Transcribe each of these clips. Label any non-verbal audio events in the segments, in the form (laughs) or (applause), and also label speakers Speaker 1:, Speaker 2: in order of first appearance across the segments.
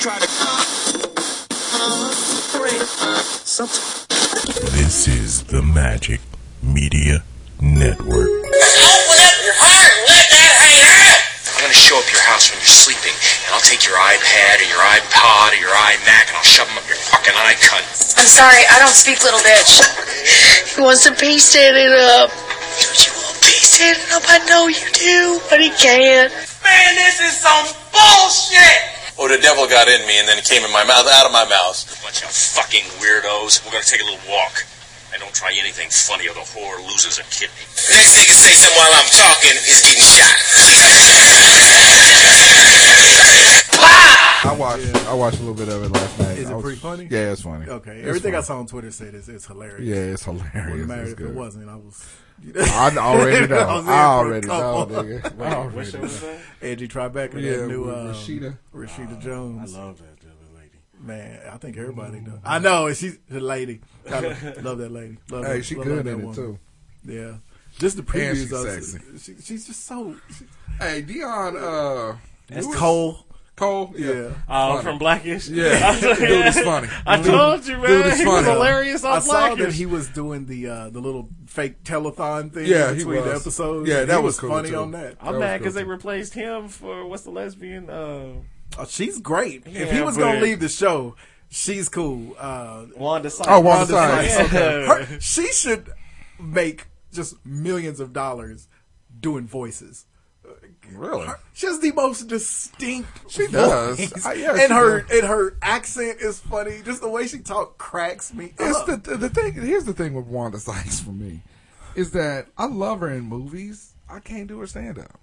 Speaker 1: try to.
Speaker 2: This is the Magic Media Network.
Speaker 3: I'm gonna show up at your house when you're sleeping, and I'll take your iPad or your iPod or your iMac, and I'll shove them up your fucking eye cut.
Speaker 4: I'm sorry, I don't speak little bitch.
Speaker 5: He wants to be standing up.
Speaker 3: Don't you want
Speaker 5: Be standing up, I know you do, but he can't.
Speaker 1: Man, this is some bullshit!
Speaker 6: Oh, the devil got in me, and then it came in my mouth, out of my mouth.
Speaker 3: Bunch of fucking weirdos. We're gonna take a little walk. And don't try anything funny or the whore loses a kidney.
Speaker 6: Next thing you say something while I'm talking is getting shot.
Speaker 7: I watched. I watched a little bit of it last night.
Speaker 8: Is it
Speaker 7: I was-
Speaker 8: pretty funny?
Speaker 7: Yeah, it's funny.
Speaker 8: Okay,
Speaker 7: It's
Speaker 8: everything I
Speaker 7: funny.
Speaker 8: saw on Twitter said is, is hilarious.
Speaker 7: Yeah, it's
Speaker 8: Wouldn't
Speaker 7: hilarious.
Speaker 8: matter
Speaker 7: It's
Speaker 8: if it
Speaker 7: good.
Speaker 8: wasn't. I was.
Speaker 7: I
Speaker 8: (laughs)
Speaker 7: already know.
Speaker 8: I
Speaker 7: I
Speaker 8: was in for a
Speaker 7: already know,
Speaker 8: couple.
Speaker 7: nigga. I already know.
Speaker 8: (laughs) Angie Tribeca, and
Speaker 7: Yeah,
Speaker 8: that new
Speaker 7: with
Speaker 8: um,
Speaker 7: Rashida.
Speaker 8: Rashida Jones.
Speaker 9: Ah, I love that devil lady.
Speaker 8: Man, I think
Speaker 7: Mm.
Speaker 8: everybody does. I know and she's the lady. I love, love that lady. Love
Speaker 7: Hey,
Speaker 8: that-
Speaker 7: she
Speaker 8: love
Speaker 7: good
Speaker 8: that
Speaker 7: in it
Speaker 8: woman.
Speaker 7: too.
Speaker 8: Yeah, just the previews.
Speaker 7: she's
Speaker 8: I was-
Speaker 7: sexy.
Speaker 8: She, she's just so she,
Speaker 7: Hey, Dion. Uh,
Speaker 8: it's (clears throat) cold.
Speaker 7: Cole.
Speaker 8: Yeah.
Speaker 7: Yeah.
Speaker 9: Oh,
Speaker 7: Funny.
Speaker 9: from Blackish. (laughs)
Speaker 7: Yeah. Dude is funny.
Speaker 9: I told you, man.
Speaker 7: Dude is
Speaker 9: he was
Speaker 7: funny.
Speaker 9: hilarious on
Speaker 8: I saw that
Speaker 9: Blackish.
Speaker 8: he was doing the uh, the little fake telethon thing
Speaker 7: Yeah, he
Speaker 8: between the
Speaker 7: was.
Speaker 8: episodes.
Speaker 7: Yeah,
Speaker 8: and
Speaker 7: that
Speaker 8: he
Speaker 7: was
Speaker 8: was,
Speaker 7: cool,
Speaker 8: funny
Speaker 7: too.
Speaker 8: on that.
Speaker 7: That
Speaker 9: I'm
Speaker 7: was
Speaker 9: mad because
Speaker 7: cool,
Speaker 9: they
Speaker 7: too.
Speaker 9: replaced him for what's the lesbian? Uh,
Speaker 8: Oh, she's great. if he
Speaker 9: Yeah,
Speaker 8: was gonna
Speaker 9: but-
Speaker 8: leave the show, she's cool. Uh,
Speaker 9: Wanda Sykes.
Speaker 7: Oh, Wanda
Speaker 8: Sykes.
Speaker 7: Sykes.
Speaker 9: Yeah.
Speaker 8: her, she should make just millions of dollars doing voices.
Speaker 7: Really?
Speaker 8: She has the most distinct.
Speaker 7: She does.
Speaker 8: voice.
Speaker 7: I- yeah,
Speaker 8: and
Speaker 7: she
Speaker 8: her
Speaker 7: does.
Speaker 8: and her accent is funny. Just the way she talks cracks me.
Speaker 7: (laughs) It's
Speaker 8: up.
Speaker 7: the, the the thing. Here's the thing with Wanda Sykes for me, is that I love her in movies. I can't do her stand up.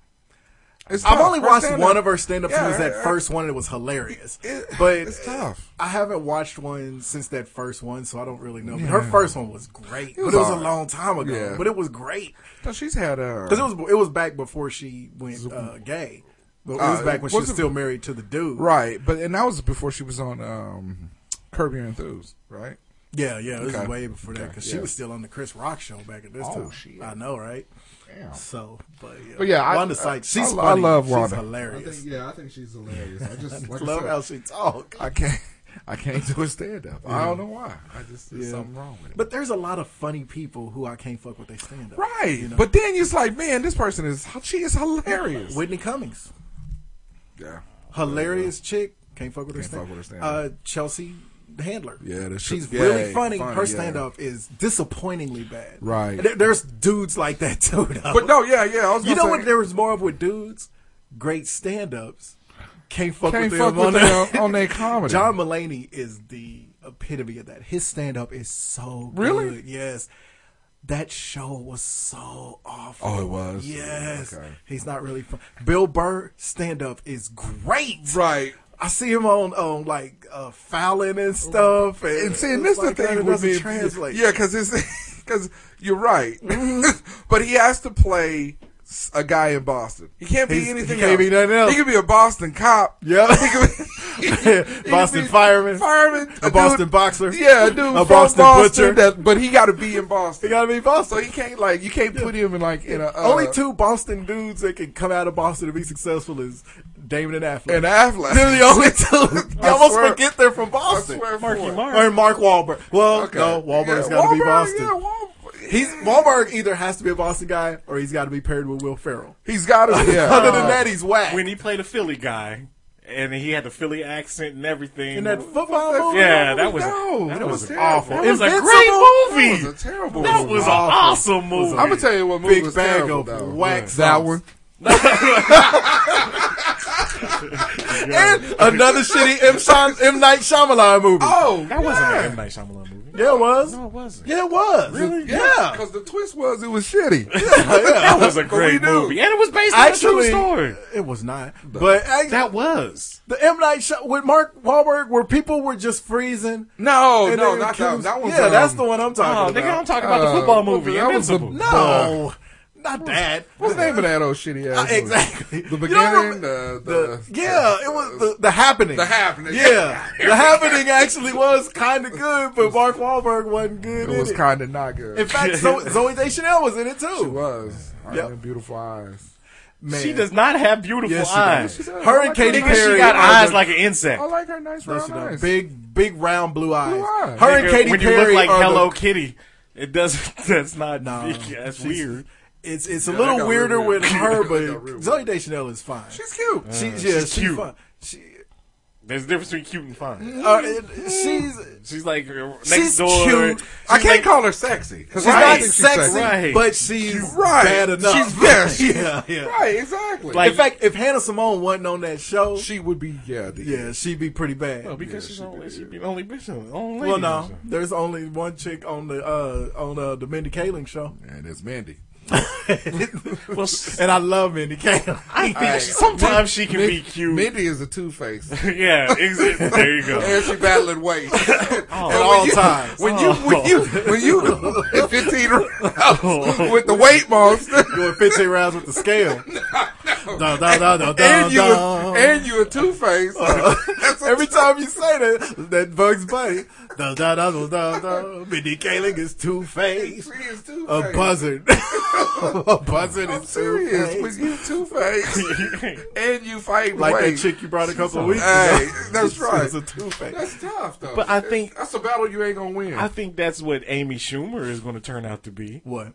Speaker 8: I've only watched one of her stand ups
Speaker 7: Yeah,
Speaker 8: and it was that
Speaker 7: her-
Speaker 8: first one. It was hilarious.
Speaker 7: It-
Speaker 8: but
Speaker 7: it's tough.
Speaker 8: I haven't watched one since that first one, so I don't really know. But Her first one was great.
Speaker 7: It was
Speaker 8: but it was a
Speaker 7: alright.
Speaker 8: long time ago.
Speaker 7: Yeah.
Speaker 8: But it was great.
Speaker 7: She's had a.
Speaker 8: Because it was it was back before she went uh, gay. But it was
Speaker 7: Uh,
Speaker 8: back when she was
Speaker 7: wasn't-
Speaker 8: still married to the dude.
Speaker 7: Right, but and that was before she was on um, Curb Your Enthusiasm, right?
Speaker 8: Yeah, yeah. It was
Speaker 7: Okay.
Speaker 8: way before that because she
Speaker 7: yeah.
Speaker 8: was still on the Chris Rock show back at this
Speaker 7: Oh,
Speaker 8: time.
Speaker 7: shit.
Speaker 8: I know, right?
Speaker 7: Damn.
Speaker 8: So, but yeah,
Speaker 7: But yeah, I-
Speaker 8: Wanda
Speaker 7: I-
Speaker 8: Sykes.
Speaker 7: I
Speaker 8: She's
Speaker 7: lo- I
Speaker 8: funny.
Speaker 7: love Wanda.
Speaker 8: She's hilarious.
Speaker 7: yeah, I think she's hilarious. I
Speaker 8: (laughs)
Speaker 7: just
Speaker 8: love how she talks.
Speaker 7: I can't. (laughs) I can't do a stand up. I don't know why. I just there's
Speaker 8: Yeah.
Speaker 7: something wrong with it.
Speaker 8: But there's a lot of funny people who I can't fuck with they stand up.
Speaker 7: right, but then it's like, man, this person is she is hilarious.
Speaker 8: Whitney Cummings,
Speaker 7: yeah,
Speaker 8: hilarious chick, can't fuck with her
Speaker 7: Can't
Speaker 8: stand
Speaker 7: fuck with her
Speaker 8: up.
Speaker 7: stand-up.
Speaker 8: Uh, Chelsea Handler,
Speaker 7: Yeah, that's-
Speaker 8: she's
Speaker 7: yeah,
Speaker 8: really funny.
Speaker 7: funny,
Speaker 8: Her
Speaker 7: yeah.
Speaker 8: stand up is disappointingly bad.
Speaker 7: Right.
Speaker 8: And there- there's dudes like that (laughs) too. Though.
Speaker 7: but no, yeah, yeah. I was gonna
Speaker 8: you know
Speaker 7: say,
Speaker 8: what? There was more of with dudes, great stand ups, can't fuck
Speaker 7: Can't
Speaker 8: with
Speaker 7: fuck
Speaker 8: them on
Speaker 7: with them
Speaker 8: (laughs) that.
Speaker 7: on their comedy.
Speaker 8: John Mulaney is the epitome of that. His stand up is so
Speaker 7: Really?
Speaker 8: good. Yes. That show was so awful.
Speaker 7: Oh, it was?
Speaker 8: Yes.
Speaker 7: Okay.
Speaker 8: He's not really fun. Bill Burr stand up is great.
Speaker 7: right?
Speaker 8: I see him on on like uh, Fallon and stuff. And,
Speaker 7: And see, and
Speaker 8: it's
Speaker 7: this is the
Speaker 8: like,
Speaker 7: thing
Speaker 8: man, it
Speaker 7: with
Speaker 8: doesn't
Speaker 7: me.
Speaker 8: translate.
Speaker 7: Yeah, because it's (laughs) because you're right.
Speaker 8: Mm-hmm.
Speaker 7: (laughs) but he has to play s- a guy in Boston. He can't be
Speaker 8: He's- he
Speaker 7: anything.
Speaker 8: can't
Speaker 7: else.
Speaker 8: be nothing else.
Speaker 7: He could be a Boston cop.
Speaker 8: Yeah.
Speaker 7: (laughs) He could
Speaker 8: (laughs)
Speaker 7: be- (laughs) he could
Speaker 8: Boston
Speaker 7: be
Speaker 8: fireman.
Speaker 7: Fireman.
Speaker 8: A Boston boxer.
Speaker 7: Yeah, a dude.
Speaker 8: A
Speaker 7: from
Speaker 8: Boston
Speaker 7: Boston,
Speaker 8: butcher.
Speaker 7: That, but he got to be in Boston.
Speaker 8: (laughs) He gotta be Boston.
Speaker 7: So he can't like you can't put him in like in a uh,
Speaker 8: Only two Boston dudes that can come out of Boston and be successful is Damon and Affleck.
Speaker 7: in
Speaker 8: (laughs)
Speaker 7: Affleck.
Speaker 8: They're the only (laughs) two.
Speaker 7: I
Speaker 8: I almost
Speaker 7: swear-
Speaker 8: forget they're from
Speaker 7: I
Speaker 8: Boston.
Speaker 7: swear for
Speaker 9: Marky
Speaker 7: it.
Speaker 9: Mark.
Speaker 8: Or Mark Wahlberg. Well,
Speaker 7: Okay.
Speaker 8: no, Wahlberg's
Speaker 7: Yeah,
Speaker 8: got to be
Speaker 7: Wahlberg,
Speaker 8: Boston.
Speaker 7: Yeah, Wahlberg.
Speaker 8: He's Wahlberg either has to be a Boston guy or he's got to be paired with Will Ferrell.
Speaker 7: He's got to. Yeah.
Speaker 8: Other than that, he's whack.
Speaker 9: when he played a Philly guy, and he had the Philly accent and everything.
Speaker 8: in that football movie,
Speaker 9: yeah, that was
Speaker 7: No,
Speaker 9: that,
Speaker 7: that
Speaker 9: was,
Speaker 7: was
Speaker 9: awful.
Speaker 7: terrible.
Speaker 9: It was a
Speaker 8: Invincible?
Speaker 7: that
Speaker 9: great movie.
Speaker 7: was a terrible.
Speaker 9: That was an awesome movie.
Speaker 7: I'm gonna tell you what movie
Speaker 8: Big
Speaker 7: was
Speaker 8: bag
Speaker 7: terrible,
Speaker 8: of
Speaker 7: though.
Speaker 8: wax
Speaker 7: That
Speaker 8: sauce.
Speaker 7: one.
Speaker 8: (laughs) and another shitty M. Shyam- M. Night Shyamalan movie.
Speaker 7: Oh,
Speaker 9: that wasn't an M Night Shyamalan movie.
Speaker 8: yeah, it was.
Speaker 9: No, it wasn't.
Speaker 8: Yeah, it was. Really? Yeah.
Speaker 7: Because the twist was it was
Speaker 8: (laughs)
Speaker 7: shitty. (laughs)
Speaker 9: That was a great
Speaker 7: do.
Speaker 9: movie, and it was based on
Speaker 8: Actually,
Speaker 9: a true story.
Speaker 8: it was not. But I,
Speaker 9: That was.
Speaker 8: the M. Night Shy- with Mark Wahlberg, where people were just freezing.
Speaker 7: No,
Speaker 8: And
Speaker 7: no,
Speaker 8: they
Speaker 7: not that.
Speaker 8: killed him.
Speaker 7: one. That one's,
Speaker 8: Yeah,
Speaker 7: um,
Speaker 8: that's the one I'm
Speaker 9: Oh,
Speaker 8: talking
Speaker 9: nigga, I'm
Speaker 8: about.
Speaker 9: talking about the
Speaker 7: Uh,
Speaker 9: football movie,
Speaker 7: that was the-
Speaker 9: Invincible.
Speaker 8: No, not that.
Speaker 7: What's the name of that old shitty ass?
Speaker 8: Uh,
Speaker 7: movie?
Speaker 8: exactly.
Speaker 7: The
Speaker 8: You don't
Speaker 7: beginning.
Speaker 8: remember-
Speaker 7: The,
Speaker 8: the,
Speaker 7: the, uh,
Speaker 8: yeah, it was the, the happening.
Speaker 7: The Happening. (laughs)
Speaker 8: Yeah, the happening actually was kind of good, but Mark Wahlberg wasn't good.
Speaker 7: It was
Speaker 8: in, it.
Speaker 7: kind of not good. (laughs)
Speaker 8: in fact, Zoe, Zoe Deschanel was in it too.
Speaker 7: it was. I
Speaker 8: Yep.
Speaker 7: had beautiful eyes.
Speaker 8: Man.
Speaker 9: She does not have beautiful
Speaker 8: Yes, she "Oh,
Speaker 9: eyes.
Speaker 8: does.
Speaker 7: Her
Speaker 8: and
Speaker 9: Katy
Speaker 8: Katy
Speaker 9: Perry. She
Speaker 8: Perry
Speaker 9: got
Speaker 8: are
Speaker 9: eyes
Speaker 8: the-
Speaker 9: like an insect.
Speaker 7: I like her Oh, nice
Speaker 8: No,
Speaker 7: round
Speaker 8: she don't.
Speaker 7: eyes.
Speaker 8: Big, big round blue eyes.
Speaker 7: eyes.
Speaker 8: Her and
Speaker 9: Nigga,
Speaker 8: Katy
Speaker 9: when you
Speaker 8: Perry
Speaker 9: look like
Speaker 8: are (laughs)
Speaker 9: Hello
Speaker 8: the,
Speaker 9: Kitty, it doesn't. (laughs) That's not.
Speaker 8: Nah,
Speaker 9: that's
Speaker 8: she's-
Speaker 9: weird.
Speaker 8: It's it's a
Speaker 7: Yeah, that
Speaker 8: little
Speaker 7: got
Speaker 8: weirder
Speaker 7: real
Speaker 8: with
Speaker 7: weird. (laughs)
Speaker 8: her,
Speaker 7: That got real
Speaker 8: but
Speaker 7: weird.
Speaker 8: Zoe Deschanel is fine.
Speaker 7: She's cute.
Speaker 8: she, yeah, she's
Speaker 9: cute.
Speaker 8: Fine. She,
Speaker 9: There's a difference between cute and fine.
Speaker 8: uh, it- she's
Speaker 9: She's like uh, next
Speaker 8: She's
Speaker 9: door.
Speaker 8: cute.
Speaker 9: She's
Speaker 7: I can't
Speaker 9: like-
Speaker 7: call her sexy. She's
Speaker 8: she's
Speaker 9: Right.
Speaker 8: not sexy,
Speaker 9: Right.
Speaker 8: but she's
Speaker 7: right.
Speaker 8: bad enough. (laughs)
Speaker 7: She's- yes.
Speaker 8: yeah, yeah.
Speaker 7: Right, exactly.
Speaker 9: Like-
Speaker 8: In fact, if Hannah Simone wasn't on that show,
Speaker 7: she Oh, would be, yeah, the,
Speaker 8: yeah, she'd be pretty bad.
Speaker 9: Well, because
Speaker 7: Yeah,
Speaker 9: she's
Speaker 7: she
Speaker 9: only
Speaker 7: did.
Speaker 9: she be the only bitch on the only.
Speaker 8: Well,
Speaker 9: lady
Speaker 8: no,
Speaker 9: on the show.
Speaker 8: there's only one chick on the uh, on uh, the Mindy Kaling show,
Speaker 7: and it's Mandy.
Speaker 9: (laughs) Well,
Speaker 8: (laughs)
Speaker 9: s-
Speaker 8: and I love Mindy Kaling. (laughs)
Speaker 9: I think sometimes she can be cute.
Speaker 7: Mandy is a two face.
Speaker 9: (laughs) yeah,
Speaker 8: (laughs)
Speaker 9: ex- there you go.
Speaker 7: (laughs) and she battling weight at
Speaker 8: all times.
Speaker 7: When you when you when you at fifteen rounds with the weight monster,
Speaker 8: doing 15 rounds with the scale.
Speaker 7: (laughs)
Speaker 8: Dun, dun, dun, dun, dun,
Speaker 7: and you
Speaker 8: dun. Uh,
Speaker 7: and you a two face.
Speaker 8: (laughs)
Speaker 7: (laughs)
Speaker 8: Every time you say that, that Bugs Bunny, da da da da da da, Mindy Kaling is two faced.
Speaker 7: She is two
Speaker 8: A
Speaker 7: face.
Speaker 8: buzzard, (laughs) a buzzard
Speaker 7: I'm
Speaker 8: is two
Speaker 7: serious. When
Speaker 8: faced.
Speaker 7: you two
Speaker 8: (laughs)
Speaker 7: face and you fight
Speaker 8: Like
Speaker 7: weight.
Speaker 8: that chick you brought a couple of weeks
Speaker 7: Hey,
Speaker 8: ago.
Speaker 7: (laughs) that's right.
Speaker 8: It's a two faced.
Speaker 7: That's tough though.
Speaker 9: But I think-
Speaker 7: that's a battle you ain't gonna win.
Speaker 9: (laughs) I think that's what Amy Schumer is going to turn out to be,
Speaker 8: What?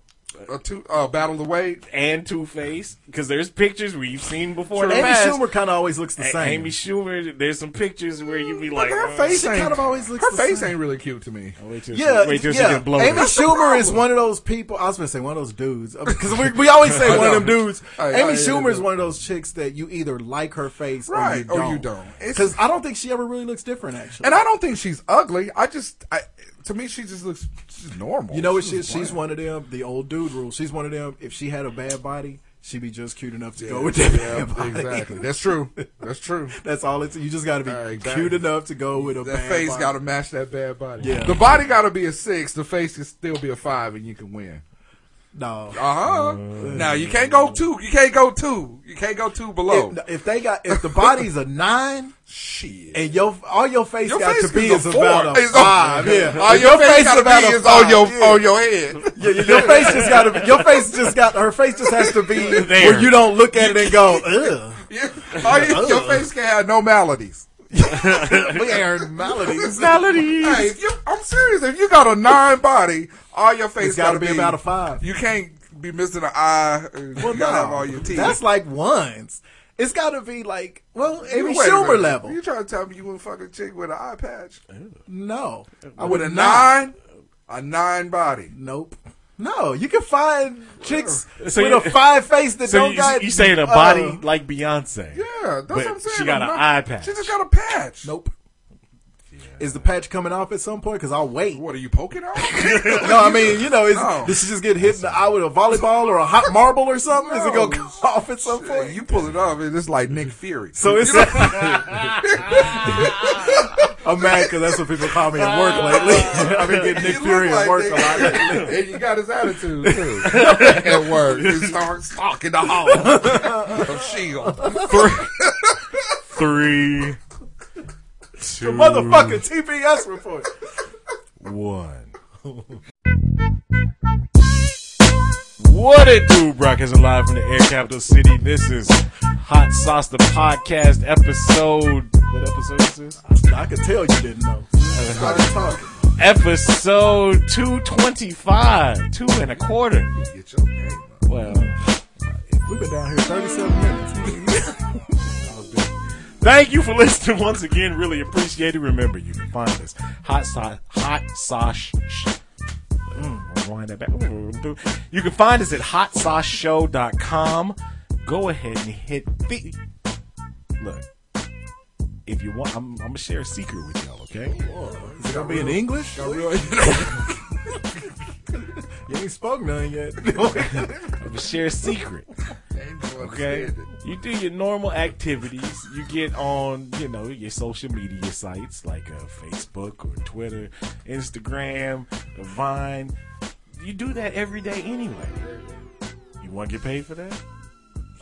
Speaker 7: a two uh, battle the weight.
Speaker 9: and Two Face, because there's pictures we've seen before. in
Speaker 8: Amy
Speaker 9: the past.
Speaker 8: Schumer kind of always looks the
Speaker 9: A-
Speaker 8: same.
Speaker 9: Amy Schumer, there's some pictures where you be like,
Speaker 7: Her
Speaker 9: uh,
Speaker 7: face
Speaker 8: she
Speaker 7: ain't,
Speaker 8: kind of always looks
Speaker 7: her
Speaker 8: the
Speaker 7: face
Speaker 8: same.
Speaker 7: ain't really cute to me.
Speaker 8: Oh,
Speaker 9: Wait till,
Speaker 8: Yeah,
Speaker 9: she, wait till
Speaker 8: yeah.
Speaker 9: she get blown.
Speaker 8: Amy
Speaker 9: up.
Speaker 8: Schumer is one of those people. I was gonna say one of those dudes (laughs) because we, we always say one of them dudes.
Speaker 7: I- I-
Speaker 8: Amy
Speaker 7: I-
Speaker 8: Schumer is one of those chicks that you either like her face
Speaker 7: Right,
Speaker 8: or you don't.
Speaker 7: or you don't. It's-
Speaker 8: Because I don't think she ever really looks different. Actually,
Speaker 7: And I don't think she's ugly. I just, I, to me, she just looks she's normal.
Speaker 8: you know what?
Speaker 7: She's
Speaker 8: She,
Speaker 7: just
Speaker 8: she's
Speaker 7: bland.
Speaker 8: one of them. The old dude rule. She's one of them. If she had a bad body, she'd be just cute enough to go with that
Speaker 7: Yeah,
Speaker 8: bad body.
Speaker 7: exactly. That's true. That's true.
Speaker 8: (laughs) That's all it's. You just got to be
Speaker 7: Uh, exactly.
Speaker 8: cute enough to go with a
Speaker 7: That
Speaker 8: bad
Speaker 7: face
Speaker 8: body.
Speaker 7: got to match that bad body.
Speaker 8: Yeah.
Speaker 7: The body got to be a six. The face can still be a five, and you can win.
Speaker 8: no.
Speaker 7: Uh huh.
Speaker 8: Mm.
Speaker 7: now you can't go two. You can't go two. You can't go two below.
Speaker 8: If, if they got if the body's a nine.
Speaker 7: Shit.
Speaker 8: And your all your face
Speaker 7: your
Speaker 8: got
Speaker 7: face
Speaker 8: to be
Speaker 7: is a four.
Speaker 8: about a
Speaker 7: It's (laughs)
Speaker 8: five. Yeah,
Speaker 7: All
Speaker 8: If
Speaker 7: your, face,
Speaker 8: is
Speaker 7: got
Speaker 8: about
Speaker 7: to
Speaker 8: a
Speaker 7: be is on
Speaker 8: five,
Speaker 7: your
Speaker 8: yeah.
Speaker 7: on your
Speaker 8: (laughs)
Speaker 7: head.
Speaker 8: Yeah, yeah,
Speaker 7: (laughs)
Speaker 8: your face just got to be. Your face just got. Her face just has to be
Speaker 9: There.
Speaker 8: where you don't look at it and go, ugh.
Speaker 7: (laughs) Yeah. All you- your face can have no maladies.
Speaker 8: We are maladies.
Speaker 7: Hey, if you, I'm serious. If you got a nine body, all your face
Speaker 8: It's got to be about a
Speaker 7: five.
Speaker 8: five.
Speaker 7: You can't be missing an eye. and
Speaker 8: Well,
Speaker 7: you gotta
Speaker 8: no,
Speaker 7: have all your teeth.
Speaker 8: That's like ones. It's got to be like well,
Speaker 7: You-
Speaker 8: Amy
Speaker 7: wait a
Speaker 8: Schumer
Speaker 7: minute.
Speaker 8: level.
Speaker 7: You trying to tell me you wouldn't fuck a chick with an eye patch?
Speaker 8: No, I
Speaker 7: With
Speaker 8: would
Speaker 7: a
Speaker 8: have not.
Speaker 7: nine, a nine body.
Speaker 8: Nope. No, you can find chicks
Speaker 9: So
Speaker 8: with
Speaker 9: you-
Speaker 8: a five face that
Speaker 9: (laughs) So
Speaker 8: don't
Speaker 9: you,
Speaker 8: got.
Speaker 9: you saying a
Speaker 8: uh,
Speaker 9: body like Beyonce?
Speaker 7: Yeah, that's
Speaker 9: But
Speaker 7: what I'm saying.
Speaker 9: She got
Speaker 7: I'm
Speaker 9: an
Speaker 7: not-
Speaker 9: eye patch.
Speaker 7: She just got a patch.
Speaker 8: Nope. Is the patch coming off at some point? Because I'll wait.
Speaker 7: What are you poking out?
Speaker 8: No, I mean, you know, is,
Speaker 7: No.
Speaker 8: did she just get hit in the eye with a volleyball or a
Speaker 7: (laughs)
Speaker 8: hot marble or something? Is it
Speaker 7: No.
Speaker 8: gonna come (laughs) off at some point?
Speaker 7: you pull it off, and it's like Nick Fury. (laughs)
Speaker 8: so it's.
Speaker 7: You
Speaker 8: (laughs)
Speaker 7: know-
Speaker 8: I'm mad because that's what people call me at work lately. (laughs) I've been getting Nick
Speaker 7: You look
Speaker 8: Fury at
Speaker 7: like
Speaker 8: work
Speaker 7: Nick
Speaker 8: a lot
Speaker 7: Fury.
Speaker 8: lately.
Speaker 7: and you got his
Speaker 8: (laughs)
Speaker 7: attitude too. (laughs) at work, he starts stalking the hall
Speaker 8: (laughs)
Speaker 7: of Shield.
Speaker 9: Three, two,
Speaker 8: Motherfucking TBS report.
Speaker 9: one. What it do, Brock is alive from the air capital city. This is Hot Sauce the Podcast episode. What episode is this?
Speaker 8: I could tell you didn't know. Started talking.
Speaker 9: Episode 225. Two and a quarter.
Speaker 7: Get your game up.
Speaker 9: Well,
Speaker 8: We've been down here 37 minutes.
Speaker 9: Thank you for listening (laughs) once again. Really appreciate it. Remember, you can find us hot sauce, hot sauce. Sh- Mm, rewind that back. You can find us at hotsauceshow.com. Go ahead and hit the look. If you want, I'm, I'm gonna share a secret with y'all. Okay?
Speaker 8: Is it gonna be in English? you (laughs) ain't spoke none
Speaker 9: (laughs)
Speaker 8: yet.
Speaker 9: I'm gonna share a secret.
Speaker 7: Okay.
Speaker 9: Okay. You do your normal activities. You get on, you know, your social media sites like uh, Facebook or Twitter, Instagram, Vine. You do that every day anyway. You want to get paid for that?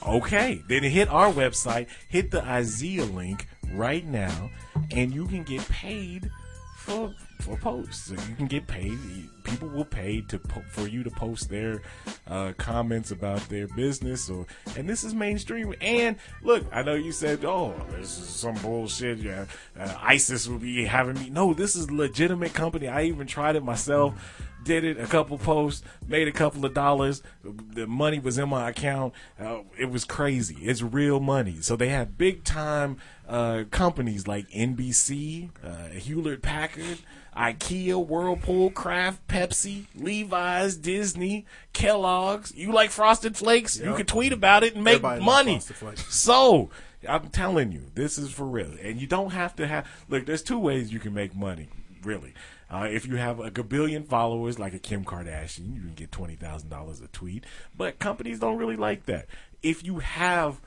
Speaker 9: Okay. Then hit our website, hit the IZEA link right now, and you can get paid for for posts. So you can get paid. People will pay to po- for you to post their uh, comments about their business. Or and this is mainstream. And look, I know you said, "Oh, this is some bullshit." Yeah, uh, ISIS will be having me. No, this is legitimate company. I even tried it myself did it a couple posts made a couple of dollars the money was in my account uh, it was crazy it's real money so they have big time uh, companies like nbc uh, hewlett packard ikea whirlpool kraft pepsi levi's disney kellogg's you like frosted flakes you
Speaker 8: Yep.
Speaker 9: can tweet about it and make
Speaker 8: Everybody loves
Speaker 9: money
Speaker 8: Frosted Flakes.
Speaker 9: (laughs) so I'm telling you, this is for real, and you don't have to have. Look, there's two ways you can make money, really. Uh, if you have a gabillion followers like a Kim Kardashian, you can get twenty thousand dollars a tweet. But companies don't really like that. If you have,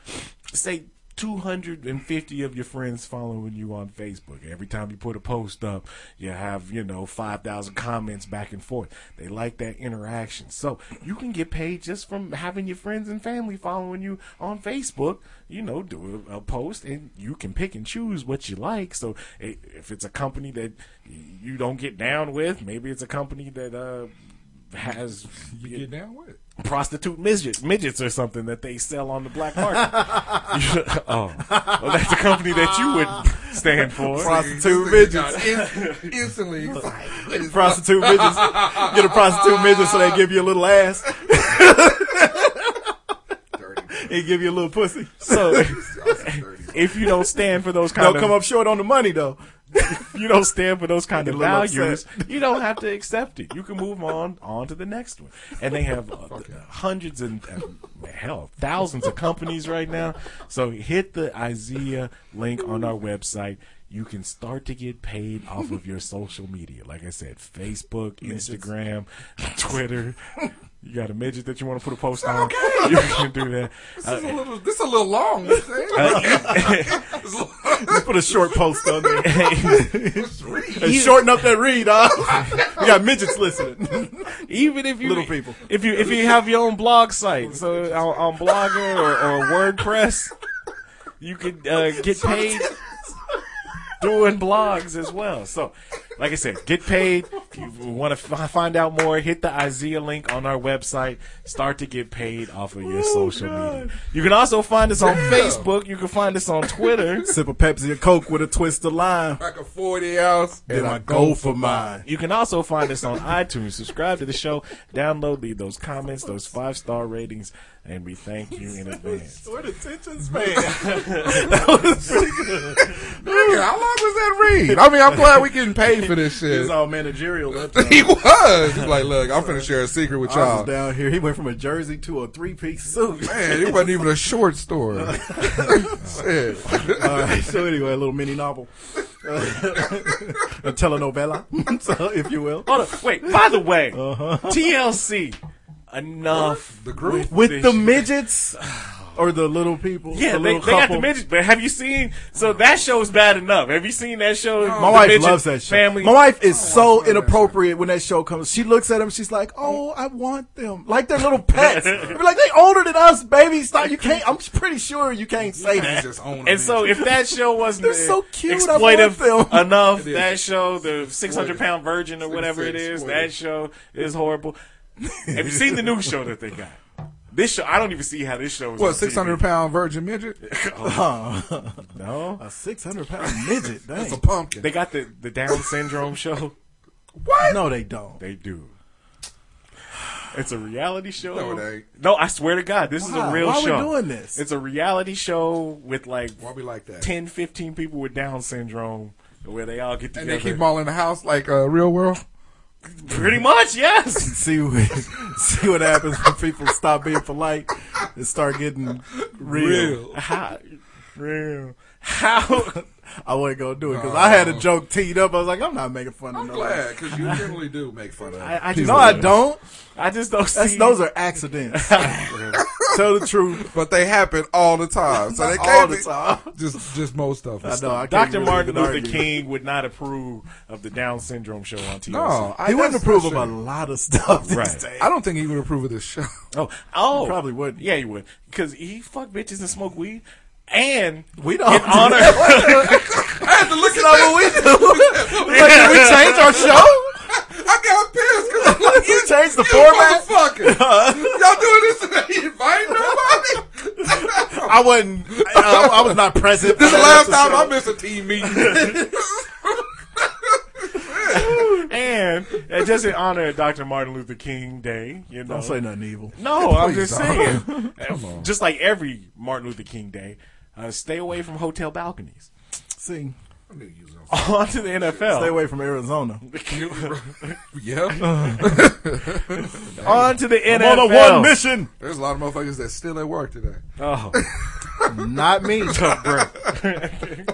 Speaker 9: say, two hundred and fifty of your friends following you on Facebook, every time you put a post up, you have you know five thousand comments back and forth. They like that interaction, so you can get paid just from having your friends and family following you on Facebook. You know, do a, a post, and you can pick and choose what you like. So i- if it's a company that y- you don't get down with, maybe it's a company that uh, has
Speaker 7: You get down with it.
Speaker 9: prostitute midgets, midgets or something that they sell on the black market. oh, well, that's a company that you would stand for.
Speaker 7: (laughs)
Speaker 8: Prostitute midgets.
Speaker 7: Ins- (laughs)
Speaker 8: (laughs)
Speaker 7: instantly excited.
Speaker 8: Prostitute midgets. Get a prostitute midget so they give you a little ass. (laughs) they give you a little pussy.
Speaker 9: So
Speaker 7: Dirty.
Speaker 9: if you don't stand for those kind
Speaker 8: They'll
Speaker 9: of
Speaker 8: come up short on the money though.
Speaker 9: if you don't stand for those kind
Speaker 8: Get
Speaker 9: of
Speaker 8: a little
Speaker 9: values, you don't have to accept it. You can move on on to the next one. And they have uh,
Speaker 8: (laughs)
Speaker 9: hundreds and uh, hell, thousands of companies right now. So hit the IZEA link on our website. You can start to get paid off of your social media. Like I said, Facebook, Instagram,
Speaker 8: (laughs)
Speaker 9: Twitter. You got a midget that you want to put a post on? You can do that. Uh,
Speaker 7: This is a little, this is a little long. this thing. It's
Speaker 8: Just put a short post on there.
Speaker 7: three.
Speaker 8: And shorten up that read, huh? we got midgets listening.
Speaker 9: even if you
Speaker 8: Little people.
Speaker 9: if you if you have your own blog site, so on, on Blogger or, or WordPress, you could uh, get paid doing blogs as well. So, like I said, get paid. If you want to f- find out more, hit the IZEA link on our website. Start to get paid off of your
Speaker 8: Oh,
Speaker 9: social media. You can also find us on Facebook. You can find us on Twitter.
Speaker 8: (laughs) Sip a Pepsi or Coke with a twist of lime.
Speaker 7: (laughs) Like a 40 ounce.
Speaker 8: Then I go for mine.
Speaker 9: You can also find us on iTunes. Subscribe to the show, download, leave those comments, those five star ratings, and we thank you in advance.
Speaker 8: What attention (laughs) span.
Speaker 7: Nigga, how long was that read? I mean, I'm glad we getting paid for this shit.
Speaker 8: He's all managerial up (laughs) there.
Speaker 7: (laughs) He was. He's like, look, I'm finna share a secret with
Speaker 8: I
Speaker 7: y'all.
Speaker 8: was down here. He went from a jersey to a three piece suit.
Speaker 7: Man, it wasn't even a short story. Shit.
Speaker 8: All right. So anyway, a little mini novel, (laughs) Uh, a telenovela, (laughs) so, if you will.
Speaker 9: Hold up. Wait, by the way, TLC. Enough.
Speaker 7: The group?
Speaker 8: With the
Speaker 9: shit.
Speaker 8: midgets (sighs) or the little people.
Speaker 9: Yeah,
Speaker 8: the
Speaker 9: they, they
Speaker 8: little
Speaker 9: got the
Speaker 8: couple.
Speaker 9: midget, but have you seen? So that show's bad enough. Have you seen that show?
Speaker 8: My
Speaker 9: Oh, The
Speaker 8: wife
Speaker 9: midget
Speaker 8: loves that show.
Speaker 9: Family. Oh,
Speaker 8: My wife is so inappropriate when that show comes. She looks at them. She's like, "Oh, I want them, like they're little
Speaker 9: (laughs)
Speaker 8: pets." We're like, "They older than us, baby. Stop! You can't. I'm pretty sure you can't say
Speaker 7: He's
Speaker 8: that."
Speaker 7: just on
Speaker 9: and so, if that show
Speaker 8: (laughs)
Speaker 9: wasn't
Speaker 8: They're so cute, I
Speaker 9: exploitive
Speaker 8: want them.
Speaker 9: (laughs) enough,
Speaker 7: is.
Speaker 9: that show, the 600 pound virgin or whatever it is, that show is horrible. Have you seen the new show that they got? This show, I don't even see how this show is. on
Speaker 7: what,
Speaker 9: TV.
Speaker 7: 600 pound virgin midget?
Speaker 9: Oh. No.
Speaker 8: (laughs) A six hundred pound
Speaker 9: (laughs)
Speaker 8: midget.
Speaker 7: It's a
Speaker 8: Dang.
Speaker 7: pumpkin.
Speaker 9: They got the, the Down syndrome show.
Speaker 8: No, they don't.
Speaker 9: They do. It's a reality show.
Speaker 7: No, it ain't.
Speaker 9: No, I swear to God, this is
Speaker 8: Why?
Speaker 9: a real
Speaker 8: Why we
Speaker 9: show.
Speaker 8: doing this?
Speaker 9: It's a reality show with like
Speaker 7: Why we like that?
Speaker 9: 10, 15 people with Down syndrome where they all get
Speaker 7: and
Speaker 9: together.
Speaker 7: they keep them all in the house like uh, real world?
Speaker 9: Pretty much, yes.
Speaker 8: See what (laughs) see what happens when people stop being polite and start getting real.
Speaker 9: How, real. How?
Speaker 8: (laughs) I wasn't gonna do it because I
Speaker 9: Oh.
Speaker 8: had a joke teed up. I was like, "I'm not making fun of
Speaker 7: I'm
Speaker 8: nobody."
Speaker 7: glad, because you generally do make fun of it.
Speaker 9: I, I just
Speaker 8: No, I don't.
Speaker 9: I just don't
Speaker 8: That's,
Speaker 9: see.
Speaker 8: those are (laughs) accidents. Tell the truth.
Speaker 7: But they happen all the time. So they
Speaker 8: All
Speaker 7: can't
Speaker 8: the
Speaker 7: be-
Speaker 8: time.
Speaker 7: Just, just most of
Speaker 8: I
Speaker 7: us.
Speaker 8: know. I can't
Speaker 9: Dr.
Speaker 8: really
Speaker 9: Martin
Speaker 8: even
Speaker 9: Luther
Speaker 8: argue.
Speaker 9: King would not approve of the Down syndrome show on TLC.
Speaker 7: No, I,
Speaker 8: He wouldn't
Speaker 7: that's
Speaker 8: approve
Speaker 7: for
Speaker 8: of a
Speaker 7: sure.
Speaker 8: lot of stuff these
Speaker 9: Right.
Speaker 8: days.
Speaker 7: I don't think he would approve of this (laughs) show.
Speaker 9: Oh, oh,
Speaker 8: probably would.
Speaker 9: Yeah, you would, because he fuck bitches and smoke weed, and
Speaker 8: We don't. (laughs)
Speaker 9: honor.
Speaker 7: I had to look at that.
Speaker 8: we do. (laughs) We like, we (laughs)
Speaker 7: (laughs)
Speaker 8: I wasn't. I, I was not present.
Speaker 7: This is the last time I missed a team meeting.
Speaker 9: and uh, just in honor of Dr. Martin Luther King Day, you know.
Speaker 8: Don't say nothing evil.
Speaker 9: No, I'm just
Speaker 8: (laughs)
Speaker 7: don't.
Speaker 9: saying. just like every Martin Luther King Day, uh, stay away from hotel balconies. (laughs)
Speaker 8: See,
Speaker 9: On to the NFL.
Speaker 8: stay away from Arizona.
Speaker 7: yeah,
Speaker 9: On to the NFL.
Speaker 8: On a one mission,
Speaker 7: there's a lot of motherfuckers that's still at work today.
Speaker 9: Oh,
Speaker 8: not (laughs) me.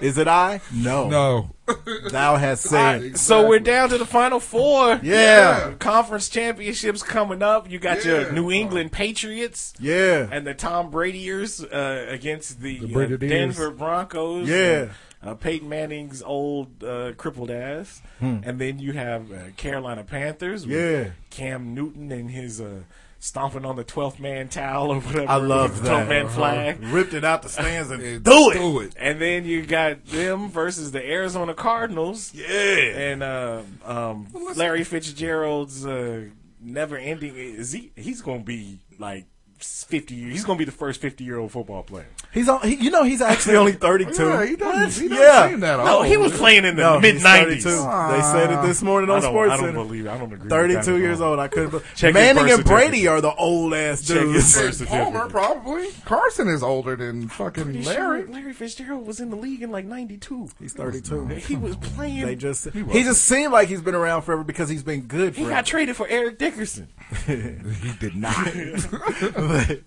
Speaker 8: Is it I? No.
Speaker 7: (laughs) No,
Speaker 8: Thou hast said.
Speaker 9: so we're down to the final four.
Speaker 8: yeah.
Speaker 9: Conference championships coming up. You got your New England Patriots
Speaker 8: Yeah.
Speaker 9: and the Tom Bradyers uh, against the, uh,
Speaker 7: Bradyers.
Speaker 9: Denver Broncos.
Speaker 8: Yeah.
Speaker 9: and, uh, Peyton Manning's old uh, crippled ass, and then you have uh, Carolina Panthers. with
Speaker 8: Hmm. Yeah.
Speaker 9: Cam Newton and his uh, stomping on the twelfth man towel or whatever.
Speaker 8: I love that. uh-huh.
Speaker 9: (laughs) twelfth man flag.
Speaker 8: Ripped it out the stands and
Speaker 7: do it. Do it.
Speaker 9: And then you got them versus the Arizona Cardinals.
Speaker 8: yeah.
Speaker 9: and uh, um, Larry Fitzgerald's uh, never-ending is he? He's going to be like fifty. years. He's going to be the first fifty-year-old football player.
Speaker 8: He's on. He, you know, he's actually only
Speaker 9: (laughs)
Speaker 8: thirty-two.
Speaker 7: Yeah, he doesn't, he doesn't
Speaker 8: Yeah.
Speaker 7: seem that old.
Speaker 9: No, he was playing in the
Speaker 8: No, he's
Speaker 9: mid nineties.
Speaker 8: 32.
Speaker 9: I
Speaker 8: They said it this morning on
Speaker 9: don't,
Speaker 8: Sports
Speaker 9: I don't
Speaker 8: Center.
Speaker 9: believe. it. I don't agree. with that at all.
Speaker 8: Thirty-two years old. I couldn't. Believe.
Speaker 9: Check his
Speaker 8: Manning
Speaker 9: birth
Speaker 8: and Brady
Speaker 9: certificate.
Speaker 8: are the old ass
Speaker 9: Check his birth
Speaker 8: dudes.
Speaker 9: certificate.
Speaker 7: Palmer probably. Carson is older than fucking
Speaker 9: Pretty
Speaker 7: Larry.
Speaker 9: sure Larry Fitzgerald was in the league in like '92.
Speaker 8: (laughs) He's thirty-two.
Speaker 9: He was
Speaker 8: (laughs)
Speaker 9: playing.
Speaker 8: They just he, just seemed like he's been around forever because he's been good.
Speaker 9: he
Speaker 8: forever.
Speaker 9: got traded for Eric Dickerson.
Speaker 8: He did
Speaker 9: (laughs)
Speaker 8: not. All right,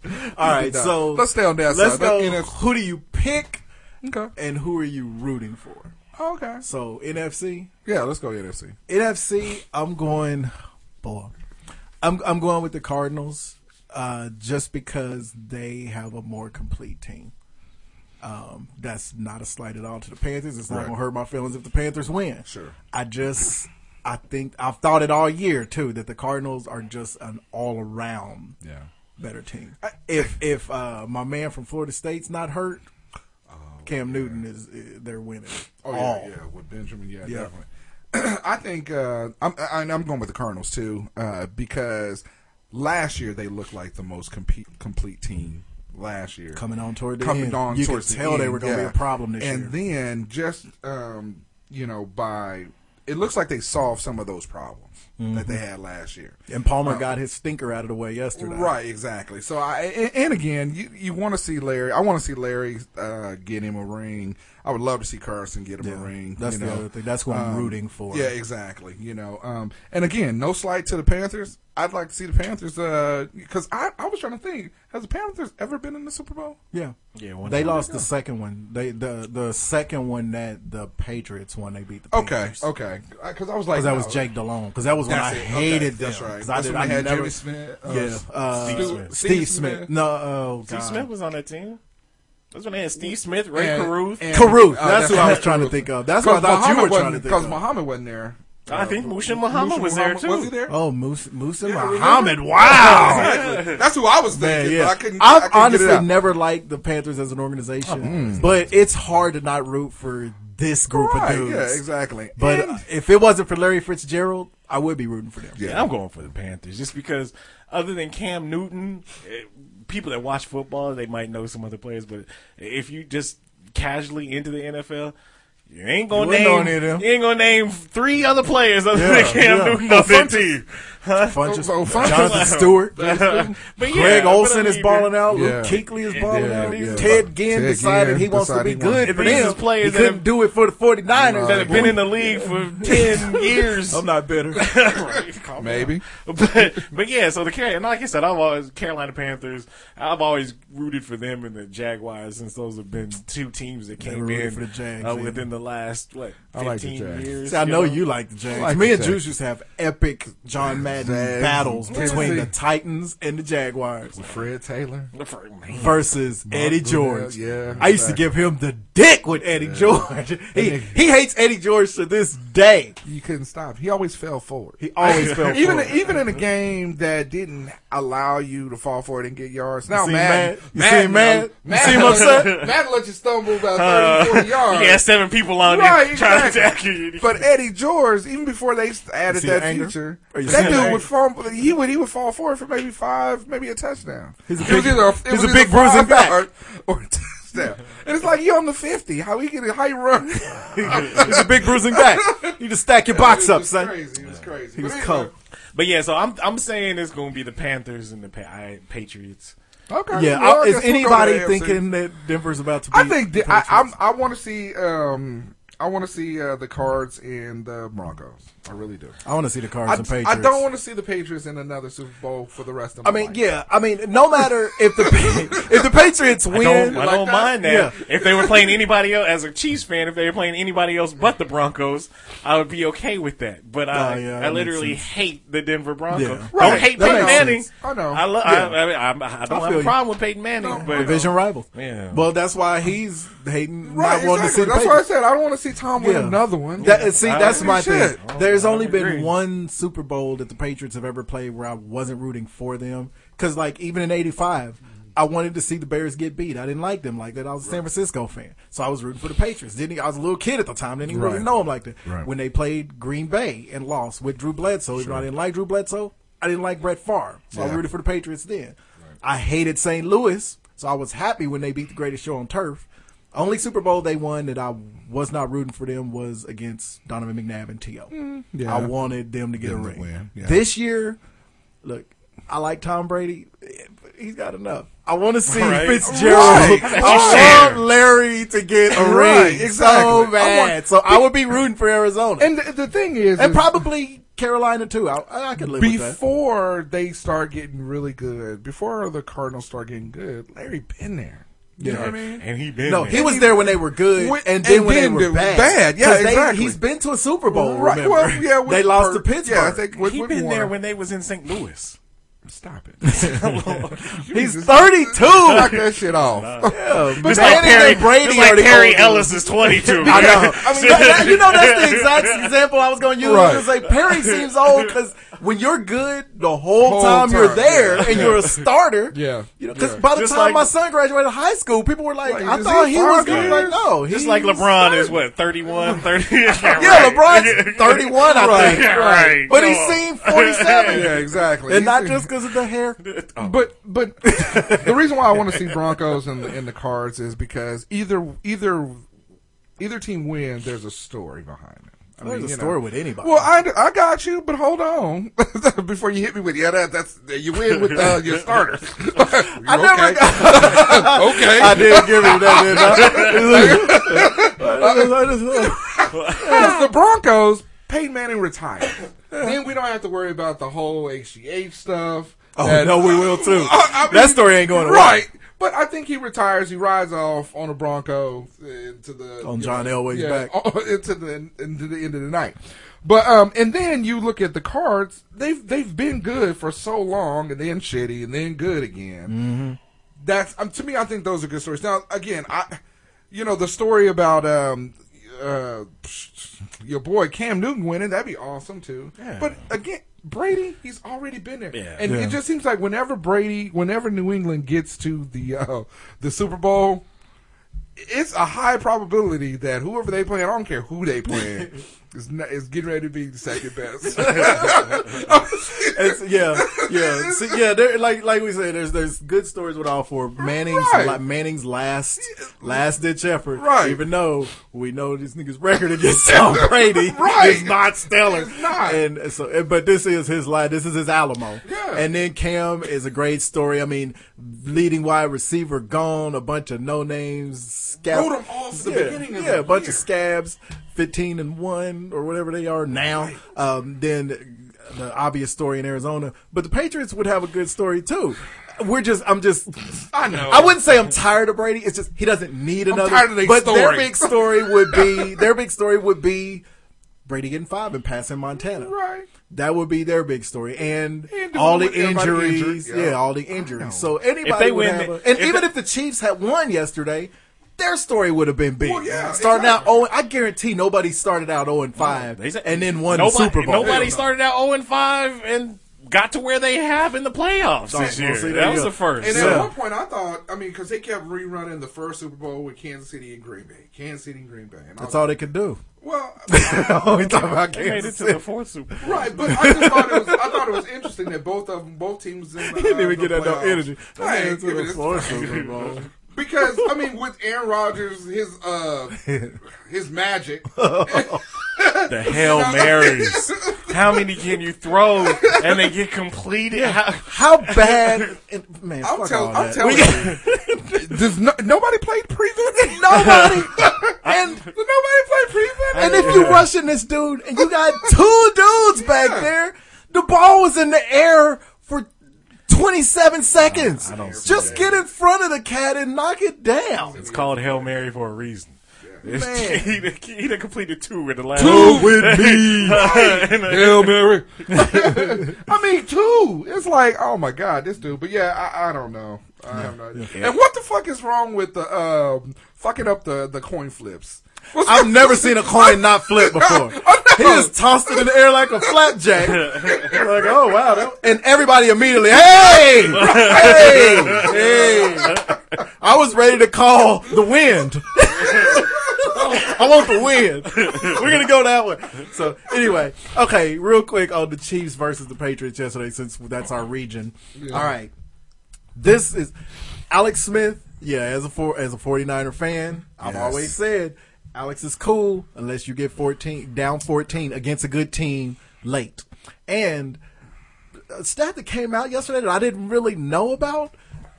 Speaker 7: not.
Speaker 8: so
Speaker 7: Let's stay on that
Speaker 8: Let's
Speaker 7: side.
Speaker 8: go.
Speaker 7: That NF
Speaker 8: Who do you pick,
Speaker 7: Okay.
Speaker 8: and who are you rooting for?
Speaker 7: Okay.
Speaker 8: So NFC,
Speaker 7: Yeah, let's go NFC.
Speaker 8: NFC. I'm going, boy, I'm I'm going with the Cardinals, uh, just because they have a more complete team. Um, that's not a slight at all to the Panthers. It's not
Speaker 7: Right.
Speaker 8: gonna hurt my feelings if the Panthers win.
Speaker 7: Sure.
Speaker 8: I just, I think I've thought it all year too that the Cardinals are just an all around
Speaker 7: Yeah.
Speaker 8: better team. If if uh, my man from Florida State's not hurt, Cam Newton is uh, they're winning.
Speaker 7: Oh yeah,
Speaker 8: all.
Speaker 7: yeah, with Benjamin, yeah,
Speaker 8: Yeah.
Speaker 7: definitely. (clears throat) I think uh, I'm I, I'm going with the Cardinals too uh, because last year they looked like the most complete complete team last year
Speaker 8: Coming on toward the
Speaker 7: coming
Speaker 8: end.
Speaker 7: on
Speaker 8: You
Speaker 7: towards
Speaker 8: could
Speaker 7: the
Speaker 8: tell they
Speaker 7: end,
Speaker 8: were gonna be
Speaker 7: yeah.
Speaker 8: a problem this
Speaker 7: and
Speaker 8: year.
Speaker 7: then just um, you know by it looks like they solved some of those problems that
Speaker 8: Mm-hmm.
Speaker 7: they had last year.
Speaker 8: and Palmer got his stinker out of the way yesterday.
Speaker 7: Uh, Right, exactly. So I and, and again, you, you want to see Larry. I want to see Larry uh, get him a ring. I would love to see Carson get him a ring.
Speaker 8: That's
Speaker 7: you
Speaker 8: the
Speaker 7: know.
Speaker 8: other thing. That's what I'm rooting for.
Speaker 7: um, Yeah, exactly. You know, um, and again, no slight to the Panthers. I'd like to see the Panthers because I, I was trying to think: Has the Panthers ever been in the Super Bowl?
Speaker 8: yeah.
Speaker 9: Yeah, one
Speaker 8: they
Speaker 9: time.
Speaker 8: lost the second one. They the the second one that the Patriots won. They beat the
Speaker 7: Okay,
Speaker 8: Panthers.
Speaker 7: okay. Because I was like,
Speaker 8: Because that was
Speaker 7: no,
Speaker 8: Jake DeLone. Because that was when
Speaker 7: that's
Speaker 8: I
Speaker 7: it.
Speaker 8: hated
Speaker 7: okay,
Speaker 8: them.
Speaker 7: That's right.
Speaker 8: 'Cause I
Speaker 7: That's
Speaker 8: did.
Speaker 7: when
Speaker 8: I
Speaker 7: they had
Speaker 8: never.
Speaker 7: Jimmy Smith. uh,
Speaker 8: yeah, uh,
Speaker 7: Steve
Speaker 8: Steve,
Speaker 7: Smith.
Speaker 8: Smith.
Speaker 7: Steve Smith.
Speaker 8: No, oh
Speaker 9: Steve
Speaker 8: God.
Speaker 9: Smith was on that team. That's when they had Steve Smith, Ray
Speaker 7: and-
Speaker 9: Caruth.
Speaker 7: and-
Speaker 8: Caruth.
Speaker 7: uh,
Speaker 8: that's who I was
Speaker 7: right,
Speaker 8: trying to
Speaker 7: Caruth.
Speaker 8: think of. That's what I thought you were trying to think
Speaker 7: Because
Speaker 8: of.
Speaker 7: Muhammad wasn't there.
Speaker 9: I think Mushin Muhammad
Speaker 7: Muhammad
Speaker 9: was there too.
Speaker 7: Was he there?
Speaker 8: oh, Musa, Musa
Speaker 7: remember?
Speaker 8: Muhammad. Wow.
Speaker 7: Exactly. That's who I was
Speaker 8: Man,
Speaker 7: thinking.
Speaker 8: yeah.
Speaker 7: But I couldn't. I
Speaker 8: I've
Speaker 7: couldn't
Speaker 8: honestly
Speaker 7: get it out. Oh,
Speaker 8: never liked the Panthers as an organization, but it's hard to not root for this group
Speaker 7: Right,
Speaker 8: of dudes.
Speaker 7: yeah, exactly.
Speaker 8: But
Speaker 7: And-
Speaker 8: uh, if it wasn't for Larry Fitzgerald, I would be rooting for them.
Speaker 9: Yeah, I'm going for the Panthers just because, other than Cam Newton, eh, people that watch football they might know some other players, but if you just casually into the NFL, you ain't gonna
Speaker 8: You wouldn't know
Speaker 9: name
Speaker 8: any of them.
Speaker 9: you ain't gonna name three other players other
Speaker 8: Yeah,
Speaker 9: than Cam
Speaker 8: yeah.
Speaker 9: Newton on that team.
Speaker 8: Fun- just-
Speaker 7: oh, fun- (laughs)
Speaker 8: Jonathan Stewart.
Speaker 9: but yeah,
Speaker 8: Greg
Speaker 9: but I
Speaker 8: Olson is
Speaker 9: mean,
Speaker 8: balling out. Luke
Speaker 7: Yeah.
Speaker 8: Keekley is balling
Speaker 7: Yeah,
Speaker 8: out.
Speaker 7: yeah.
Speaker 8: Ted Ginn
Speaker 7: Ted
Speaker 8: decided he
Speaker 7: Ginn
Speaker 8: wants to
Speaker 7: decided
Speaker 8: be
Speaker 7: he wants-
Speaker 8: good
Speaker 9: And
Speaker 8: for
Speaker 9: these
Speaker 8: them.
Speaker 9: is players
Speaker 8: he
Speaker 9: that
Speaker 8: couldn't
Speaker 9: have-
Speaker 8: do it for the 49ers.
Speaker 9: That have been in the league for ten years.
Speaker 8: I'm not bitter.
Speaker 9: Calm
Speaker 7: Maybe.
Speaker 9: (laughs) but but yeah, so the Carolina, like I said, I've always Carolina Panthers. I've always rooted for them and the Jaguars since those have been two teams that came
Speaker 8: rooted
Speaker 9: in
Speaker 8: for the Jags,
Speaker 9: uh,
Speaker 8: yeah.
Speaker 9: within the last what
Speaker 7: I like the
Speaker 9: fifteen
Speaker 7: Jags.
Speaker 9: years.
Speaker 8: See, (laughs) I know you like the Jags.
Speaker 7: like
Speaker 8: Me
Speaker 7: the
Speaker 8: and
Speaker 7: Jags.
Speaker 8: Juice used to have epic John Madden
Speaker 7: Jags.
Speaker 8: battles between
Speaker 7: Tennessee.
Speaker 8: the Titans and the Jaguars
Speaker 7: Fred Taylor.
Speaker 8: versus Eddie George.
Speaker 7: yeah,
Speaker 8: I used to
Speaker 7: exactly.
Speaker 8: give him the dick with Eddie George. He
Speaker 7: And
Speaker 8: he hates Eddie George to this day. (laughs)
Speaker 7: You couldn't stop. He always fell forward.
Speaker 8: He
Speaker 7: (laughs)
Speaker 8: always fell
Speaker 7: even
Speaker 8: forward. Uh-huh.
Speaker 7: even in a game that didn't allow you to fall forward and get yards. Now
Speaker 8: see
Speaker 7: Madden,
Speaker 8: him mad? You see him mad? You see him upset?
Speaker 7: (laughs)
Speaker 8: Uh,
Speaker 7: Madden let you stumble about 30,
Speaker 8: (laughs)
Speaker 9: (laughs)
Speaker 7: 40 yards.
Speaker 9: Yeah, seven people on
Speaker 7: Right,
Speaker 9: you trying
Speaker 7: exactly.
Speaker 9: to attack you. (laughs)
Speaker 7: But Eddie George, even before they added
Speaker 8: see the
Speaker 7: that
Speaker 8: anger?
Speaker 7: feature,
Speaker 8: Are you
Speaker 7: that
Speaker 8: seeing
Speaker 7: dude
Speaker 8: the anger?
Speaker 7: would fall. He would he would fall forward for maybe five, maybe a touchdown.
Speaker 8: He's a
Speaker 7: It was
Speaker 8: big-
Speaker 7: either it
Speaker 8: he's
Speaker 7: was
Speaker 8: a
Speaker 7: either
Speaker 8: big bruising
Speaker 7: five
Speaker 8: back.
Speaker 7: yard Or touchdown. And it's like you on the fifty. How you get it? How you run?
Speaker 9: It's a big bruising back. You just stack your
Speaker 7: (laughs)
Speaker 9: box
Speaker 7: It
Speaker 9: up,
Speaker 7: was
Speaker 9: son.
Speaker 7: Crazy. It was crazy.
Speaker 8: He
Speaker 7: But
Speaker 8: was
Speaker 7: anyway,
Speaker 8: cold.
Speaker 9: But yeah, so I'm I'm saying it's going to be the Panthers and the pa- I, Patriots.
Speaker 7: Okay.
Speaker 8: Yeah,
Speaker 7: well,
Speaker 8: I-
Speaker 7: I
Speaker 8: is
Speaker 7: guess we'll go to
Speaker 8: anybody
Speaker 7: the AFC.
Speaker 8: thinking that Denver's about to? Beat
Speaker 7: I think
Speaker 8: the
Speaker 7: the, I,
Speaker 8: Patriots?
Speaker 7: I'm, I want to see. Um, I want to see uh, the Cards and the Broncos. I really do.
Speaker 8: I want to see the Cards
Speaker 7: I,
Speaker 8: and Patriots.
Speaker 7: I don't want to see the Patriots in another Super Bowl for the rest of. My
Speaker 8: I mean,
Speaker 7: life.
Speaker 8: yeah. I mean, no matter if the (laughs) if the Patriots
Speaker 9: I don't,
Speaker 8: win,
Speaker 9: I don't
Speaker 7: that?
Speaker 9: mind that.
Speaker 8: Yeah.
Speaker 9: If they were playing anybody else, as a Chiefs fan, if they were playing anybody else but the Broncos, I would be okay with that. But I,
Speaker 8: Nah, yeah,
Speaker 9: I
Speaker 8: that
Speaker 9: literally
Speaker 8: makes
Speaker 9: hate the Denver Broncos.
Speaker 8: Yeah.
Speaker 9: Don't
Speaker 7: Right.
Speaker 9: hate
Speaker 7: That
Speaker 9: Peyton
Speaker 7: makes
Speaker 9: Manning.
Speaker 7: sense. I know.
Speaker 9: I, lo-
Speaker 8: Yeah.
Speaker 9: I, I, mean, I'm- I don't
Speaker 8: I
Speaker 9: have
Speaker 8: feel
Speaker 9: a
Speaker 8: you.
Speaker 9: problem with Peyton Manning. but um,
Speaker 8: division rival.
Speaker 9: Yeah.
Speaker 8: Well, that's why he's hating
Speaker 7: Right,
Speaker 8: not wanting
Speaker 7: exactly.
Speaker 8: to see.
Speaker 7: That's
Speaker 8: the
Speaker 7: why I
Speaker 8: Patriots.
Speaker 7: said I don't want to see Tom win
Speaker 8: Yeah.
Speaker 7: another one.
Speaker 8: That, uh, see,
Speaker 9: uh, I
Speaker 8: that's
Speaker 9: agree.
Speaker 8: my
Speaker 7: Shit. Oh,
Speaker 8: thing. There's
Speaker 9: I
Speaker 8: only
Speaker 9: agree.
Speaker 8: been one Super Bowl that the Patriots have ever played where I wasn't rooting for them. Because, like, even in '85, I wanted to see the Bears get beat. I didn't like them like that. I was a San Francisco fan, so I was rooting for the Patriots. Didn't I was a little kid at the time. Didn't even really know them like that.
Speaker 2: Right.
Speaker 8: When they played Green Bay and lost with Drew Bledsoe, even though I didn't like Drew Bledsoe, I didn't like Brett Favre, so I rooted for the Patriots then. I hated St. Louis, so I was happy when they beat the greatest show on turf. Only Super Bowl they won that I was not rooting for them was against Donovan McNabb and T.O.
Speaker 7: Mm-hmm. yeah.
Speaker 8: I wanted them to get a
Speaker 7: Them to
Speaker 8: ring.
Speaker 7: win, yeah.
Speaker 8: This year, look, I like Tom Brady. He's got enough. I want to see
Speaker 7: (laughs)
Speaker 9: Right.
Speaker 8: Fitzgerald.
Speaker 7: Right.
Speaker 8: I want Larry to get a ring
Speaker 7: Right,
Speaker 8: so
Speaker 7: exactly.
Speaker 8: bad.
Speaker 7: I want-
Speaker 8: so I would be rooting for Arizona and,
Speaker 7: And the, the thing is, is
Speaker 8: probably Carolina too. I, I could live with that.
Speaker 7: before they start getting really good, before the Cardinals start getting good, Larry been there. You know what I mean?
Speaker 9: and he been
Speaker 8: No,
Speaker 9: there.
Speaker 8: he was there when they were good,
Speaker 7: When-
Speaker 8: and then
Speaker 7: and
Speaker 8: when
Speaker 7: then
Speaker 8: they
Speaker 7: they
Speaker 8: were
Speaker 7: were
Speaker 8: bad.
Speaker 7: bad. Yeah,
Speaker 8: 'Cause they-
Speaker 7: exactly.
Speaker 8: he's been to a Super Bowl.
Speaker 7: Right.
Speaker 8: Remember?
Speaker 7: Well, yeah, with
Speaker 8: they lost to
Speaker 7: Burt-
Speaker 8: Pittsburgh.
Speaker 7: Yeah, I think with,
Speaker 9: he
Speaker 7: with
Speaker 9: been there
Speaker 7: Warren.
Speaker 9: when they was in St. Louis.
Speaker 7: Stop it. (laughs)
Speaker 8: (laughs) he's thirty-two.
Speaker 7: Knock that shit off.
Speaker 8: But
Speaker 9: Just like
Speaker 8: Manning
Speaker 9: Perry,
Speaker 8: and Brady
Speaker 9: just
Speaker 8: are
Speaker 9: like
Speaker 8: the
Speaker 9: Perry
Speaker 8: old-
Speaker 9: Ellis is 22.
Speaker 8: (laughs) I know. I mean, that- that- you know, that's the exact example I was going to use. I was
Speaker 7: Right.
Speaker 8: gonna say Perry seems old because when you're good the whole,
Speaker 7: Whole
Speaker 8: time, you're
Speaker 7: time,
Speaker 8: there
Speaker 7: yeah.
Speaker 8: and you're a starter.
Speaker 7: (laughs) Yeah.
Speaker 8: You know, because by the
Speaker 9: Just
Speaker 8: time
Speaker 9: like-
Speaker 8: my son graduated high school, people were like,
Speaker 7: Like,
Speaker 8: "I
Speaker 7: is
Speaker 8: thought
Speaker 7: he
Speaker 8: he was
Speaker 7: five
Speaker 8: good."
Speaker 7: years?
Speaker 8: Like, no, he's
Speaker 9: Just like LeBron is what 31, (laughs) 30. yeah,
Speaker 8: Yeah,
Speaker 9: right.
Speaker 8: LeBron's 31, I think.
Speaker 9: Yeah, right.
Speaker 8: But
Speaker 9: Come
Speaker 8: he's
Speaker 9: on.
Speaker 8: seen 47. (laughs)
Speaker 7: Yeah, exactly.
Speaker 8: And not
Speaker 7: He's-
Speaker 8: just because of the (laughs) hair.
Speaker 7: But but (laughs) the reason why I want to see Broncos in the in the cards is because either either either team wins, there's a story behind it. I
Speaker 8: There's a
Speaker 7: you know.
Speaker 8: story with anybody.
Speaker 7: Well, I, I got you, but hold on (laughs) before you hit me with yeah that that's you win with uh, your starter.
Speaker 8: (laughs)
Speaker 7: (laughs)
Speaker 8: I never
Speaker 7: okay.
Speaker 8: got.
Speaker 7: (laughs) okay.
Speaker 8: I did give him that. Didn't I? (laughs)
Speaker 7: Because the Broncos, Peyton Manning retired.
Speaker 8: (laughs)
Speaker 7: then we don't have to worry about the whole HGH stuff.
Speaker 8: oh
Speaker 7: That-
Speaker 8: no, we will too.
Speaker 7: (laughs) I- I mean-
Speaker 8: that story ain't going away.
Speaker 7: Right. But I think he retires. He rides off on a Bronco uh, to the
Speaker 8: On
Speaker 7: you
Speaker 8: John Elway's back.
Speaker 7: (laughs) oh, into the into the end of the night. But um, and then you look at the cards. They've they've been good for so long, and then shitty, and then good again. That's um, to me. I think those are good stories. Now, again, I, you know, the story about um, uh, your boy Cam Newton winning that'd be awesome too. But again. Brady, he's already been there,
Speaker 9: Yeah.
Speaker 7: and
Speaker 8: Yeah.
Speaker 7: it just seems like whenever Brady, whenever New England gets to the uh, the Super Bowl, it's a high probability that whoever they play, I don't care who they play, is not, is getting ready to be the second best. (laughs)
Speaker 8: It's- yeah, yeah, See, yeah. There, like, like we said, there's there's good stories with all four. Manning's
Speaker 7: Right.
Speaker 8: like Manning's last last ditch effort.
Speaker 7: Right.
Speaker 8: Even though we know this nigga's record against Tom Brady
Speaker 7: (laughs) Right.
Speaker 8: is not stellar.
Speaker 7: It's not.
Speaker 8: And so, and- but this is his life. This is his Alamo.
Speaker 7: Yeah.
Speaker 8: And then Cam is a great story. I mean, leading wide receiver gone, a bunch of no names. Scab-
Speaker 7: Wrote 'em off the
Speaker 8: yeah,
Speaker 7: beginning of
Speaker 8: yeah,
Speaker 7: the
Speaker 8: a bunch
Speaker 7: year.
Speaker 8: of scabs, fifteen and one or whatever they are now. Um, then the obvious story in Arizona, but the Patriots would have a good story too. We're just, I'm just,
Speaker 7: I know.
Speaker 8: I wouldn't say I'm tired of Brady. It's just he doesn't need another.
Speaker 7: tired of their
Speaker 8: but their
Speaker 7: story.
Speaker 8: big story would
Speaker 7: (laughs)
Speaker 8: be their big story would be Brady getting five and passing Montana.
Speaker 7: Right.
Speaker 8: That would be their big story, and,
Speaker 7: And
Speaker 8: all the
Speaker 7: everybody injured,
Speaker 8: injuries.
Speaker 7: yeah.
Speaker 8: Yeah, all the injuries. So anybody
Speaker 9: If they
Speaker 8: would
Speaker 9: win
Speaker 8: have
Speaker 9: the-
Speaker 8: a, and
Speaker 9: if
Speaker 8: even
Speaker 9: the-
Speaker 8: if the Chiefs had won yesterday, their story would have been big.
Speaker 7: Well, yeah,
Speaker 8: starting
Speaker 7: exactly.
Speaker 8: out 0, I guarantee nobody started out 0 and 5
Speaker 9: They said-
Speaker 8: and then won
Speaker 9: nobody,
Speaker 8: the Super Bowl.
Speaker 9: Nobody started out 0 and 5 and got to where they have in the playoffs
Speaker 8: Sorry,
Speaker 9: this
Speaker 8: well,
Speaker 9: year.
Speaker 8: see, there
Speaker 9: that
Speaker 8: you
Speaker 9: was
Speaker 8: go.
Speaker 9: the first.
Speaker 7: And
Speaker 8: Yeah.
Speaker 7: at one point, I thought, I mean, because they kept rerunning the first Super Bowl with Kansas City and Green Bay, Kansas City and Green Bay. And I
Speaker 8: That's
Speaker 7: was
Speaker 8: all
Speaker 7: like,
Speaker 8: they could do. (laughs)
Speaker 7: well,
Speaker 8: we talking about
Speaker 9: They made it
Speaker 8: Kansas
Speaker 9: to
Speaker 8: City.
Speaker 9: the fourth Super Bowl.
Speaker 7: right, but I just thought it was, I thought it was interesting that both of them, both teams, in the,
Speaker 8: (laughs) He didn't
Speaker 7: uh,
Speaker 8: even
Speaker 7: the
Speaker 8: get that no
Speaker 7: playoffs.
Speaker 8: energy.
Speaker 7: Right,
Speaker 8: That's
Speaker 7: give it
Speaker 8: the
Speaker 7: this-
Speaker 8: fourth Super Bowl.
Speaker 7: Because I mean, with Aaron Rodgers, his
Speaker 8: (laughs)
Speaker 7: uh, his magic, the
Speaker 9: The Hail Marys. How many can you throw and they get completed?
Speaker 8: How bad? and- man,
Speaker 7: I'm,
Speaker 8: fuck
Speaker 7: tell,
Speaker 8: all
Speaker 7: I'm
Speaker 8: that.
Speaker 7: telling you, does no, nobody played prevent?
Speaker 8: (laughs) Nobody. and
Speaker 7: Nobody played prevent.
Speaker 8: and if you rushing this dude and you got two dudes back there, the ball was in the air for 27 seconds.
Speaker 9: I don't see
Speaker 8: Just get in front of the cat and knock it down.
Speaker 9: It's called Hail Mary for a reason.
Speaker 8: Man.
Speaker 9: he, done- (laughs) he done completed two in the last.
Speaker 7: with me,
Speaker 9: And, uh,
Speaker 7: (laughs) Hail Mary. I mean, two. It's like, oh my god, this dude. But yeah, I, I don't know. I have no idea. And what the fuck is wrong with the um, fucking up the the coin flips? What's
Speaker 8: (laughs) I've never seen a coin not flip (laughs) before. He just tossed it in the air like a flapjack. (laughs) like, oh wow. that- and everybody immediately, (laughs) hey! Hey! Hey! I was ready to call the wind. (laughs) I want the win. We're gonna go that way. So anyway, okay, real quick on the Chiefs versus the Patriots yesterday, since that's our region. All right, this is Alex Smith. Yeah, as a four, as a 49er fan, I've always said Alex is cool unless you get fourteen down fourteen against a good team late. And a stat that came out yesterday that I didn't really know about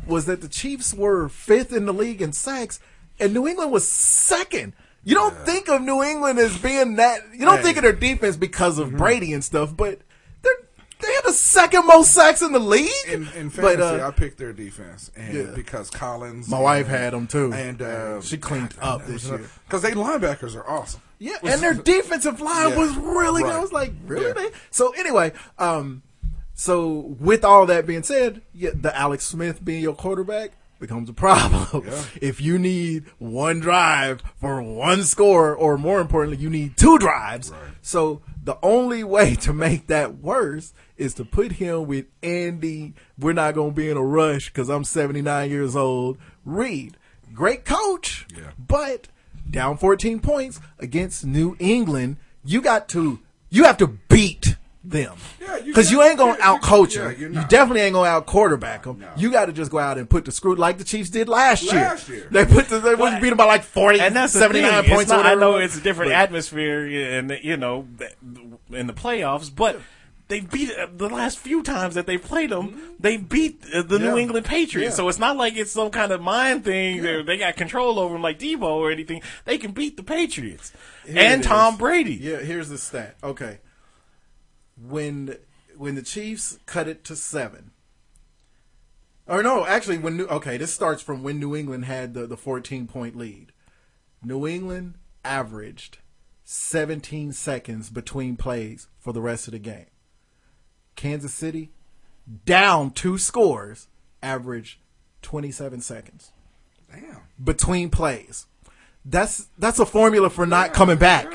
Speaker 8: was that the Chiefs were fifth in the league in sacks, and New England was second. You don't think of New England as being that. You don't think of their defense because
Speaker 7: Mm-hmm.
Speaker 8: of Brady and stuff, but they're they had the second most sacks in the league.
Speaker 7: In, in
Speaker 8: But,
Speaker 7: fantasy,
Speaker 8: uh,
Speaker 7: I picked their defense, and
Speaker 8: Yeah.
Speaker 7: because Collins,
Speaker 8: my wife had them too,
Speaker 7: and uh,
Speaker 8: she cleaned up this year.
Speaker 7: because they linebackers are awesome.
Speaker 8: Yeah, and their defensive line
Speaker 7: Yeah,
Speaker 8: was really good. I
Speaker 7: right.
Speaker 8: was like, really,
Speaker 7: Yeah.
Speaker 8: man? So anyway, um, so with all that being said, yeah, the Alex Smith being your quarterback becomes a problem. (laughs) if you need one drive for one score, or more importantly, you need two drives. So the only way to make that worse is to put him with Andy. We're not going to be in a rush because I'm 79 years old. Reed, great coach,
Speaker 7: Yeah.
Speaker 8: but down 14 points against New England, you got to you have to beat them.
Speaker 7: Yeah, you
Speaker 8: Cuz
Speaker 7: got-
Speaker 8: you ain't going to
Speaker 7: yeah, you-
Speaker 8: out coach
Speaker 7: yeah,
Speaker 8: them.
Speaker 7: you're
Speaker 8: you
Speaker 7: not.
Speaker 8: definitely ain't going to out quarterback them. You got to just go out and put the screw like the Chiefs did last,
Speaker 7: Last
Speaker 8: year.
Speaker 7: year.
Speaker 8: They put the, they wouldn't beat them by like 40
Speaker 9: and that's the
Speaker 8: 79
Speaker 9: thing. It's
Speaker 8: points or
Speaker 9: not- I
Speaker 8: whatever it
Speaker 9: know
Speaker 8: was.
Speaker 9: it's a different
Speaker 8: But-
Speaker 9: atmosphere, and you know, th- in the playoffs, but. They beat uh, the last few times that they played them. They beat uh, the New
Speaker 8: Yeah.
Speaker 9: England Patriots,
Speaker 8: Yeah.
Speaker 9: so it's not like it's some kind of mind thing. that They got control over them, like Debo or anything. They can beat the Patriots
Speaker 8: it
Speaker 9: and Tom
Speaker 8: is.
Speaker 9: Brady.
Speaker 8: Yeah, here's the stat. Okay. When when the Chiefs cut it to 7. Or no, actually when New- okay, this starts from when New England had the the 14 point lead. New England averaged 17 seconds between plays for the rest of the game. Kansas City down two scores averaged 27 seconds
Speaker 7: Damn.
Speaker 8: between plays. That's that's a formula for not coming back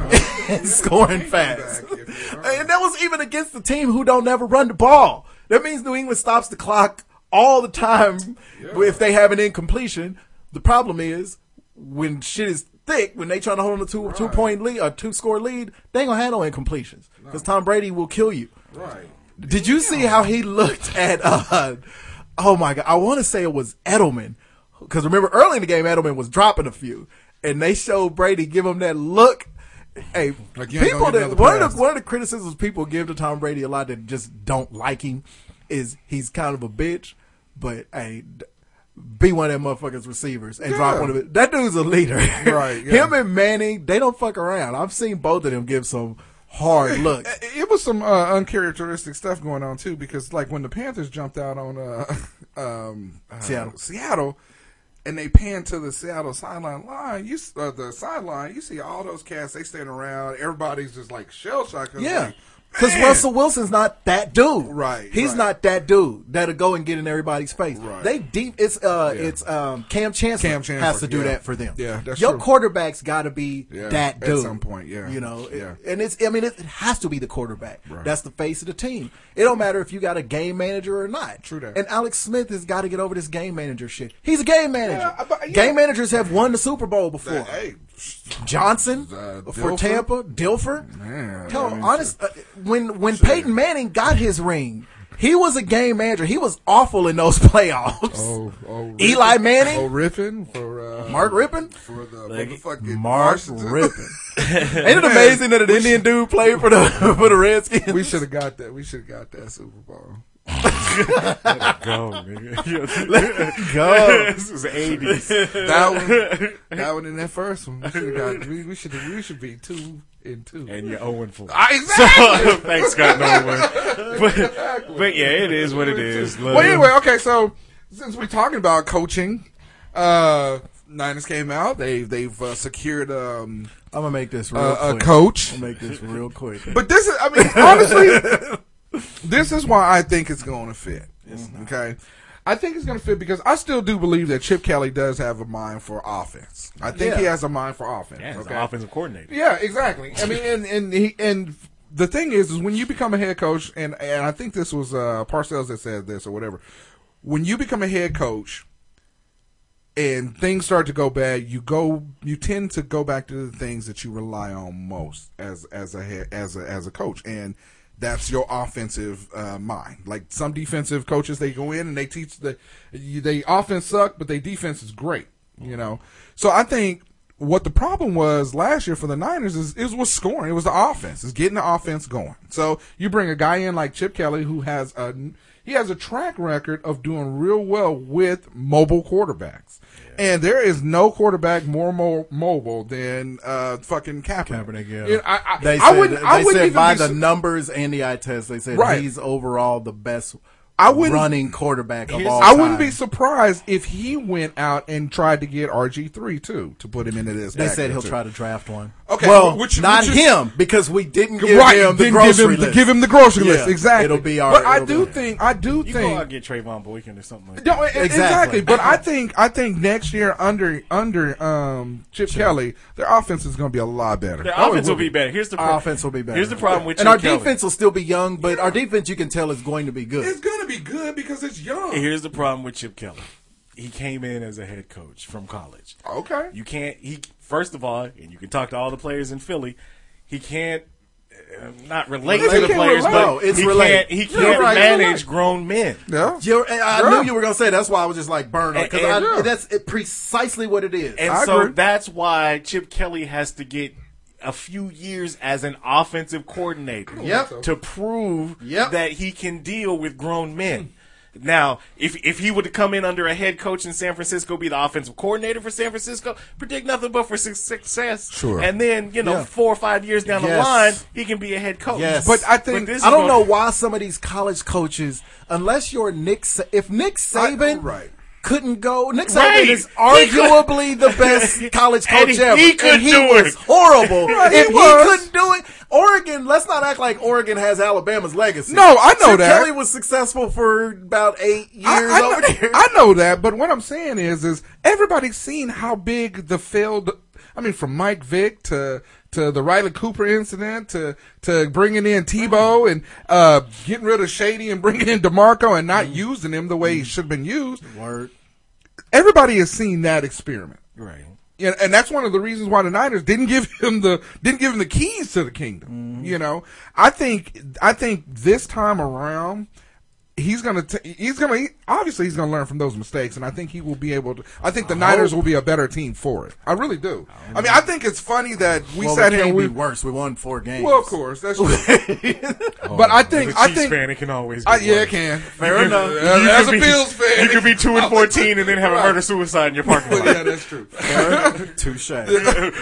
Speaker 8: (laughs) and scoring fast.
Speaker 7: back if you are.
Speaker 8: (laughs) and that was even against the team who don't never run the ball. That means New England stops the clock all the time if they have an incompletion. The problem is when shit is thick, when they trying to hold on to two two point lead or two score lead, they ain't gonna have no incompletions because Tom Brady will kill you.
Speaker 7: Right.
Speaker 8: Did you see how he looked at? Uh, oh my god! I want to say it was Edelman, because remember early in the game Edelman was dropping a few, and they showed Brady give him that look. Hey,
Speaker 7: Like you ain't
Speaker 8: people
Speaker 7: gonna get
Speaker 8: that
Speaker 7: another
Speaker 8: one of,
Speaker 7: pass.
Speaker 8: the, one of the criticisms people give to Tom Brady a lot that just don't like him is he's kind of a bitch, but hey. d- Be one of that motherfuckers receivers and drop
Speaker 7: Yeah.
Speaker 8: one of it. That dude's a leader.
Speaker 7: Right, yeah.
Speaker 8: (laughs) Him and Manning, they don't fuck around. I've seen both of them give some hard looks.
Speaker 7: It- It was some uh, uncharacteristic stuff going on too, because like when the Panthers jumped out on uh, (laughs) um, uh,
Speaker 8: Seattle.
Speaker 7: Seattle, and they panned to the Seattle sideline line, you s- uh, the sideline, you see all those cats they standing around, everybody's just like shell shocked.
Speaker 8: Yeah.
Speaker 7: like,
Speaker 8: Because
Speaker 7: man.
Speaker 8: Russell Wilson's not that dude.
Speaker 7: Right,
Speaker 8: He's
Speaker 7: right.
Speaker 8: not that dude that'll go and get in everybody's face.
Speaker 7: Right.
Speaker 8: They deep it's uh
Speaker 7: Yeah.
Speaker 8: it's um Cam Chancellor,
Speaker 7: Cam Chancellor,
Speaker 8: has to do
Speaker 7: yeah.
Speaker 8: that for them.
Speaker 7: Yeah, that's
Speaker 8: Your
Speaker 7: true.
Speaker 8: quarterback's gotta be
Speaker 7: Yeah,
Speaker 8: that
Speaker 7: at
Speaker 8: dude.
Speaker 7: some point, yeah.
Speaker 8: You know,
Speaker 7: Yeah.
Speaker 8: and it's I mean it, it has to be the quarterback. That's the face of the team. It don't matter if you got a game manager or not.
Speaker 7: True that.
Speaker 8: And Alex Smith has got to get over this game manager shit. He's a game manager.
Speaker 7: Yeah, but, yeah.
Speaker 8: Game managers have won the Super Bowl before.
Speaker 7: Hey,
Speaker 8: Johnson
Speaker 7: Uh,
Speaker 8: for
Speaker 7: Dilfer?
Speaker 8: Tampa, Dilfer.
Speaker 7: Man,
Speaker 8: Tell
Speaker 7: I mean,
Speaker 8: honest, uh, when when Peyton Manning got his ring, He was a game manager. He was awful in those (laughs) playoffs.
Speaker 7: Oh, oh,
Speaker 8: Eli
Speaker 7: Rippin.
Speaker 8: Manning?
Speaker 7: Oh, Rippin for uh, (laughs)
Speaker 8: Mark Rippon?
Speaker 7: for the
Speaker 10: Like,
Speaker 7: motherfucking
Speaker 8: Mark
Speaker 7: Washington. (laughs)
Speaker 8: Rippon. Ain't it amazing that an Indian dude played for the (laughs) for the Redskins?
Speaker 7: We should have got that. We should have got that Super Bowl.
Speaker 9: Go, (laughs) nigga.
Speaker 8: Go.
Speaker 9: this is 80s.
Speaker 7: That one, that one, and that first one. We should have got. We, we should. We should be two and two.
Speaker 9: And you're 0 4.
Speaker 7: Ah, exactly.
Speaker 9: (laughs) Thanks, God, no (laughs) one. But, but yeah, it is what it is. Look,
Speaker 7: well, anyway, okay. So since we're talking about coaching, uh, Niners came out. They they've uh, secured um,
Speaker 8: I'm gonna make this real
Speaker 7: a, a
Speaker 8: quick.
Speaker 7: coach.
Speaker 8: I'm gonna make this real quick.
Speaker 7: But this is, I mean, honestly, this is why I think it's going to fit. Okay. I think it's going to fit because I still do believe that Chip Kelly does have a mind for offense. I think he
Speaker 8: Yeah.
Speaker 7: has a mind for offense.
Speaker 9: Yeah, he's
Speaker 7: okay?
Speaker 9: an offensive coordinator.
Speaker 7: Yeah, exactly. I mean, and and he and the thing is, is when you become a head coach, and and I think this was uh, Parcells that said this or whatever. When you become a head coach, and things start to go bad, you go you tend to go back to the things that you rely on most as as a head, as a as a coach, and that's your offensive uh, mind. Like some defensive coaches, they go in and they teach the you- they offense suck, but they defense is great. You know, so I think what the problem was last year for the Niners is is was scoring. It was the offense. It's getting the offense going. So you bring a guy in like Chip Kelly who has a he has a track record of doing real well with mobile quarterbacks. And there is no quarterback more mo- mobile than uh, fucking Kaepernick.
Speaker 8: Kaepernick, yeah.
Speaker 7: You know, I, I,
Speaker 8: they
Speaker 7: I
Speaker 8: said,
Speaker 7: wouldn't. I
Speaker 8: they
Speaker 7: wouldn't
Speaker 8: said
Speaker 7: even
Speaker 8: by
Speaker 7: be
Speaker 8: the
Speaker 7: su-
Speaker 8: numbers and the eye test, they said
Speaker 7: Right.
Speaker 8: he's overall the best
Speaker 7: I wouldn't-
Speaker 8: running quarterback of all
Speaker 7: I wouldn't be
Speaker 8: time.
Speaker 7: surprised if he went out and tried to get RG three too to put him into this.
Speaker 8: They said
Speaker 7: backfield,
Speaker 8: he'll
Speaker 7: too.
Speaker 8: try to draft one.
Speaker 7: Okay,
Speaker 8: well,
Speaker 7: which-
Speaker 8: not
Speaker 7: which is-
Speaker 8: him because we didn't give
Speaker 7: right,
Speaker 8: him the
Speaker 7: then give
Speaker 8: grocery
Speaker 7: him the,
Speaker 8: list.
Speaker 7: give him the grocery
Speaker 8: Yeah,
Speaker 7: list. Exactly.
Speaker 8: it'll be our-
Speaker 7: But I
Speaker 8: it'll
Speaker 7: do
Speaker 8: be-
Speaker 7: think I do
Speaker 9: You
Speaker 7: think
Speaker 9: go out and get Trayvon Boykin or something like that.
Speaker 7: No, e- exactly.
Speaker 8: Exactly.
Speaker 7: But
Speaker 8: (laughs)
Speaker 7: I think I think next year under under um, Chip Kelly, their offense is going to be a lot better.
Speaker 9: Their
Speaker 7: Oh, it
Speaker 9: offense will
Speaker 7: would
Speaker 9: be better. Here's the
Speaker 8: Our
Speaker 9: pro-
Speaker 8: offense will be better.
Speaker 9: Here's the problem with
Speaker 8: and
Speaker 9: Chip
Speaker 8: our
Speaker 9: Kelly.
Speaker 8: defense will still be young, but our defense you can tell is going to Oh, be good.
Speaker 7: It's going to be good because it's young.
Speaker 9: Here's the problem with Chip Kelly. He came in as a head coach from college.
Speaker 7: Okay.
Speaker 9: You can't. He first of all, and you can talk to all the players in Philly. He can't. uh, Not relate
Speaker 7: Yes,
Speaker 9: to
Speaker 7: he
Speaker 9: the
Speaker 7: can't
Speaker 9: players,
Speaker 7: relate.
Speaker 9: but
Speaker 8: No, it's
Speaker 9: he
Speaker 8: relate.
Speaker 9: can't. He
Speaker 7: You're
Speaker 9: can't
Speaker 7: right, you're
Speaker 9: manage
Speaker 7: right.
Speaker 9: grown men.
Speaker 7: Yeah.
Speaker 8: You're- and I
Speaker 7: Yeah.
Speaker 8: knew you were gonna say. That's why I was just like burned because
Speaker 9: And-
Speaker 7: yeah.
Speaker 8: that's it, precisely what it is.
Speaker 9: And
Speaker 7: I
Speaker 9: so
Speaker 7: agree.
Speaker 9: that's why Chip Kelly has to get a few years as an offensive coordinator
Speaker 8: Yep.
Speaker 9: to prove
Speaker 8: Yep.
Speaker 9: that he can deal with grown men. Now, if if he were to come in under a head coach in San Francisco, be the offensive coordinator for San Francisco, predict nothing but for su- success.
Speaker 7: Sure.
Speaker 9: And then, you know,
Speaker 8: Yeah.
Speaker 9: four or five years down the
Speaker 8: Yes.
Speaker 9: line, he can be a head coach.
Speaker 8: Yes.
Speaker 7: But I think-
Speaker 9: this
Speaker 8: I
Speaker 9: is
Speaker 8: don't
Speaker 9: gonna-
Speaker 8: know why some of these college coaches, unless you're Nick, Sa- if Nick Saban
Speaker 7: right.
Speaker 8: couldn't go, Nick Saban
Speaker 9: Right.
Speaker 8: is
Speaker 9: He could-
Speaker 7: (laughs)
Speaker 8: arguably the best college
Speaker 9: And
Speaker 8: coach
Speaker 9: he-
Speaker 8: ever.
Speaker 9: he could
Speaker 8: and he
Speaker 9: do
Speaker 8: was
Speaker 9: it.
Speaker 7: (laughs)
Speaker 8: horrible.
Speaker 7: he
Speaker 8: if he,
Speaker 7: was.
Speaker 8: couldn't do it, Oregon. Let's not act like Oregon has Alabama's legacy.
Speaker 7: No, I know
Speaker 8: Chip
Speaker 7: that.
Speaker 8: Kelly was successful for about eight years
Speaker 7: I, I
Speaker 8: over
Speaker 7: know,
Speaker 8: there.
Speaker 7: I know that, but what I'm saying is, is everybody's seen how big the failed. I mean, from Mike Vick to to the Riley Cooper incident to to bringing in Tebow and uh, getting rid of Shady and bringing in Demarco and not using him the way he should have been used.
Speaker 8: Mm. Word.
Speaker 7: Everybody has seen that experiment.
Speaker 9: Right.
Speaker 7: Yeah, and that's one of the reasons why the Niners didn't give (laughs) him the didn't give him the keys to the kingdom.
Speaker 9: Mm-hmm.
Speaker 7: You know, I think I think this time around he's gonna t- he's gonna he, obviously he's gonna learn from those mistakes, and I think he will be able to. I think the Niners will be a better team for it. I really do. I mean, I think it's funny that we
Speaker 8: Well,
Speaker 7: sat
Speaker 8: we
Speaker 7: here and
Speaker 8: can't
Speaker 7: we
Speaker 8: be worse. We won four games.
Speaker 7: well, of course, that's
Speaker 9: (laughs)
Speaker 7: true.
Speaker 9: Oh,
Speaker 7: but I think I think
Speaker 9: fan, it can always be
Speaker 7: I, yeah, it
Speaker 9: worse.
Speaker 7: can.
Speaker 8: Fair enough.
Speaker 7: Uh, as a
Speaker 9: could be-
Speaker 7: Bills fan,
Speaker 9: you could
Speaker 7: (laughs)
Speaker 9: be two and fourteen and then have a murder suicide in your parking lot.
Speaker 7: yeah, that's true.
Speaker 8: (laughs) Touche.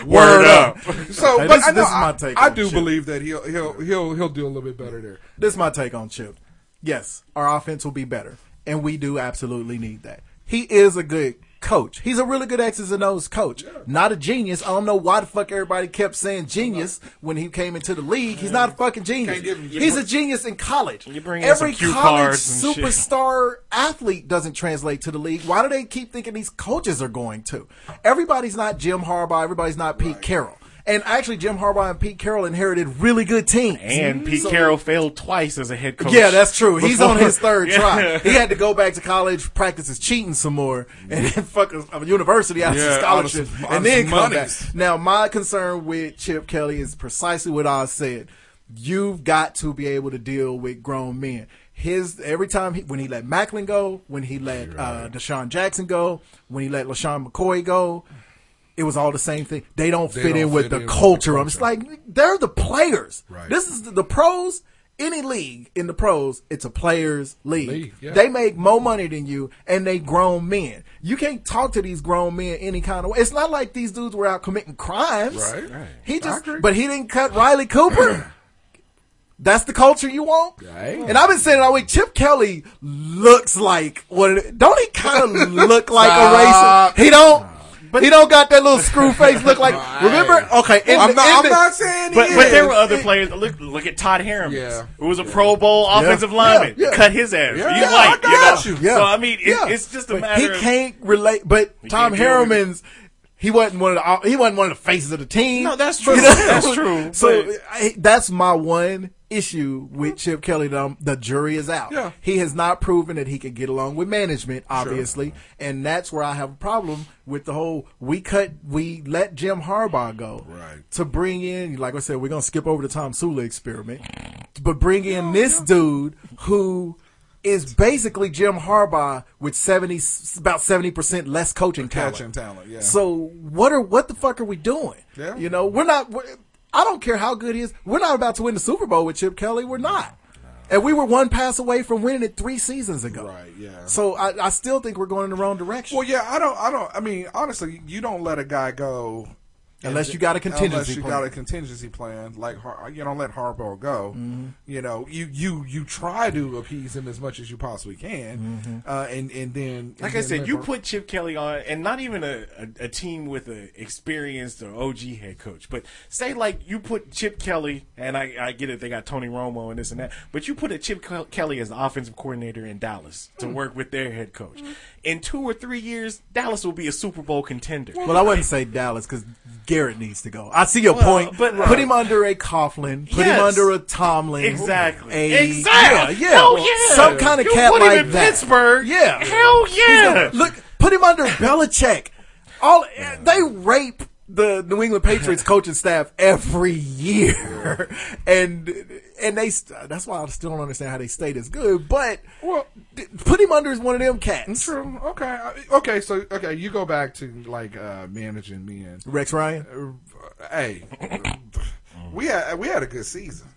Speaker 9: Word up.
Speaker 8: (laughs)
Speaker 7: So,
Speaker 8: Hey,
Speaker 7: but
Speaker 8: this-
Speaker 7: I know
Speaker 8: this is my
Speaker 7: I,
Speaker 8: take
Speaker 7: I
Speaker 8: on
Speaker 7: do
Speaker 8: shit.
Speaker 7: believe that he'll he'll he'll he'll do a little bit better there.
Speaker 8: This is my take on Chip. Yes, our offense will be better, and we do absolutely need that. He is a good coach. He's a really good X's and O's coach. Not a genius. I don't know why the fuck everybody kept saying genius when he came into the league. He's not a fucking genius.
Speaker 7: give him-
Speaker 8: He's a genius in college.
Speaker 9: You bring in
Speaker 8: Every
Speaker 9: some cue
Speaker 8: college
Speaker 9: cards and shit.
Speaker 8: superstar athlete doesn't translate to the league. Why do they keep thinking these coaches are going to? Everybody's not Jim Harbaugh. Everybody's not Pete Carroll. And actually, Jim Harbaugh and Pete Carroll inherited really good teams.
Speaker 9: And Pete
Speaker 8: So-
Speaker 9: Carroll failed twice as a head coach.
Speaker 8: yeah, that's true. He's
Speaker 9: before-
Speaker 8: on his third
Speaker 9: (laughs) Yeah.
Speaker 8: try. He had to go back to college, practice his cheating some more, and then (laughs) fuck a, a university out of
Speaker 7: Yeah,
Speaker 8: some scholarship,
Speaker 7: out of some- out of
Speaker 8: and then
Speaker 7: some
Speaker 8: come
Speaker 7: monies.
Speaker 8: back. Now, my concern with Chip Kelly is precisely what I said. You've got to be able to deal with grown men. his every time he, when he let Macklin go, when he let uh, Deshaun Jackson go, when he let LaShawn McCoy go, it was all the same thing. They don't
Speaker 7: They
Speaker 8: fit
Speaker 7: don't
Speaker 8: in with
Speaker 7: fit
Speaker 8: the
Speaker 7: in with the
Speaker 8: culture. I'm just like they're the players.
Speaker 7: Right.
Speaker 8: This is the, the pros. Any league in the pros, it's a players' league.
Speaker 7: League, yeah.
Speaker 8: They make more money than you, and they grown men. You can't talk to these grown men any kind of way. It's not like these dudes were out committing crimes.
Speaker 7: Right. Right.
Speaker 8: He just,
Speaker 7: agree.
Speaker 8: but he didn't cut Riley Cooper. (clears throat) That's the culture you want.
Speaker 7: Right.
Speaker 8: And I've been saying it all week. Chip Kelly looks like what? Don't he
Speaker 7: (laughs)
Speaker 8: kind of look like a
Speaker 7: Stop.
Speaker 8: racist? He don't. But he don't got that little screw face look
Speaker 7: (laughs)
Speaker 8: like. Remember? Okay. in
Speaker 7: I'm
Speaker 8: the-
Speaker 7: not,
Speaker 8: in
Speaker 7: I'm
Speaker 8: the-
Speaker 7: not saying
Speaker 9: But,
Speaker 7: he
Speaker 9: but
Speaker 7: is.
Speaker 9: there were other players. Look look at Todd Harriman,
Speaker 7: Yeah.
Speaker 9: who was a Pro Bowl offensive
Speaker 8: Yeah.
Speaker 9: lineman.
Speaker 8: Yeah.
Speaker 9: Cut his ass.
Speaker 7: Yeah.
Speaker 9: He's
Speaker 7: Yeah, I
Speaker 9: white. You know?
Speaker 7: got you.
Speaker 8: Yeah.
Speaker 9: So I mean, it,
Speaker 8: Yeah.
Speaker 9: it's just a
Speaker 8: But
Speaker 9: matter.
Speaker 8: He
Speaker 9: of,
Speaker 8: can't relate. But Tom
Speaker 9: can't deal with it.
Speaker 8: Harriman's. He wasn't one of the. He wasn't one of the faces of the team.
Speaker 9: No, that's true.
Speaker 8: You know?
Speaker 9: That's
Speaker 8: (laughs)
Speaker 9: true.
Speaker 8: So
Speaker 9: But-
Speaker 8: I, that's my one issue with Chip Kelly. The, um, the jury is out.
Speaker 7: Mm-hmm. Yeah.
Speaker 8: He has not proven that he could get along with management, obviously, and that's where I have a problem with the whole we cut we let Jim Harbaugh go
Speaker 7: Right.
Speaker 8: to bring in. Like I said, we're gonna skip over the Tom Sula experiment, but bring in this dude who. Is basically Jim Harbaugh with seventy about seventy percent less coaching talent.
Speaker 7: Catching talent, yeah.
Speaker 8: So what are what the fuck are we doing?
Speaker 7: Yeah.
Speaker 8: You know, we're not. We're, I don't care how good he is. We're not about to win the Super Bowl with Chip Kelly. We're not. And we were one pass away from winning it three seasons ago.
Speaker 7: Right, yeah.
Speaker 8: So I, I still think we're going in the wrong direction.
Speaker 7: Well, yeah, I don't, I don't. I mean, honestly, you don't let a guy go
Speaker 8: Unless you got a contingency
Speaker 7: Unless you
Speaker 8: plan.
Speaker 7: got a contingency plan, like Har- you don't let Harbaugh go.
Speaker 9: Mm-hmm.
Speaker 7: You know, you you you try to appease him as much as you possibly can, uh, and and then and
Speaker 9: Mm-hmm. like I
Speaker 7: then
Speaker 9: said,
Speaker 7: let
Speaker 9: you
Speaker 7: Har-
Speaker 9: put Chip Kelly on, and not even a, a, a team with an experienced or OG head coach, but say like you put Chip Kelly, and I, I get it, they got Tony Romo and this and that, but you put a Chip Kel- Kelly as the offensive coordinator in Dallas to
Speaker 8: Mm.
Speaker 9: work with their head coach.
Speaker 8: Mm-hmm.
Speaker 9: In two or three years, Dallas will be a Super Bowl contender.
Speaker 8: Well, I wouldn't say Dallas because Garrett needs to go. I see your
Speaker 9: Well,
Speaker 8: point.
Speaker 9: but-
Speaker 8: put him under a Coughlin. Put him
Speaker 9: Yes.
Speaker 8: under a Tomlin.
Speaker 9: Exactly.
Speaker 8: A,
Speaker 9: exactly.
Speaker 8: Yeah, yeah.
Speaker 9: Hell yeah.
Speaker 8: Some kind of
Speaker 9: you
Speaker 8: cat
Speaker 9: put
Speaker 8: like
Speaker 9: him in
Speaker 8: that.
Speaker 9: Pittsburgh.
Speaker 8: Yeah.
Speaker 7: (laughs)
Speaker 9: Hell yeah.
Speaker 8: Look, put him under Belichick. All they rape the New England Patriots coaching staff every year, (laughs) and and they st- that's why I still don't understand how they stay this good. But
Speaker 7: Well-
Speaker 8: d- put him under one of them cats,
Speaker 7: True. Okay. I- Okay. So okay, you go back to like uh, managing men.
Speaker 8: Rex Ryan.
Speaker 7: Hey,
Speaker 8: Mm-hmm.
Speaker 7: we had we had a good season,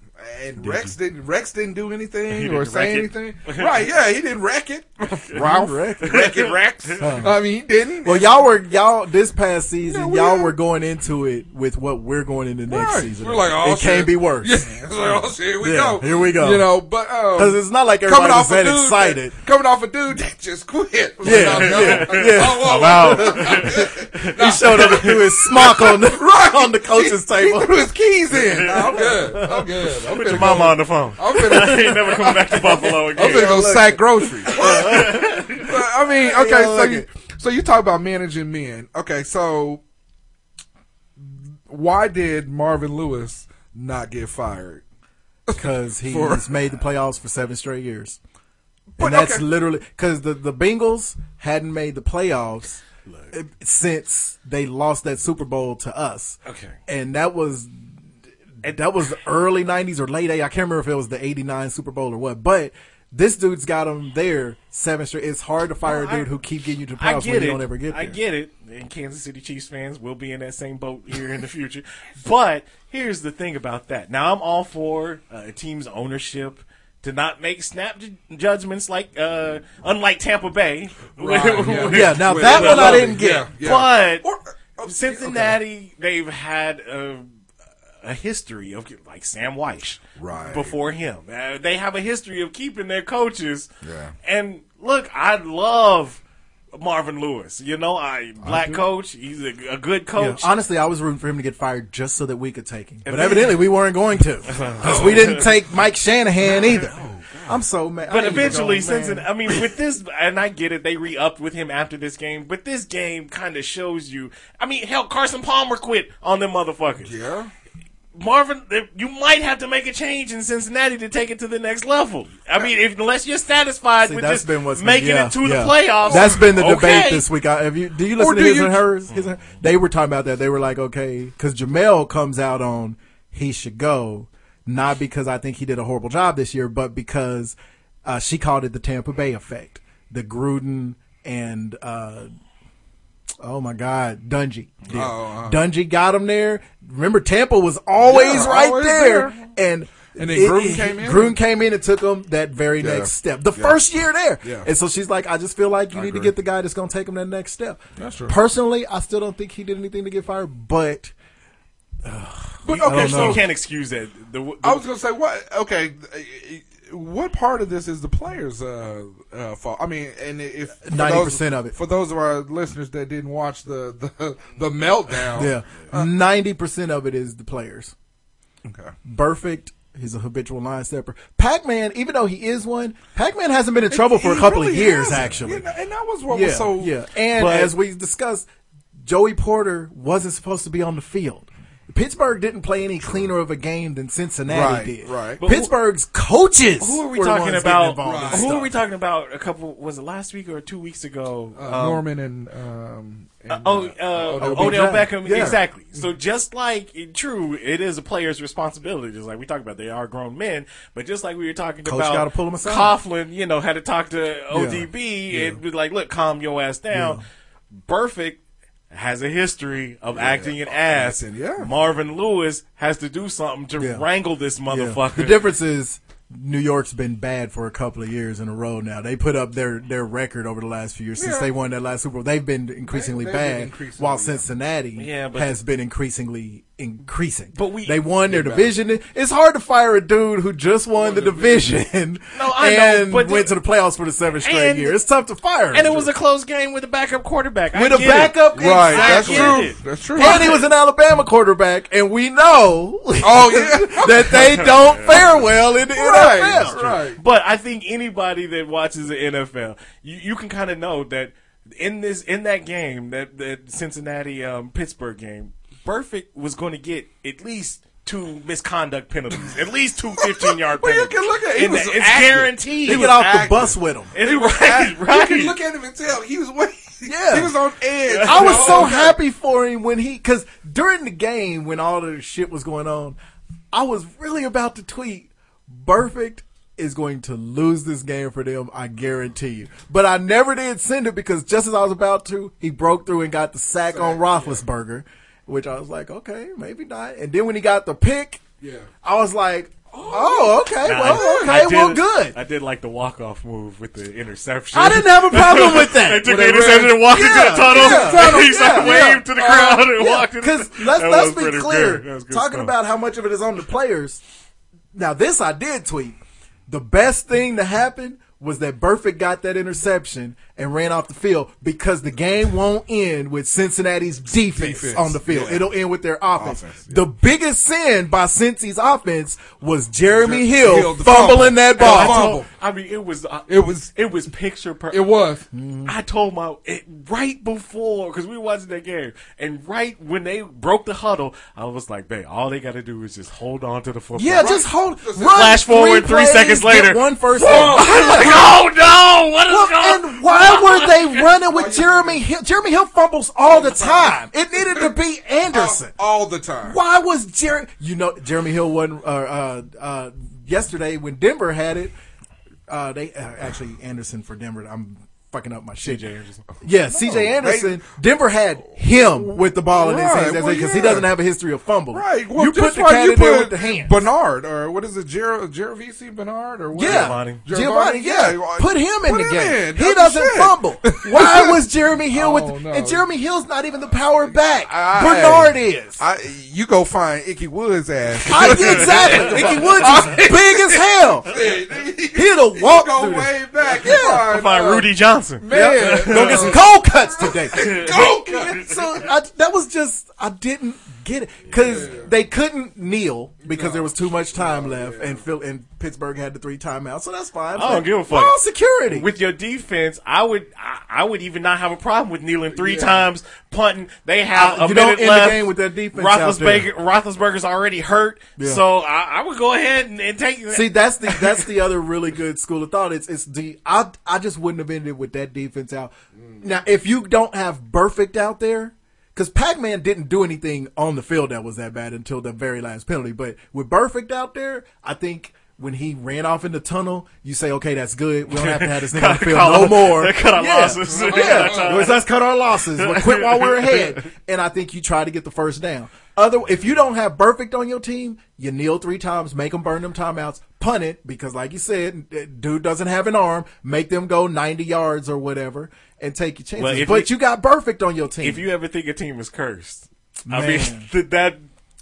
Speaker 7: and Rex didn't Rex didn't do anything or
Speaker 9: didn't
Speaker 7: say
Speaker 9: wreck it.
Speaker 7: anything. right? Yeah, he didn't wreck
Speaker 8: (laughs)
Speaker 7: it. Ralph,
Speaker 8: Wreck it.
Speaker 7: wreck it, Rex. (laughs)
Speaker 8: (laughs)
Speaker 7: I mean, he didn't.
Speaker 8: Well, y'all were y'all this past season.
Speaker 7: Yeah, we
Speaker 8: y'all
Speaker 7: are.
Speaker 8: were going into it with what we're going into next
Speaker 7: Right.
Speaker 8: season.
Speaker 7: We're like, oh,
Speaker 8: it can't
Speaker 7: shit.
Speaker 8: be worse.
Speaker 7: Yeah, it's like, oh, shit, here we
Speaker 8: Yeah,
Speaker 7: go.
Speaker 8: here we go.
Speaker 7: You know, but um,
Speaker 8: (laughs) 'Cause it's not like everybody was
Speaker 7: (laughs)
Speaker 8: that excited.
Speaker 7: That, coming off a dude that just quit. It was (laughs)
Speaker 8: Yeah,
Speaker 7: like, oh,
Speaker 8: yeah,
Speaker 7: no.
Speaker 8: yeah.
Speaker 7: Oh, whoa, (laughs)
Speaker 8: He showed up and threw (laughs) his smock on the
Speaker 7: Right.
Speaker 8: on the coach's
Speaker 7: whoa. He
Speaker 8: table.
Speaker 7: threw his keys in.
Speaker 8: (laughs)
Speaker 7: No, I'm good. I'm good. I'm
Speaker 9: Put
Speaker 7: gonna
Speaker 9: your mama on the phone.
Speaker 7: I'm gonna,
Speaker 9: ain't never coming back to Buffalo
Speaker 7: I'm gonna
Speaker 9: again.
Speaker 7: go sack
Speaker 8: (laughs)
Speaker 7: groceries. but, I mean, okay,
Speaker 8: Yeah,
Speaker 7: so
Speaker 8: look
Speaker 7: you,
Speaker 8: it.
Speaker 7: so you talk about managing men. Okay, so why did Marvin Lewis not get fired?
Speaker 8: because he's
Speaker 7: For-
Speaker 8: made the playoffs for seven straight years.
Speaker 7: But,
Speaker 8: and that's
Speaker 7: okay.
Speaker 8: literally because the, the Bengals hadn't made the playoffs eh, since they lost that Super Bowl to us.
Speaker 9: Okay.
Speaker 8: and that was and that was early '90s or late '80s. I can't remember if it was the '89 Super Bowl or what, but. This dude's got him there seven straight. It's hard to fire
Speaker 9: Oh,
Speaker 8: a
Speaker 9: I-
Speaker 8: dude who keep getting you to the
Speaker 9: I
Speaker 8: playoffs
Speaker 9: get
Speaker 8: when
Speaker 9: it.
Speaker 8: you don't ever get there.
Speaker 9: I get it. And Kansas City Chiefs fans will be in that same boat here in the future. But here's the thing about that. Now I'm all for uh, a team's ownership to not make snap ju- judgments like uh, unlike Tampa Bay. (laughs)
Speaker 7: yeah.
Speaker 8: Yeah, now
Speaker 7: Wait,
Speaker 8: that
Speaker 7: wait,
Speaker 8: one I
Speaker 7: wait,
Speaker 8: didn't
Speaker 7: wait,
Speaker 8: get.
Speaker 7: yeah, yeah.
Speaker 9: But
Speaker 7: Or- uh, okay,
Speaker 9: Cincinnati, they've had a, a history of like Sam Weish
Speaker 7: Right.
Speaker 9: before him. Uh, they have a history of keeping their coaches.
Speaker 7: Yeah.
Speaker 9: And look, I love Marvin Lewis. You know, I black coach. He's a, a good
Speaker 8: Yeah,
Speaker 9: coach.
Speaker 8: honestly, I was rooting for him to get fired just so that we could take him. But evidently, we weren't going to because we didn't take Mike Shanahan either. I'm so mad.
Speaker 9: but
Speaker 8: I need to
Speaker 9: eventually,
Speaker 8: go,
Speaker 9: since
Speaker 8: man.
Speaker 9: I mean, with this, and I get it, they re upped with him after this game. But this game kind of shows you. I mean, hell, Carson Palmer quit on them motherfuckers.
Speaker 7: Yeah.
Speaker 9: Marvin, th- you might have to make a change in Cincinnati to take it to the next level. I mean, if, unless you're satisfied
Speaker 8: See,
Speaker 9: with
Speaker 8: that's
Speaker 9: just
Speaker 8: been what's
Speaker 9: making
Speaker 8: yeah,
Speaker 9: it to
Speaker 8: yeah.
Speaker 9: the playoffs.
Speaker 8: That's been the
Speaker 9: okay.
Speaker 8: debate this week. I, have you, do you listen
Speaker 7: Or
Speaker 8: to
Speaker 7: do
Speaker 8: his
Speaker 7: you-
Speaker 8: and hers? His and her- They were talking about that. They were like, okay, because Jamel comes out on he should go, not because I think he did a horrible job this year, but because. Uh, she called it the Tampa Bay effect, the Gruden and uh, oh my God, Dungy. deal.
Speaker 7: Oh,
Speaker 8: Dungy got him there. Remember, Tampa was always
Speaker 7: uh-huh. Yeah,
Speaker 8: right
Speaker 7: always
Speaker 8: there.
Speaker 7: there.
Speaker 8: and.
Speaker 7: And then Gruden came in.
Speaker 8: Gruden came in and took him that very
Speaker 7: Yeah.
Speaker 8: next step. The first year there.
Speaker 7: Yeah.
Speaker 8: And so she's like, I just feel like you
Speaker 7: I
Speaker 8: need
Speaker 7: agree.
Speaker 8: to get the guy that's going to take him that next step.
Speaker 7: That's true.
Speaker 8: Personally, I still don't think he did anything to get fired, but
Speaker 7: But okay,
Speaker 8: don't know.
Speaker 7: so
Speaker 9: You can't excuse that. The, the,
Speaker 7: I was gonna say what? Okay, uh, what part of this is the players' uh, uh, fault? I mean, and if for
Speaker 8: 90%
Speaker 7: those-
Speaker 8: of it.
Speaker 7: for those of our listeners that didn't watch the the, the meltdown.
Speaker 8: yeah, 90% of it is the players.
Speaker 7: Uh, Okay.
Speaker 8: Perfect. He's a habitual line stepper. Pac Man, even though he is one, Pac Man hasn't been in trouble for a
Speaker 7: He
Speaker 8: couple
Speaker 7: really
Speaker 8: of years,
Speaker 7: hasn't.
Speaker 8: actually.
Speaker 7: You know, and that was what
Speaker 8: yeah,
Speaker 7: was so
Speaker 8: yeah. And
Speaker 9: But-
Speaker 8: as we discussed, Joey Porter wasn't supposed to be on the field. Pittsburgh didn't play any cleaner of a game than Cincinnati
Speaker 7: Right,
Speaker 8: did.
Speaker 7: right. But
Speaker 9: who-
Speaker 8: Pittsburgh's coaches.
Speaker 9: who are we
Speaker 8: were the ones
Speaker 9: talking
Speaker 8: getting
Speaker 9: about?
Speaker 8: involved in
Speaker 9: Who
Speaker 8: stuff.
Speaker 9: are we talking about? A couple was it last week or two weeks ago?
Speaker 7: uh,
Speaker 9: Um,
Speaker 7: Norman and, um, and
Speaker 9: Oh,
Speaker 7: uh,
Speaker 9: uh,
Speaker 7: Odell
Speaker 9: Odell,
Speaker 8: Beckham.
Speaker 9: Beckham.
Speaker 8: Yeah.
Speaker 9: Exactly. So just like true, it is a player's responsibility. Just like we talked about, they are grown men. But just like we were talking
Speaker 8: Coach
Speaker 9: about,
Speaker 8: gotta pull 'em aside.
Speaker 9: Coughlin, you know, had to talk to ODB and be like, "Look, calm your ass down." Perfect has a history of acting
Speaker 8: Oh,
Speaker 9: an ass.
Speaker 7: Listen, yeah.
Speaker 9: Marvin Lewis has to do something to
Speaker 8: Yeah.
Speaker 9: wrangle this
Speaker 8: Yeah.
Speaker 9: motherfucker.
Speaker 8: The difference is New York's been bad for a couple of years in a row now. They put up their, their record over the last few years since
Speaker 7: Yeah.
Speaker 8: they won that last Super Bowl. They've been increasingly
Speaker 7: They- they've been
Speaker 8: bad,
Speaker 7: increasingly,
Speaker 8: while
Speaker 7: yeah.
Speaker 8: Cincinnati
Speaker 9: Yeah, but-
Speaker 8: has been increasingly increasing.
Speaker 9: But we-
Speaker 8: they won their division. It's hard to fire a dude who just won the division
Speaker 9: No, I know,
Speaker 8: and
Speaker 9: but
Speaker 8: went
Speaker 9: the-
Speaker 8: to the pladuffs for the seventh straight
Speaker 9: And-
Speaker 8: year. It's tough to fire.
Speaker 9: and it
Speaker 8: him.
Speaker 9: was a close game with a backup quarterback. I
Speaker 8: With a
Speaker 9: get it.
Speaker 8: backup-
Speaker 7: right. That's
Speaker 9: Exactly.
Speaker 7: true. That's true.
Speaker 8: and he was
Speaker 9: (laughs)
Speaker 8: an Alabama quarterback, and we know
Speaker 7: Oh, (laughs) yeah.
Speaker 8: (laughs) that
Speaker 9: (laughs)
Speaker 8: they don't fare well in the
Speaker 7: right.
Speaker 8: NFL.
Speaker 7: Right.
Speaker 9: But I think anybody that watches the NFL, you, you can kind of know that in this in that game, that that Cincinnati um, Pittsburgh game, Burfict was going to get at least two misconduct penalties, at least two 15 yard
Speaker 7: (laughs) Well, you
Speaker 9: penalties.
Speaker 7: can look at- he
Speaker 9: In
Speaker 7: was
Speaker 9: that- it's
Speaker 7: active.
Speaker 9: guaranteed.
Speaker 8: He
Speaker 7: was
Speaker 8: get off
Speaker 7: active.
Speaker 8: the bus with him.
Speaker 9: It's right,
Speaker 7: You
Speaker 9: right.
Speaker 7: can look at him and tell he was way.
Speaker 8: Yeah.
Speaker 7: he was on edge.
Speaker 8: I was so
Speaker 7: Okay.
Speaker 8: happy for him when he, because during the game when all the shit was going on, I was really about to tweet, "Perfect is going to lose this game for them, I guarantee you." But I never did send it because just as I was about to, he broke through and got the sack on Roethlisberger, which I was like, okay, maybe not. And then when he got the pick,
Speaker 7: Yeah.
Speaker 8: I was like, oh, okay,
Speaker 9: Nah,
Speaker 8: well,
Speaker 9: I-
Speaker 8: okay,
Speaker 9: I did-
Speaker 8: well, good.
Speaker 9: I did like the walk off move with the interception.
Speaker 8: I didn't have a problem with that.
Speaker 9: They took
Speaker 8: When
Speaker 9: the
Speaker 8: they
Speaker 9: interception
Speaker 8: ran-
Speaker 9: (laughs) and walked into
Speaker 8: Yeah,
Speaker 9: the tunnel.
Speaker 8: yeah,
Speaker 9: (laughs)
Speaker 8: tunnel,
Speaker 9: He's
Speaker 8: yeah,
Speaker 9: like
Speaker 8: yeah.
Speaker 9: waved to the crowd and (laughs) walked in.
Speaker 8: Because
Speaker 9: That
Speaker 8: let's,
Speaker 9: was
Speaker 8: let's be
Speaker 9: pretty
Speaker 8: clear,
Speaker 9: good. That was good
Speaker 8: talking
Speaker 9: stuff.
Speaker 8: about how much of it is on the players. Now, this I did tweet. The best thing to happen was that Burfict got that interception and ran off the field because the game won't end with Cincinnati's defense,
Speaker 7: Defense,
Speaker 8: on the field.
Speaker 7: yeah.
Speaker 8: It'll end with their offense.
Speaker 7: Offense,
Speaker 8: The biggest sin by Cincy's offense was Jeremy Hill,
Speaker 7: Hill, the fumble.
Speaker 8: fumbling that
Speaker 7: The
Speaker 8: ball.
Speaker 9: I told-
Speaker 7: fumble.
Speaker 9: I mean, it was uh,
Speaker 7: It was-
Speaker 9: it was picture perfect.
Speaker 7: It was.
Speaker 9: I told my it, right before because we were watching that game, and right when they broke the huddle, I was like, "Babe, all they got to do is just hold on to the football."
Speaker 8: Yeah, just hold. Run
Speaker 9: Flash forward three
Speaker 8: plays,
Speaker 9: seconds
Speaker 8: get
Speaker 9: later.
Speaker 8: One first.
Speaker 9: (laughs) I'm like, "Oh no, what is
Speaker 8: Well,
Speaker 9: going?"
Speaker 8: and
Speaker 9: (laughs)
Speaker 8: why were they running with Jeremy Hill? Jeremy Hill fumbles all the time. It needed to be Anderson.
Speaker 7: all, all the time.
Speaker 8: Why was Jeremy? You know, Jeremy Hill wasn't. Uh, uh, uh, yesterday when Denver had it, uh, they uh, actually Anderson for Denver. I'm fucking up my shit.
Speaker 9: CJ Anderson.
Speaker 8: Yeah, C.J. Anderson. Denver had him with the ball in his
Speaker 7: Right,
Speaker 8: hands because
Speaker 7: well,
Speaker 8: he
Speaker 7: yeah.
Speaker 8: doesn't have a history of fumble.
Speaker 7: Right. Well,
Speaker 8: you put
Speaker 7: just
Speaker 8: the
Speaker 7: like
Speaker 8: cat
Speaker 7: you
Speaker 8: in there
Speaker 7: put
Speaker 8: with the hands.
Speaker 7: Bernard or what is it, Jer- Jervisi Bernard or what?
Speaker 8: Yeah,
Speaker 9: Giovanni.
Speaker 8: Giovanni, yeah.
Speaker 7: well,
Speaker 8: Put him in
Speaker 7: put
Speaker 8: the game.
Speaker 7: in.
Speaker 8: He
Speaker 7: That's
Speaker 8: doesn't
Speaker 7: shit.
Speaker 8: fumble.
Speaker 7: (laughs)
Speaker 8: Why was Jeremy Hill with?
Speaker 7: Oh, no.
Speaker 8: And Jeremy Hill's not even the power back.
Speaker 7: I-
Speaker 8: Bernard is. I,
Speaker 7: I, you go find Icky Woods ass.
Speaker 8: exactly. Mickey
Speaker 7: (laughs)
Speaker 8: Woods is big as hell. He'd have
Speaker 7: You
Speaker 8: walked
Speaker 7: go
Speaker 8: through. this.
Speaker 7: way back.
Speaker 8: Yeah.
Speaker 7: and
Speaker 9: By
Speaker 7: find, uh,
Speaker 9: Rudy Johnson.
Speaker 7: Man,
Speaker 8: Go get some cold cuts today.
Speaker 7: Go
Speaker 8: so I, that was just I didn't get it because they couldn't kneel because there was too much time left, and Phil and Pittsburgh had the three timeouts, so that's fine.
Speaker 9: I don't
Speaker 8: But
Speaker 9: give a fuck.
Speaker 8: we're on security.
Speaker 9: With your defense, I would I, I would even not have a problem with kneeling three times, punting. They have
Speaker 8: Uh,
Speaker 9: a
Speaker 8: you don't
Speaker 9: minute
Speaker 8: end the
Speaker 9: left.
Speaker 8: game with that defense out there.
Speaker 9: Roethlisberger, Roethlisberger's already hurt,
Speaker 8: Yeah.
Speaker 9: so I, I would go ahead and, and take. (laughs)
Speaker 8: See, that's the that's the other really good school of thought. It's it's the I I just wouldn't have ended with that defense out.
Speaker 9: Mm.
Speaker 8: Now, if you don't have perfect out there, because Pac Man didn't do anything on the field that was that bad until the very last penalty. But with perfect out there, I think when he ran off in the tunnel, you say, okay, that's good. We don't have to have
Speaker 9: (laughs)
Speaker 8: this nigga on
Speaker 9: Gotta
Speaker 8: the field
Speaker 9: cut
Speaker 8: no
Speaker 9: our-
Speaker 8: more.
Speaker 9: gotta (laughs) cut our
Speaker 8: yeah.
Speaker 9: losses.
Speaker 8: yeah,
Speaker 9: (laughs)
Speaker 8: let's, let's cut our losses. We'll quit while we're ahead. And I think you try to get the first down. Other, if you don't have perfect on your team, you kneel three times, make them burn them timeouts, punt it because, like you said, eh, dude doesn't have an arm. Make them go ninety yards or whatever and take your chances.
Speaker 9: Well, if
Speaker 8: but
Speaker 9: you-
Speaker 8: you, got perfect on your team.
Speaker 9: If you ever think a team is cursed, I
Speaker 8: Man.
Speaker 9: mean th- (laughs) that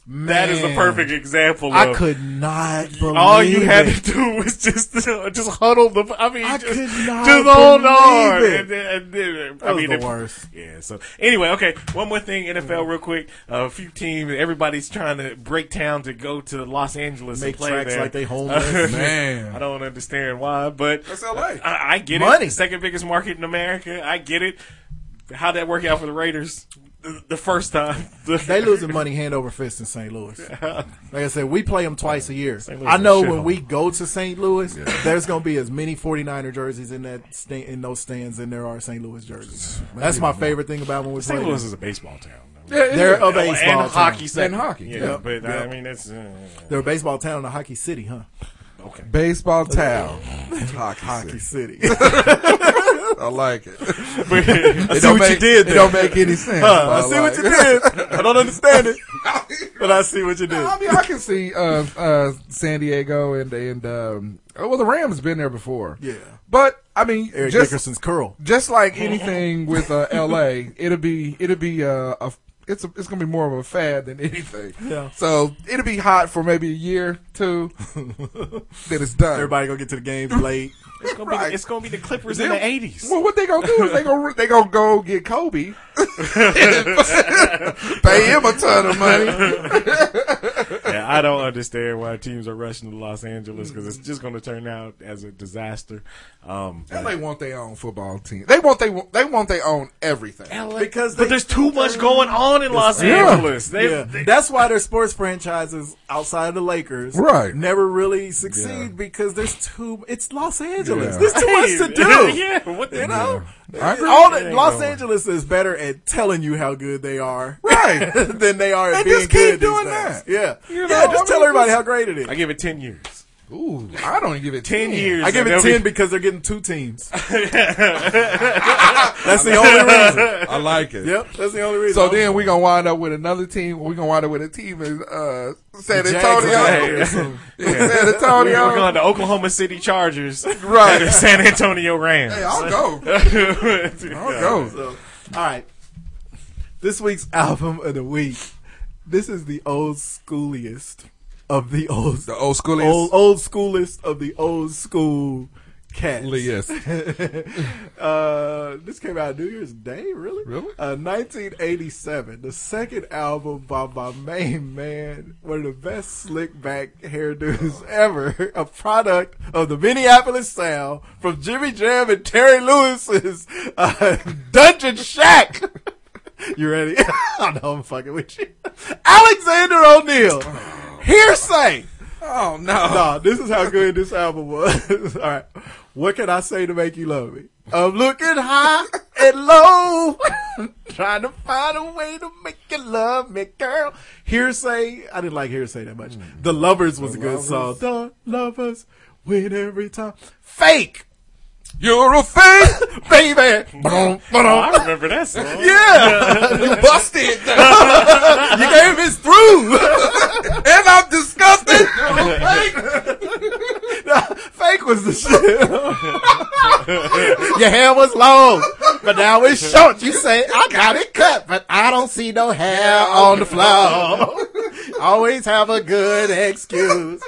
Speaker 9: that is a
Speaker 8: Man.
Speaker 9: perfect example. Of,
Speaker 8: I could not believe
Speaker 9: uh, All you had
Speaker 8: it.
Speaker 9: to do was just (laughs) just huddle the. I mean,
Speaker 8: I
Speaker 9: just,
Speaker 8: could not
Speaker 9: just hold
Speaker 8: believe
Speaker 9: on.
Speaker 8: it.
Speaker 9: And, then- and then- I
Speaker 8: That was
Speaker 9: mean,
Speaker 8: the
Speaker 9: if-
Speaker 8: worst.
Speaker 9: Yeah. So anyway, okay. One more thing, NFL, real quick. a few teams. Everybody's trying to break town to go to Los Angeles
Speaker 8: Make
Speaker 9: and play
Speaker 8: tracks
Speaker 9: there. (laughs)
Speaker 8: like they homeless.
Speaker 7: Man.
Speaker 9: I don't understand why, but
Speaker 7: That's LA.
Speaker 9: I, I get
Speaker 8: Money.
Speaker 9: it. Second biggest market in America. I get it. How'd that work out for the Raiders the, the first time?
Speaker 8: They losing
Speaker 9: (laughs)
Speaker 8: money hand over fist in St. Louis. Like I said, we play them twice a year.
Speaker 9: Louis
Speaker 8: I
Speaker 9: is
Speaker 8: know
Speaker 9: a
Speaker 8: when
Speaker 9: shithole.
Speaker 8: we go to St. Louis, there's going to be as many 49er jerseys in that sta- in those stands than there are St. Louis jerseys. That's my favorite thing about when we play.
Speaker 9: St.
Speaker 8: them.
Speaker 9: Louis is a baseball town. Oh,
Speaker 8: They're a baseball
Speaker 9: and
Speaker 8: town.
Speaker 9: hockey, second.
Speaker 7: And hockey,
Speaker 9: Yeah,
Speaker 7: yeah.
Speaker 9: but I
Speaker 7: Yeah.
Speaker 9: mean that's uh,
Speaker 8: They're a baseball town and a hockey city, huh?
Speaker 7: Baseball town. Hockey.
Speaker 8: (laughs) Hockey
Speaker 7: city.
Speaker 8: (laughs) city.
Speaker 7: I like it.
Speaker 9: (laughs)
Speaker 7: (laughs)
Speaker 9: but,
Speaker 7: It
Speaker 8: see
Speaker 7: don't
Speaker 8: what you
Speaker 7: make-
Speaker 8: did
Speaker 7: It
Speaker 8: there.
Speaker 7: don't make any sense. but
Speaker 8: I see what
Speaker 7: like
Speaker 8: you
Speaker 7: it.
Speaker 8: did. (laughs) I don't understand it,
Speaker 7: (laughs)
Speaker 8: but I see what you did.
Speaker 7: I mean, I can see uh, uh, San Diego and and um, oh, well, the Rams been there before.
Speaker 8: Yeah.
Speaker 7: but I mean,
Speaker 8: Eric
Speaker 7: just
Speaker 8: Dickerson's curl.
Speaker 7: just (laughs) like anything with uh, L.A., it'll be it'll be uh, a it's a, it's gonna be more of a fad than anything.
Speaker 8: Yeah.
Speaker 7: So it'll be hot for maybe a year (laughs) two. then it's done.
Speaker 8: Everybody gonna get to the games late.
Speaker 9: it's, gonna be, it's gonna be the Clippers in
Speaker 7: Then- (laughs)
Speaker 9: the eighties.
Speaker 7: Well, what they gonna do is they gonna they gonna go get (laughs) Kobe, pay him a ton of money.
Speaker 9: Yeah, I don't understand why teams are rushing to Los Angeles because it's just gonna turn out as a disaster. Um,
Speaker 7: L.A. want their own football team. They want they they want their own everything.
Speaker 8: because
Speaker 9: but there's too much going on in Los
Speaker 7: Yeah.
Speaker 9: Angeles. They,
Speaker 8: yeah.
Speaker 9: they-
Speaker 8: that's why their sports franchises outside of the Lakers
Speaker 7: Right.
Speaker 8: never really succeed because there's too it's Los Angeles.
Speaker 7: Yeah.
Speaker 8: There's too much to
Speaker 9: (laughs)
Speaker 7: (laughs)
Speaker 8: do.
Speaker 9: yeah, what the
Speaker 8: You know?
Speaker 7: I agree.
Speaker 8: All the, Los
Speaker 9: going.
Speaker 8: Angeles is better at telling you how good they are
Speaker 7: Right. (laughs)
Speaker 8: than they are at
Speaker 7: They
Speaker 8: being
Speaker 7: just keep
Speaker 8: good these
Speaker 7: doing
Speaker 8: days.
Speaker 7: that.
Speaker 8: Yeah.
Speaker 7: You
Speaker 8: yeah,
Speaker 7: know,
Speaker 8: just
Speaker 7: I
Speaker 8: tell
Speaker 7: mean,
Speaker 8: everybody
Speaker 7: this-
Speaker 8: how great it is.
Speaker 9: I give it ten years.
Speaker 7: Ooh, I don't give it
Speaker 9: Ten years.
Speaker 8: I give
Speaker 9: and
Speaker 8: it
Speaker 9: they'll
Speaker 8: ten
Speaker 9: be-
Speaker 8: because they're getting two
Speaker 7: (laughs)
Speaker 8: teams. that's the only reason.
Speaker 7: I like it.
Speaker 8: Yep, that's the only reason.
Speaker 7: So then we're gonna wind up with another team. We're gonna wind up with a team in uh, San
Speaker 8: The
Speaker 7: (laughs)
Speaker 8: Jags
Speaker 7: Antonio.
Speaker 8: are-
Speaker 7: Yeah, San
Speaker 9: We're
Speaker 7: Antonio.
Speaker 9: going to Oklahoma City Chargers,
Speaker 7: Right.
Speaker 9: and the San Antonio Rams.
Speaker 7: Hey, I'll go. I'll go.
Speaker 8: So, all right. This week's (laughs) album of the week. This is the old schooliest of the old
Speaker 7: The old school is
Speaker 8: old, old schoolist of the old school cats.
Speaker 7: Yes.
Speaker 8: (laughs) uh, this came out New Year's Day, really?
Speaker 7: Really?
Speaker 8: Uh, 1987, the second album by my main man, one of the best slick back hairdos ever, a product of the Minneapolis sound from Jimmy Jam and Terry Lewis's uh, Dungeon Shack. (laughs) You ready? (laughs) I know I'm fucking with you. Alexander O'Neill, hearsay.
Speaker 7: Oh no.
Speaker 8: Nah, this is how good this album was. (laughs) All right. What can I say to make you love me? I'm looking high and low, (laughs) trying to find a way to make you love me, girl. Hearsay, I didn't like Hearsay that much. Mm. The Lovers was a good song. The Lovers win every time. Fake,
Speaker 7: You're a fake.
Speaker 8: baby.
Speaker 9: Oh, I remember that song.
Speaker 8: (laughs) Yeah,
Speaker 7: you busted.
Speaker 8: you gave us through. (laughs)
Speaker 7: and I'm disgusted. You're a fake.
Speaker 8: Fake was the shit. (laughs) Your hair was long, but now it's short. You say, I got it cut, but I don't see no hair on the floor. (laughs) Always have a good excuse.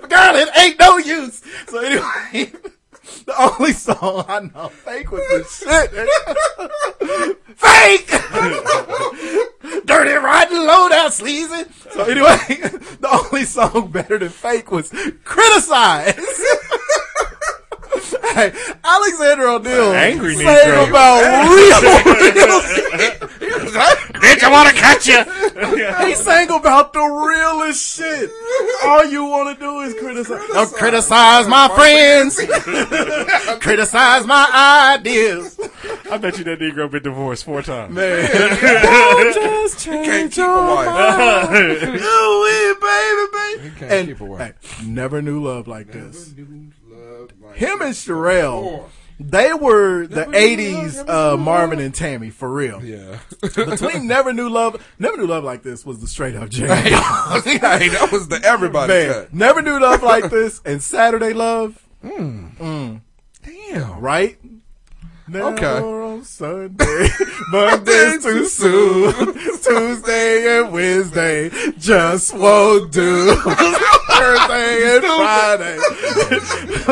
Speaker 8: But girl, it ain't no use. So anyway, (laughs) the only song I know Fake was the shit. (laughs) Fake! dirty, rotten, low down, sleazy. So anyway, (laughs) the only song better than fake was criticize. (laughs) hey, Alexander O'Neill
Speaker 9: Angry
Speaker 8: sang
Speaker 9: Negro. (laughs)
Speaker 8: about real, real shit.
Speaker 9: Bitch, I want to cut (laughs) you.
Speaker 8: He sang about the realest shit. All you want to do is criticize. Don't criticize my friends. (laughs) criticize my ideas.
Speaker 9: I bet you that Negro been divorced four times. (laughs)
Speaker 8: Don't just change (laughs)
Speaker 7: keep a
Speaker 8: your
Speaker 7: wife.
Speaker 8: mind. Do it, baby, baby.
Speaker 7: can't
Speaker 8: and
Speaker 7: keep away.
Speaker 8: hey, never knew love like this.
Speaker 7: Him
Speaker 8: Him and Sherelle, they were the
Speaker 7: Never Knew
Speaker 8: '80s
Speaker 7: Love, Never
Speaker 8: uh,
Speaker 7: Knew
Speaker 8: Marvin and Tammy for real.
Speaker 7: Yeah. (laughs)
Speaker 8: Between Never Knew Love, Never Knew Love like this was the straight up jam.
Speaker 7: hey, (laughs) that was the everybody
Speaker 8: Man,
Speaker 7: cut.
Speaker 8: Never Knew
Speaker 7: (laughs)
Speaker 8: Love like this and Saturday Love.
Speaker 7: Damn.
Speaker 8: right?
Speaker 7: Okay.
Speaker 8: Never
Speaker 7: (laughs)
Speaker 8: on Sunday, Monday's too soon. (laughs) Tuesday and Wednesday just
Speaker 7: (laughs)
Speaker 8: won't do. Thursday and Friday, (laughs)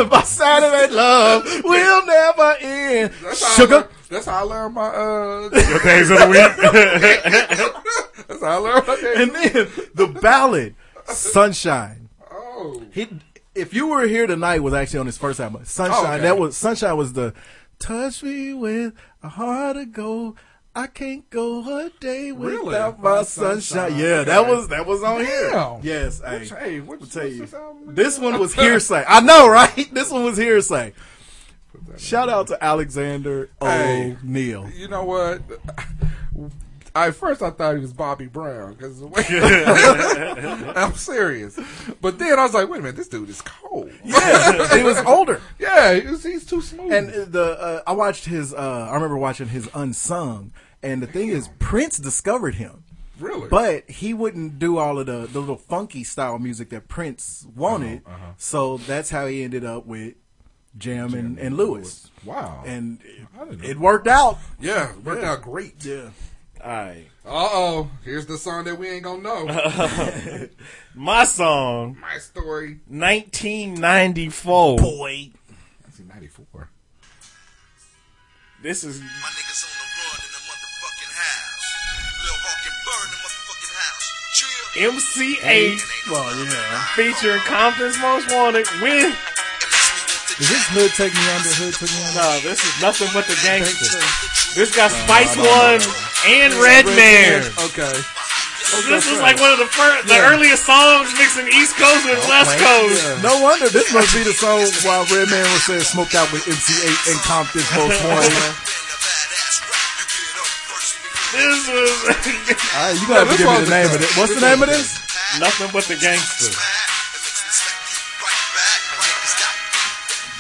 Speaker 8: my Saturday love will never end. Sugar,
Speaker 7: That's how I learned my uh
Speaker 9: Your days of the week.
Speaker 7: (laughs) that's how I learned my name.
Speaker 8: and then the ballad "Sunshine."
Speaker 7: Oh.
Speaker 8: He, if you were here tonight, was actually on his first album, Sunshine.
Speaker 7: Oh, Okay.
Speaker 8: That was Sunshine was the touch me with a heart of gold. I can't go a day
Speaker 7: Really?
Speaker 8: without my
Speaker 7: My
Speaker 8: sunshine.
Speaker 7: sunshine.
Speaker 8: Yeah, that was that was on here.
Speaker 7: Damn.
Speaker 8: Yes, hey,
Speaker 7: Which- hey, which-
Speaker 8: I'll tell
Speaker 7: what's
Speaker 8: you,
Speaker 7: this album?
Speaker 8: this
Speaker 7: (laughs)
Speaker 8: one was hearsay. I know, (laughs) right? This one was hearsay. Shout out to Alexander
Speaker 7: Hey. (laughs)
Speaker 8: O'Neal.
Speaker 7: You know what? At first, I thought he was Bobby Brown because
Speaker 8: (laughs)
Speaker 7: I'm serious. But then I was like, wait a minute, this dude is cold.
Speaker 8: Yeah, he was older.
Speaker 7: yeah, he was- he's too smooth.
Speaker 8: And the uh, I watched his. Uh, I remember watching his Unsung. And the thing is, Prince discovered him.
Speaker 7: really,
Speaker 8: But he wouldn't do all of the, the little funky style music that Prince wanted.
Speaker 7: Uh-huh,
Speaker 8: So that's how he ended up with Jam, and, and Lewis.
Speaker 7: wow,
Speaker 8: And
Speaker 7: I didn't
Speaker 8: it,
Speaker 7: know
Speaker 8: it worked out.
Speaker 7: yeah, worked out great.
Speaker 8: Yeah.
Speaker 9: All right.
Speaker 7: Uh oh, here's the song that we ain't gonna
Speaker 8: (laughs)
Speaker 7: know.
Speaker 9: My song,
Speaker 7: My story.
Speaker 9: 1994.
Speaker 8: Boy.
Speaker 7: That's in '94.
Speaker 9: This is
Speaker 3: My niggas on the run in the motherfucking house. Lil Hawk and Bird in the motherfucking house. Chill.
Speaker 9: MC8
Speaker 8: Well, yeah.
Speaker 9: featuring Compton's Most Wanted with.
Speaker 8: Is this Hood Take Me Under? Hood Take Me Under?
Speaker 9: No, this is nothing but the gangster. This got Spice One and Redman.
Speaker 7: Okay,
Speaker 9: This was like one of the first, the earliest songs mixing East Coast with West Coast.
Speaker 8: No wonder this must be the song why Redman was saying smoked out with MC8 and Compton's (laughs) most wanted.
Speaker 9: This was (laughs)
Speaker 8: All right, you
Speaker 7: Yeah,
Speaker 8: gotta
Speaker 7: this
Speaker 8: give me
Speaker 7: one's
Speaker 8: the name
Speaker 7: good.
Speaker 8: of it.
Speaker 7: (laughs)
Speaker 8: What's the
Speaker 7: This
Speaker 8: name of
Speaker 7: one's
Speaker 8: this?
Speaker 9: nothing but the gangster.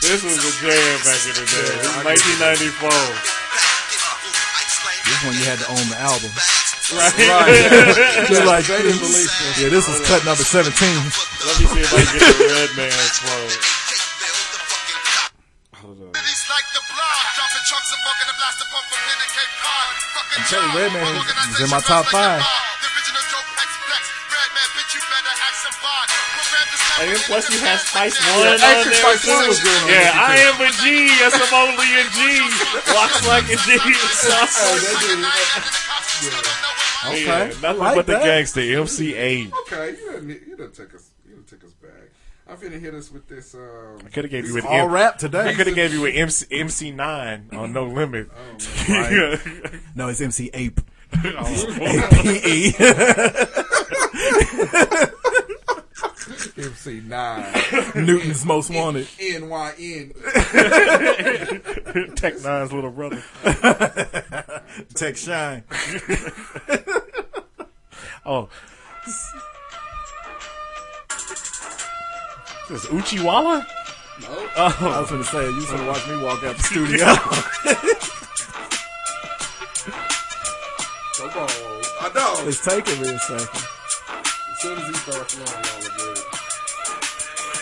Speaker 9: This was a jam back in the day. This was 1994.
Speaker 8: This one you had to own the album.
Speaker 9: Right?
Speaker 8: You're like,
Speaker 7: (laughs) they didn't believe you.
Speaker 8: yeah, this was cut number 17.
Speaker 9: (laughs) Let me see if I can get the Redman quote.
Speaker 8: I'm
Speaker 10: I'm
Speaker 8: telling you, Redman is- is in my top five.
Speaker 9: And
Speaker 10: And
Speaker 9: then plus you had Spice One
Speaker 7: Yeah,
Speaker 9: on there.
Speaker 7: actually, Spice One was good on
Speaker 9: Yeah,
Speaker 7: this
Speaker 9: I am a G. Yes, I'm only a G. Walks like (laughs) a G.
Speaker 10: Okay.
Speaker 9: Yeah,
Speaker 8: I
Speaker 9: nothing
Speaker 8: like
Speaker 9: but the
Speaker 8: that.
Speaker 9: gangster. MC8.
Speaker 7: okay, you done, you done took us, you done took us back. I'm finna hit us with this. Um,
Speaker 9: Could have gave you an
Speaker 8: All
Speaker 9: M-
Speaker 8: rap
Speaker 9: I
Speaker 8: today.
Speaker 9: could have gave you an MC, MC9 on No Limit. (laughs)
Speaker 8: (laughs) No, it's MC Ape. E.
Speaker 9: Yeah.
Speaker 8: P.E.
Speaker 7: MC Nine.
Speaker 8: (laughs) Newton's Most Wanted.
Speaker 7: N Y
Speaker 8: (laughs)
Speaker 7: N.
Speaker 9: (laughs) Tech Nine's little brother.
Speaker 8: Tech Shine.
Speaker 9: Oh. This is Uchiwala?
Speaker 8: I was gonna say, you should watch me walk out the studio.
Speaker 7: Come on. I know. As
Speaker 8: It's taking me a second.
Speaker 7: soon as he starts flowing, y'all are good.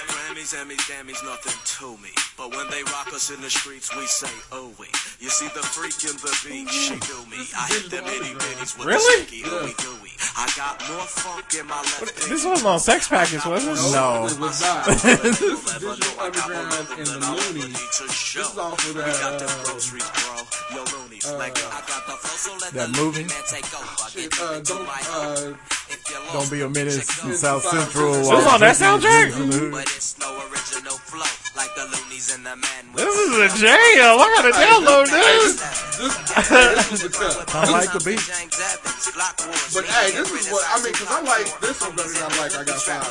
Speaker 3: Grammys, Emmys, Grammys, nothing to me. But when they rock us in the streets, we say, oh, we. You see the freak in the beat, she do me. I hit them itty bitties with
Speaker 9: Really?
Speaker 3: the sticky, oh, we do we. I got more funk in my left
Speaker 9: This wasn't on Sex Package, was it?
Speaker 8: No.
Speaker 7: It was not. this is Digital Underground and the Loonies. This is off of the, uh,
Speaker 8: That movie,
Speaker 7: shit, uh, don't, uh,
Speaker 8: Don't Be a Menace in South Central.
Speaker 7: This
Speaker 9: was on that soundtrack?
Speaker 3: But it's no original flow, like the loonies and the man with
Speaker 9: This is a jam. I gotta download this.
Speaker 7: this, this was the cut.
Speaker 8: I like the beat.
Speaker 7: But hey, this is what, I mean, because I like this one better than I like I Got Five.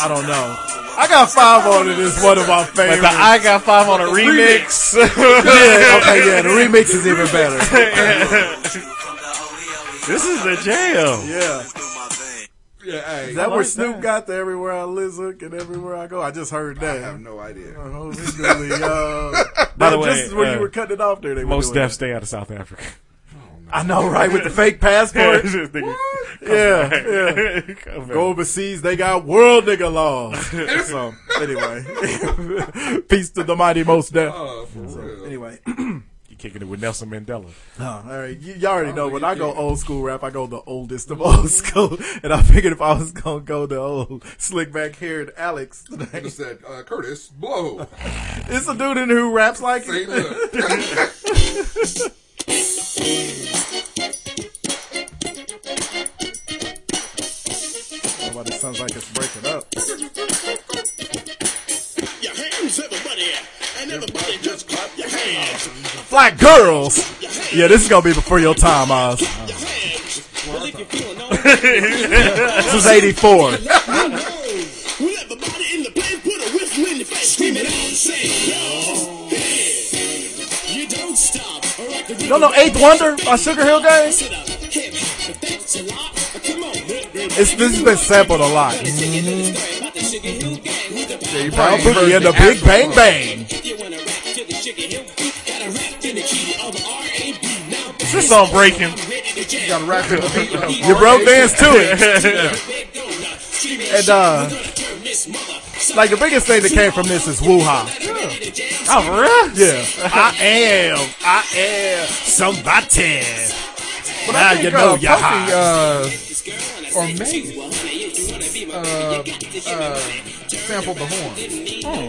Speaker 8: I don't know. I got five on it. It's one of my
Speaker 9: But
Speaker 8: favorites.
Speaker 9: the I Got Five on a remix.
Speaker 8: yeah,
Speaker 9: (laughs)
Speaker 8: okay, yeah. The remix is even better.
Speaker 9: This is a jam.
Speaker 8: Yeah.
Speaker 7: Yeah, hey,
Speaker 8: Is that where
Speaker 9: like
Speaker 8: Snoop
Speaker 9: that.
Speaker 8: got to everywhere I look and everywhere I go? I just heard
Speaker 7: I
Speaker 8: that.
Speaker 7: have
Speaker 9: (laughs)
Speaker 7: no idea.
Speaker 8: Oh, this dude, uh,
Speaker 9: By the way,
Speaker 8: just when
Speaker 9: uh,
Speaker 8: you were cutting it off there, they were
Speaker 9: Most
Speaker 8: doing
Speaker 9: deaf stay out of South (laughs) Africa.
Speaker 8: that. I know, right? With the fake
Speaker 9: (laughs)
Speaker 8: passport.
Speaker 9: This nigga-
Speaker 8: yeah, yeah.
Speaker 9: Come back.
Speaker 8: Go overseas, they got world nigga
Speaker 9: (laughs)
Speaker 8: laws. so anyway, (laughs) peace to the mighty most deaf.
Speaker 7: Oh, for real.
Speaker 8: Anyway, (clears throat)
Speaker 9: You kicking it with Nelson Mandela.
Speaker 8: Oh, all right. You, you already know when I go old school rap, I go the oldest of old (laughs) school. And I figured if I was gonna go the old slick back haired Alex, (laughs)
Speaker 7: I
Speaker 8: today,
Speaker 7: just said, uh, Curtis, blow.
Speaker 8: it's a dude in here who raps like
Speaker 7: Say,
Speaker 8: it. (laughs)
Speaker 7: look.
Speaker 8: Well, it sounds like it's breaking up.
Speaker 10: your hands, everybody. And everybody just clap your hands.
Speaker 8: Black girls. Yeah, this is gonna be before your time, Oz.
Speaker 10: Your hands. Well, if you're feeling all right,
Speaker 8: (laughs) This is '84.
Speaker 10: let me know. Will everybody in the place put a whistle in your face? Scream it out and say, yo, hey. You don't stop. All right, the
Speaker 8: Y'all know Eighth Wonder by Sugar Hill Gang?
Speaker 10: Sit up, hip hop, but that's a lot. Come on, look, baby.
Speaker 8: It's this has been sampled a lot.
Speaker 7: Yeah, you
Speaker 8: I'll
Speaker 7: probably
Speaker 8: put you in the Big
Speaker 7: actual-
Speaker 8: Bang Bang.
Speaker 10: Is
Speaker 9: this on breaking?
Speaker 10: You
Speaker 7: Gotta rap to the beat of
Speaker 8: You broke dance to it.
Speaker 10: And
Speaker 8: uh, Like the biggest thing that came from this is Woo Ha.
Speaker 9: Oh, for real?
Speaker 8: Yeah. I am. I am somebody.
Speaker 7: But
Speaker 8: (laughs) Now
Speaker 7: I think,
Speaker 8: you know
Speaker 7: uh,
Speaker 8: you're
Speaker 7: Puffy, uh, or Mace, uh, uh, sampled the horn.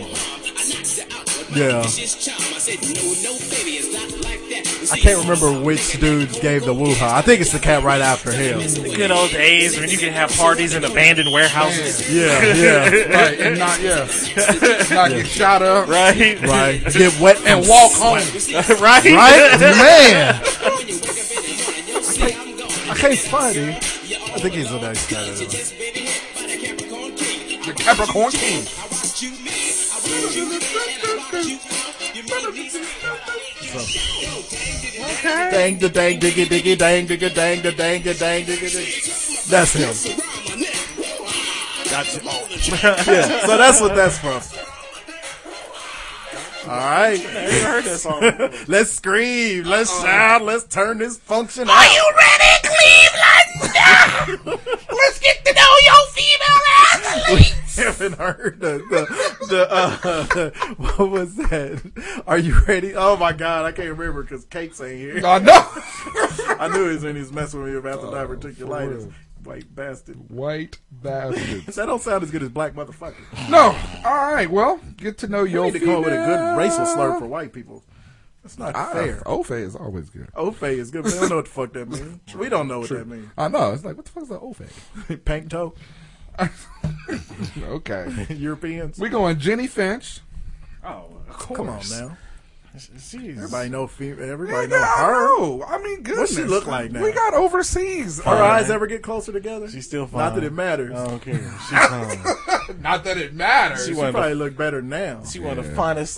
Speaker 8: Yeah. I can't remember which dude gave the woo ha. I think it's the cat right after him.
Speaker 9: The good old days when you can have parties in abandoned warehouses.
Speaker 8: Yeah, yeah. (laughs)
Speaker 7: Right, and not, yeah. (laughs) Not get shot up.
Speaker 9: Right?
Speaker 8: Right. Get wet and,
Speaker 7: And walk home.
Speaker 9: (laughs) right?
Speaker 8: Right? Man. I can't find him. I think he's the next guy. though.
Speaker 7: The Capricorn King.
Speaker 8: Dang the dang diggy diggy dang digga dang the dang the dang digga digga. That's him. (laughs) Yeah. So that's what that's from. All right.
Speaker 9: You (laughs) heard that song. before.
Speaker 8: Let's scream. Let's shout. Let's turn this function
Speaker 5: Are
Speaker 8: out.
Speaker 5: you ready, Cleveland?
Speaker 8: (laughs)
Speaker 5: Let's get to know your female athlete.
Speaker 8: haven't heard the the, the uh, (laughs) what was that? Are you ready? Oh my god, I can't remember because Cakes ain't here.
Speaker 7: I know.
Speaker 8: (laughs) I knew he was when he was messing with me about
Speaker 5: Oh,
Speaker 8: the diverticulitis. White bastard.
Speaker 7: (laughs) White bastard.
Speaker 8: That don't sound as good as black motherfucker.
Speaker 7: No. All right. Well, get to know
Speaker 8: You
Speaker 7: your
Speaker 8: need to come up with a good
Speaker 7: female.
Speaker 8: racial slur for white people. That's not
Speaker 7: Ah,
Speaker 8: fair.
Speaker 7: Ofe is always good.
Speaker 8: Ofe is good. but We don't know what the fuck that
Speaker 9: (laughs)
Speaker 8: means. We don't know what that means. (laughs)
Speaker 7: I know. It's like, what the fuck is that Ofe?
Speaker 8: Paint toe.
Speaker 7: Okay.
Speaker 8: (laughs) Europeans.
Speaker 7: we going Jenny Finch.
Speaker 9: Oh, of course.
Speaker 8: Come on now.
Speaker 9: Jeez.
Speaker 8: Everybody know. Fem-
Speaker 7: I
Speaker 8: everybody know her.
Speaker 7: know. I mean, goodness.
Speaker 8: she look like now?
Speaker 7: We got overseas.
Speaker 8: Our
Speaker 7: Uh,
Speaker 8: eyes ever get closer together?
Speaker 9: She's still fine.
Speaker 8: Not that it matters.
Speaker 9: I don't (laughs) care. She's fine.
Speaker 7: Not that it matters.
Speaker 9: She
Speaker 8: She
Speaker 9: one of the-
Speaker 8: probably look better now.
Speaker 9: She's one of the finest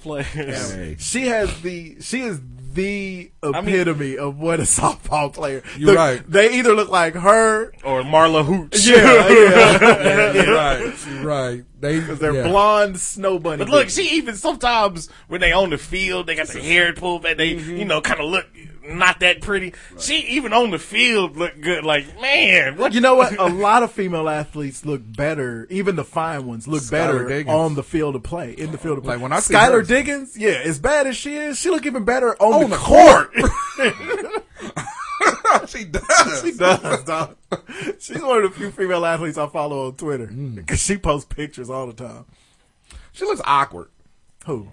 Speaker 8: (laughs)
Speaker 9: players.
Speaker 7: Hey.
Speaker 8: She has the she is the
Speaker 9: mean-
Speaker 8: epitome of what a (laughs) softball player.
Speaker 7: You're
Speaker 8: Look,
Speaker 7: right.
Speaker 8: They either look like her.
Speaker 9: Or Marla Hooch.
Speaker 8: Yeah,
Speaker 9: (laughs)
Speaker 8: yeah. (laughs)
Speaker 7: You're right. You're right. They,
Speaker 8: They're
Speaker 7: yeah.
Speaker 8: blonde snow bunny.
Speaker 9: But look,
Speaker 8: bitches.
Speaker 9: she even sometimes when they on the field, they got their hair pulled back. They,
Speaker 7: Mm-hmm.
Speaker 9: you know, kind of look not that pretty. She even on the field looked good. Like man, what
Speaker 8: you know what?
Speaker 9: (laughs)
Speaker 8: A lot of female athletes look better. Even the fine ones look better
Speaker 7: Diggins.
Speaker 8: on the field of play. In the field of play.
Speaker 7: Like, when I see her-
Speaker 8: Skylar Diggins, yeah, as bad as she is, she look even better on,
Speaker 7: On
Speaker 8: the,
Speaker 7: the
Speaker 8: court.
Speaker 7: (laughs)
Speaker 8: (laughs)
Speaker 7: she does.
Speaker 8: she does, dog. She's one of the few female athletes I follow on Twitter
Speaker 7: Mm.
Speaker 8: because she posts pictures all the time.
Speaker 7: She looks awkward.
Speaker 8: Who?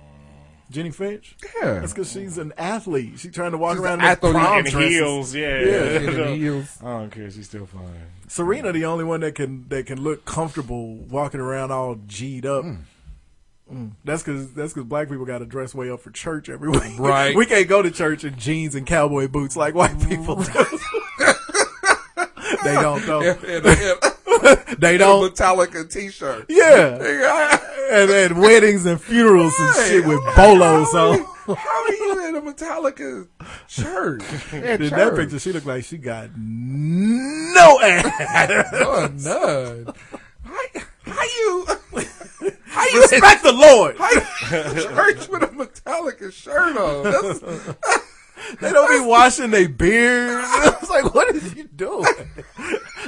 Speaker 8: Jenny Finch?
Speaker 7: Yeah.
Speaker 8: That's because she's an athlete. She's trying to walk
Speaker 7: She's
Speaker 8: around
Speaker 7: an
Speaker 8: in
Speaker 7: athlete.
Speaker 8: prom
Speaker 9: in
Speaker 8: dresses.
Speaker 9: heels? Yeah,
Speaker 7: She in the heels.
Speaker 9: I don't care. She's still fine.
Speaker 8: Serena, the only one that can that can look comfortable walking around all G'd up.
Speaker 7: Hmm.
Speaker 8: Mm. That's because that's because black people got to dress way up for church every (laughs) week.
Speaker 7: Right. Mm.
Speaker 8: we can't go to church in jeans and cowboy boots like white people. do. (laughs) they don't know.
Speaker 7: And, and, and
Speaker 8: They
Speaker 7: a (laughs)
Speaker 8: (laughs) don't.
Speaker 7: Metallica t-shirt.
Speaker 8: Yeah.
Speaker 7: Yeah.
Speaker 8: And at weddings and funerals and
Speaker 7: Hey,
Speaker 8: shit with
Speaker 7: I'm like,
Speaker 8: bolos
Speaker 7: how are
Speaker 8: on.
Speaker 7: you- How are you in a Metallica shirt.
Speaker 8: In
Speaker 7: At
Speaker 8: (laughs) that
Speaker 7: church.
Speaker 8: picture, she looked like she got no ass.
Speaker 7: Oh, none. How, how
Speaker 8: (laughs)
Speaker 7: you? How you
Speaker 8: Respect the Lord.
Speaker 7: How you church with a Metallica shirt on? That's,
Speaker 8: They don't be washing
Speaker 7: (laughs)
Speaker 8: their beards. I was like, what is you doing? (laughs)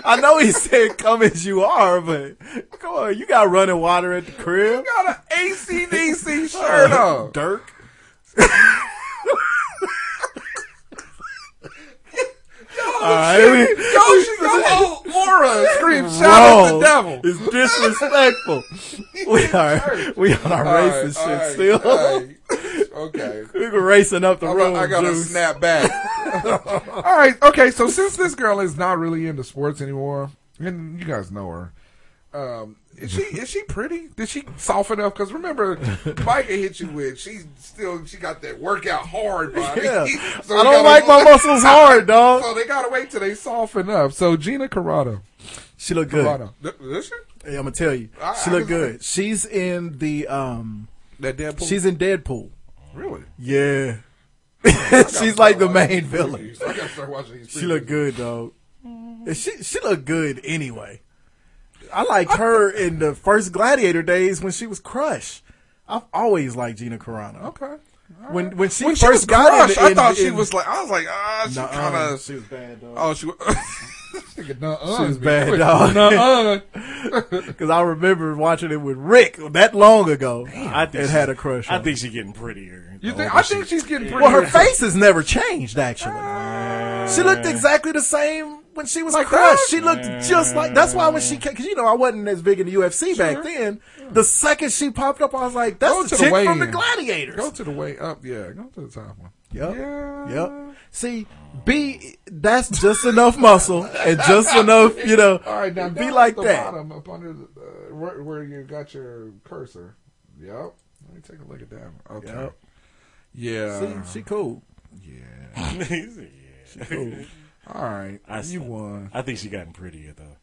Speaker 8: I know he said come as you are, but come on, you got running water at the crib.
Speaker 7: got an ACDC shirt
Speaker 8: (laughs)
Speaker 7: on.
Speaker 8: Dirk. All right.
Speaker 7: Yo, she,
Speaker 8: (laughs)
Speaker 7: your whole aura screams shout out to the devil. (laughs)
Speaker 8: It's disrespectful. we are we on our racist
Speaker 7: All right,
Speaker 8: shit still.
Speaker 7: all right. Okay.
Speaker 8: (laughs) We were racing up the
Speaker 7: I'm
Speaker 8: road.
Speaker 7: a, I got to
Speaker 8: Juice.
Speaker 7: snap back. (laughs) all right. Okay. So since this girl is not really into sports anymore, and you guys know her, um, is she is she pretty? Did she soften up? Because
Speaker 8: (laughs)
Speaker 7: remember, Micah hit you with she's still she got that workout hard body.
Speaker 8: Yeah.
Speaker 7: (laughs) So
Speaker 8: I
Speaker 7: we
Speaker 8: don't
Speaker 7: gotta- (laughs)
Speaker 8: like my muscles hard, dog.
Speaker 7: So they gotta wait till they soften up. So Gina Carano,
Speaker 8: She looked good.
Speaker 7: Carano, Th- is she?
Speaker 8: Hey, I'm gonna tell you,
Speaker 7: I-
Speaker 8: she
Speaker 7: I
Speaker 8: looked
Speaker 7: was-
Speaker 8: good. She's in the um,
Speaker 7: That Deadpool.
Speaker 8: she's in Deadpool.
Speaker 7: really.
Speaker 8: Yeah, (laughs) she's like the
Speaker 7: (laughs)
Speaker 8: main villain.
Speaker 7: I gotta start watching these.
Speaker 8: She looked good though. She she looked good anyway. I liked her in the first Gladiator days when she was Crush. I've always liked Gina Carano.
Speaker 7: Okay.
Speaker 8: When when she
Speaker 7: When
Speaker 8: first
Speaker 7: she was
Speaker 8: got
Speaker 7: crushed,
Speaker 8: in,
Speaker 7: I
Speaker 8: in-
Speaker 7: thought she
Speaker 8: in-
Speaker 7: was like I was like ah, she
Speaker 8: Nuh-uh.
Speaker 7: kind of
Speaker 8: she was bad dog.
Speaker 7: Oh,
Speaker 8: (laughs)
Speaker 7: she was. Nuh-uh,
Speaker 8: She was bad dog. Because I remember watching it with Rick that long ago.
Speaker 9: I think
Speaker 8: it
Speaker 9: she-
Speaker 8: had a crush.
Speaker 9: (laughs) I
Speaker 8: on
Speaker 9: think she's getting prettier.
Speaker 8: (laughs)
Speaker 7: You
Speaker 9: the
Speaker 7: think?
Speaker 9: older
Speaker 7: I
Speaker 9: she
Speaker 7: think she's getting pretty.
Speaker 8: Oh, Well, her face has never changed, actually. She looked exactly the same when she was like Crush. She looked just like. That's why when she came, because you know I wasn't as big in the UFC back then. The second she popped up, I was like, "That's
Speaker 7: Go
Speaker 8: the
Speaker 7: to the
Speaker 8: chick from
Speaker 7: weigh-in.
Speaker 8: the Gladiators."
Speaker 7: Go to the way up. Yeah, go to the top one.
Speaker 8: Yep.
Speaker 7: Yeah.
Speaker 8: Yep. See, B, that's just enough muscle and just enough, you know,
Speaker 7: All right, now
Speaker 8: be
Speaker 7: down
Speaker 8: like
Speaker 7: at the
Speaker 8: that.
Speaker 7: Bottom, up under the, uh, where, where you got your cursor. Yep. Let me take a look at that. One. Okay.
Speaker 8: Yep.
Speaker 7: Yeah.
Speaker 8: See, she cool.
Speaker 7: Yeah.
Speaker 8: (laughs)
Speaker 7: All right.
Speaker 9: I
Speaker 7: you
Speaker 9: said-
Speaker 7: won.
Speaker 9: I think she gotten prettier though.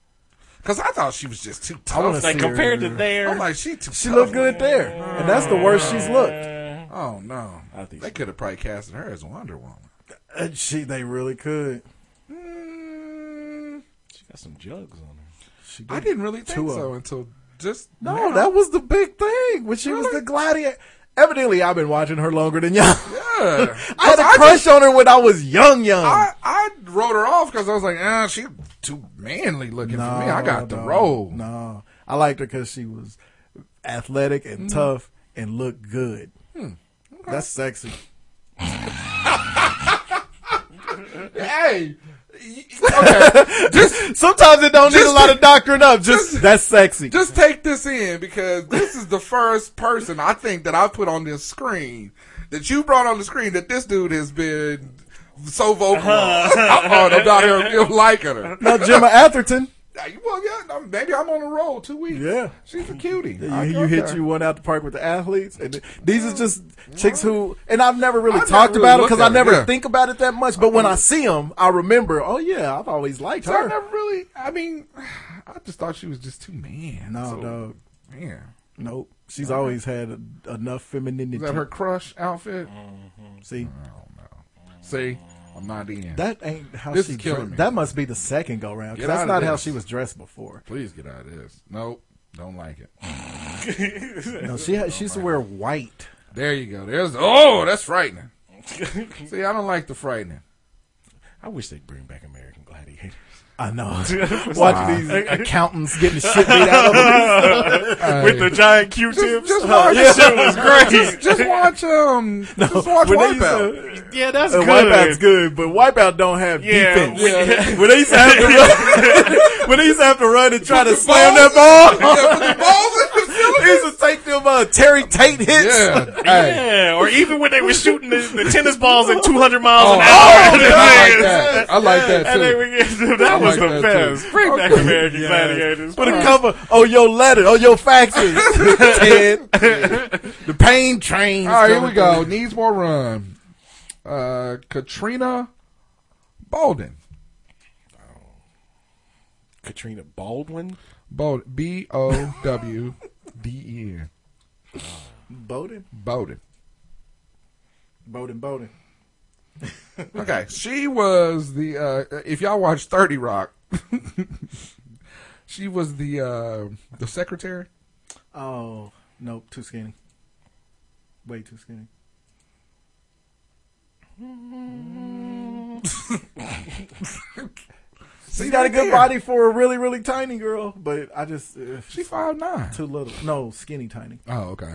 Speaker 7: Cause I thought she was just too
Speaker 8: I wanna
Speaker 7: tough.
Speaker 9: Like
Speaker 8: see her.
Speaker 9: compared to
Speaker 7: I'm
Speaker 9: there,
Speaker 7: like she too.
Speaker 8: She
Speaker 7: tough.
Speaker 8: looked good there, and that's the worst she's looked.
Speaker 7: Oh no.
Speaker 9: I think
Speaker 7: they
Speaker 9: so.
Speaker 7: could have probably casted her as Wonder Woman.
Speaker 8: And Uh, she, they really could.
Speaker 9: she got some jugs on her.
Speaker 8: She
Speaker 7: Mm. I
Speaker 8: did.
Speaker 7: didn't really think
Speaker 8: Two of
Speaker 7: so
Speaker 8: them.
Speaker 7: until just
Speaker 8: No,
Speaker 7: now.
Speaker 8: that was the big thing when she was the gladiator. Evidently, I've been watching her longer than y'all.
Speaker 7: Yeah.
Speaker 8: (laughs) I had a crush on her when I was young,
Speaker 7: (laughs)
Speaker 8: young.
Speaker 7: I, I wrote her off because I was like, ah, she too manly looking for me. I got the
Speaker 8: no,
Speaker 7: role.
Speaker 8: No, Oh, I liked her because she was athletic and
Speaker 7: Mm.
Speaker 8: tough and looked good.
Speaker 7: Hmm,
Speaker 8: That's sexy. (laughs)
Speaker 7: Hey, y- okay, (laughs)
Speaker 8: Sometimes it don't need a
Speaker 7: Just-
Speaker 8: lot of doctoring up. Just that's sexy.
Speaker 7: just take this in because this is the first person I think that I put on this screen that you brought on the screen that this dude has been so vocal on about her liking her.
Speaker 8: now, Gemma Atherton.
Speaker 7: Now, you- Well, yeah, no, maybe I'm on a roll two weeks.
Speaker 8: Yeah.
Speaker 7: she's a cutie.
Speaker 8: You,
Speaker 7: I-
Speaker 8: you hit
Speaker 7: okay.
Speaker 8: you one out the park with the athletes, and th- these are just chicks who. And I've never really
Speaker 7: I've
Speaker 8: talked
Speaker 7: never really
Speaker 8: about them
Speaker 7: looked
Speaker 8: because
Speaker 7: at
Speaker 8: I
Speaker 7: her,
Speaker 8: never
Speaker 7: yeah.
Speaker 8: think about it that much. But when I see them, I remember. Oh yeah, I've always liked
Speaker 7: So I
Speaker 8: her.
Speaker 7: never really. I mean, I just thought she was just too man.
Speaker 8: no,
Speaker 7: so,
Speaker 8: dog.
Speaker 7: man.
Speaker 8: Nope. She's always had a, enough femininity.
Speaker 7: Is that her crush outfit?
Speaker 9: Mm.
Speaker 8: See,
Speaker 7: See, I'm not in.
Speaker 8: that ain't how
Speaker 7: This
Speaker 8: she.
Speaker 7: is killing
Speaker 8: dre-
Speaker 7: me.
Speaker 8: That must be the second go round.
Speaker 7: Get
Speaker 8: That's
Speaker 7: outta
Speaker 8: not how
Speaker 7: this.
Speaker 8: she was
Speaker 7: (laughs)
Speaker 8: dressed before.
Speaker 7: Please get out of this. Nope, don't like it.
Speaker 8: No, she had, she used to
Speaker 7: Oh,
Speaker 8: wear white.
Speaker 7: There you go. There's oh, that's
Speaker 9: (laughs)
Speaker 7: frightening. See, I don't like the frightening.
Speaker 9: I wish they'd bring back American Gladiators.
Speaker 7: (laughs)
Speaker 8: I know. Watch these accountants getting the shit beat out
Speaker 7: (laughs)
Speaker 8: of them.
Speaker 9: With the giant Q-tips. uh,
Speaker 7: Just, just watch.
Speaker 9: That shit was great.
Speaker 7: Just, just watch. Um, just watch
Speaker 8: when they used
Speaker 7: Wipeout.
Speaker 8: to-
Speaker 9: yeah, that's
Speaker 8: Uh,
Speaker 9: good.
Speaker 8: Wipeout's good, but Wipeout don't have
Speaker 9: Yeah,
Speaker 8: defense.
Speaker 9: we- (laughs)
Speaker 8: When they used to have to run, when they used to have to run and try to slam that ball,
Speaker 7: Yeah, put the balls in the ceiling.
Speaker 8: they used to take them uh, Terry Tate hits.
Speaker 7: Yeah. Hey.
Speaker 9: Yeah, or even when they were shooting the, the tennis balls at 200 miles
Speaker 7: Oh,
Speaker 9: an
Speaker 7: I
Speaker 9: hour.
Speaker 7: like that. I like that
Speaker 9: And they (laughs)
Speaker 7: too.
Speaker 9: were getting, that was
Speaker 7: like
Speaker 9: the
Speaker 7: that, too.
Speaker 9: best. Bring back American Gladiators.
Speaker 8: (laughs) Put a cover oh, on your letter, on your (laughs) faxes, Ted. The pain train.
Speaker 7: All right, here we go. Needs more run. Uh, Katrina Baldwin.
Speaker 9: Katrina Baldwin?
Speaker 7: Bowden. B O W D E N.
Speaker 8: Bowden.
Speaker 7: Bowden.
Speaker 8: Bowden Bowden.
Speaker 7: Okay, she was the. Uh, if y'all watch Thirty Rock, (laughs) she was the uh, the secretary.
Speaker 8: Oh nope, too skinny. Way too skinny. She got a good body for a really really tiny girl, but I just uh,
Speaker 7: she five nine.
Speaker 8: Too little. No, skinny tiny.
Speaker 7: Oh, okay.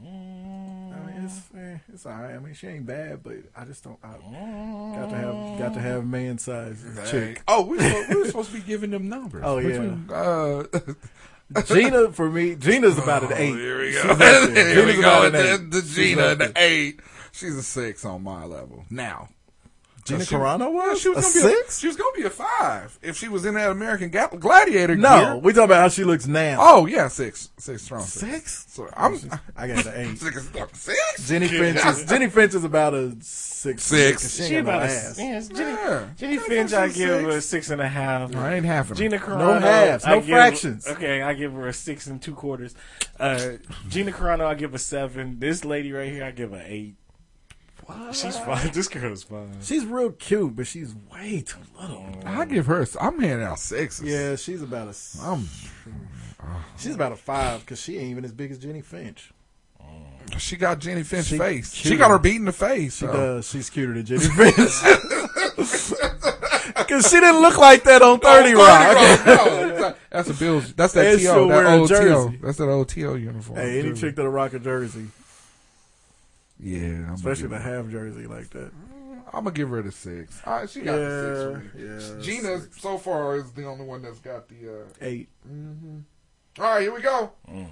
Speaker 8: I mean, it's eh, it's all right. I mean, she ain't bad, but I just don't. I got to have got to have man size chick.
Speaker 7: Oh, we were, we were supposed to be giving them numbers.
Speaker 8: Oh, yeah.
Speaker 7: Between, uh, (laughs)
Speaker 8: Gina for me, Gina's about an
Speaker 7: Oh,
Speaker 8: eight.
Speaker 7: Here we
Speaker 8: She's
Speaker 7: go. (laughs)
Speaker 8: up there.
Speaker 7: here we
Speaker 8: Gina's about
Speaker 7: go.
Speaker 8: an
Speaker 7: The,
Speaker 8: eight.
Speaker 7: the
Speaker 8: She's
Speaker 7: Gina,
Speaker 8: up
Speaker 7: the
Speaker 8: there.
Speaker 7: eight. She's a six on my level now.
Speaker 8: Gina
Speaker 7: Uh, she-
Speaker 8: Carano was
Speaker 7: yeah, she was
Speaker 8: a
Speaker 7: gonna be
Speaker 8: six?
Speaker 7: she was gonna be a five if she was in that American Ga- Gladiator.
Speaker 8: No,
Speaker 7: gear.
Speaker 8: we talking about how she looks now.
Speaker 7: Oh yeah, six, six strong.
Speaker 8: Six?
Speaker 7: So I'm
Speaker 8: I got an
Speaker 7: (laughs)
Speaker 8: eight.
Speaker 7: six. six?
Speaker 8: Jenny Finch is Jenny Finch is about a six.
Speaker 7: Six.
Speaker 8: She, ain't
Speaker 9: She
Speaker 8: got no
Speaker 9: about a
Speaker 8: ass.
Speaker 9: yeah, it's Jenny,
Speaker 7: Yeah.
Speaker 9: Jenny
Speaker 7: That's
Speaker 9: Finch, I
Speaker 7: actually
Speaker 9: give her a
Speaker 7: six.
Speaker 9: six and a half.
Speaker 7: I ain't half
Speaker 9: Gina
Speaker 8: No
Speaker 9: Carano,
Speaker 8: halves,
Speaker 9: I
Speaker 8: no
Speaker 9: give-
Speaker 8: fractions.
Speaker 9: okay, I give her a six and two quarters. Uh, Gina Carano, I give a seven. This lady right here, I give her eight. She's fine. This girl is fine.
Speaker 8: She's real cute, but she's way too little.
Speaker 7: I give her. a s- I'm handing out sixes.
Speaker 8: Yeah, she's about a s-
Speaker 7: I'm.
Speaker 8: she's about a five because she ain't even as big as Jenny Finch.
Speaker 7: She got Jenny Finch
Speaker 8: She
Speaker 7: face. She
Speaker 8: cute.
Speaker 7: got her beat in the face.
Speaker 8: She
Speaker 7: so.
Speaker 8: does. She's cuter than Jenny (laughs) Finch. Because she didn't look like that on 30 Rock.
Speaker 7: Oh, (laughs) No, that's a Bills. That's that
Speaker 8: And
Speaker 7: TO.
Speaker 8: she'll wear
Speaker 7: That
Speaker 8: a
Speaker 7: old TO.
Speaker 8: jersey.
Speaker 7: That's that old TO uniform.
Speaker 8: (laughs) Hey, any
Speaker 7: too.
Speaker 8: chick that'll rock a jersey,
Speaker 7: Yeah, I'm
Speaker 8: especially the
Speaker 7: gonna give her-
Speaker 8: half jersey like that.
Speaker 7: I'm gonna give her the six. All right, she got the six. For me.
Speaker 8: Yeah, yeah,
Speaker 7: Gina so far is the only one that's got the.
Speaker 8: Eight.
Speaker 7: Uh... All right, here we go.
Speaker 9: Mm.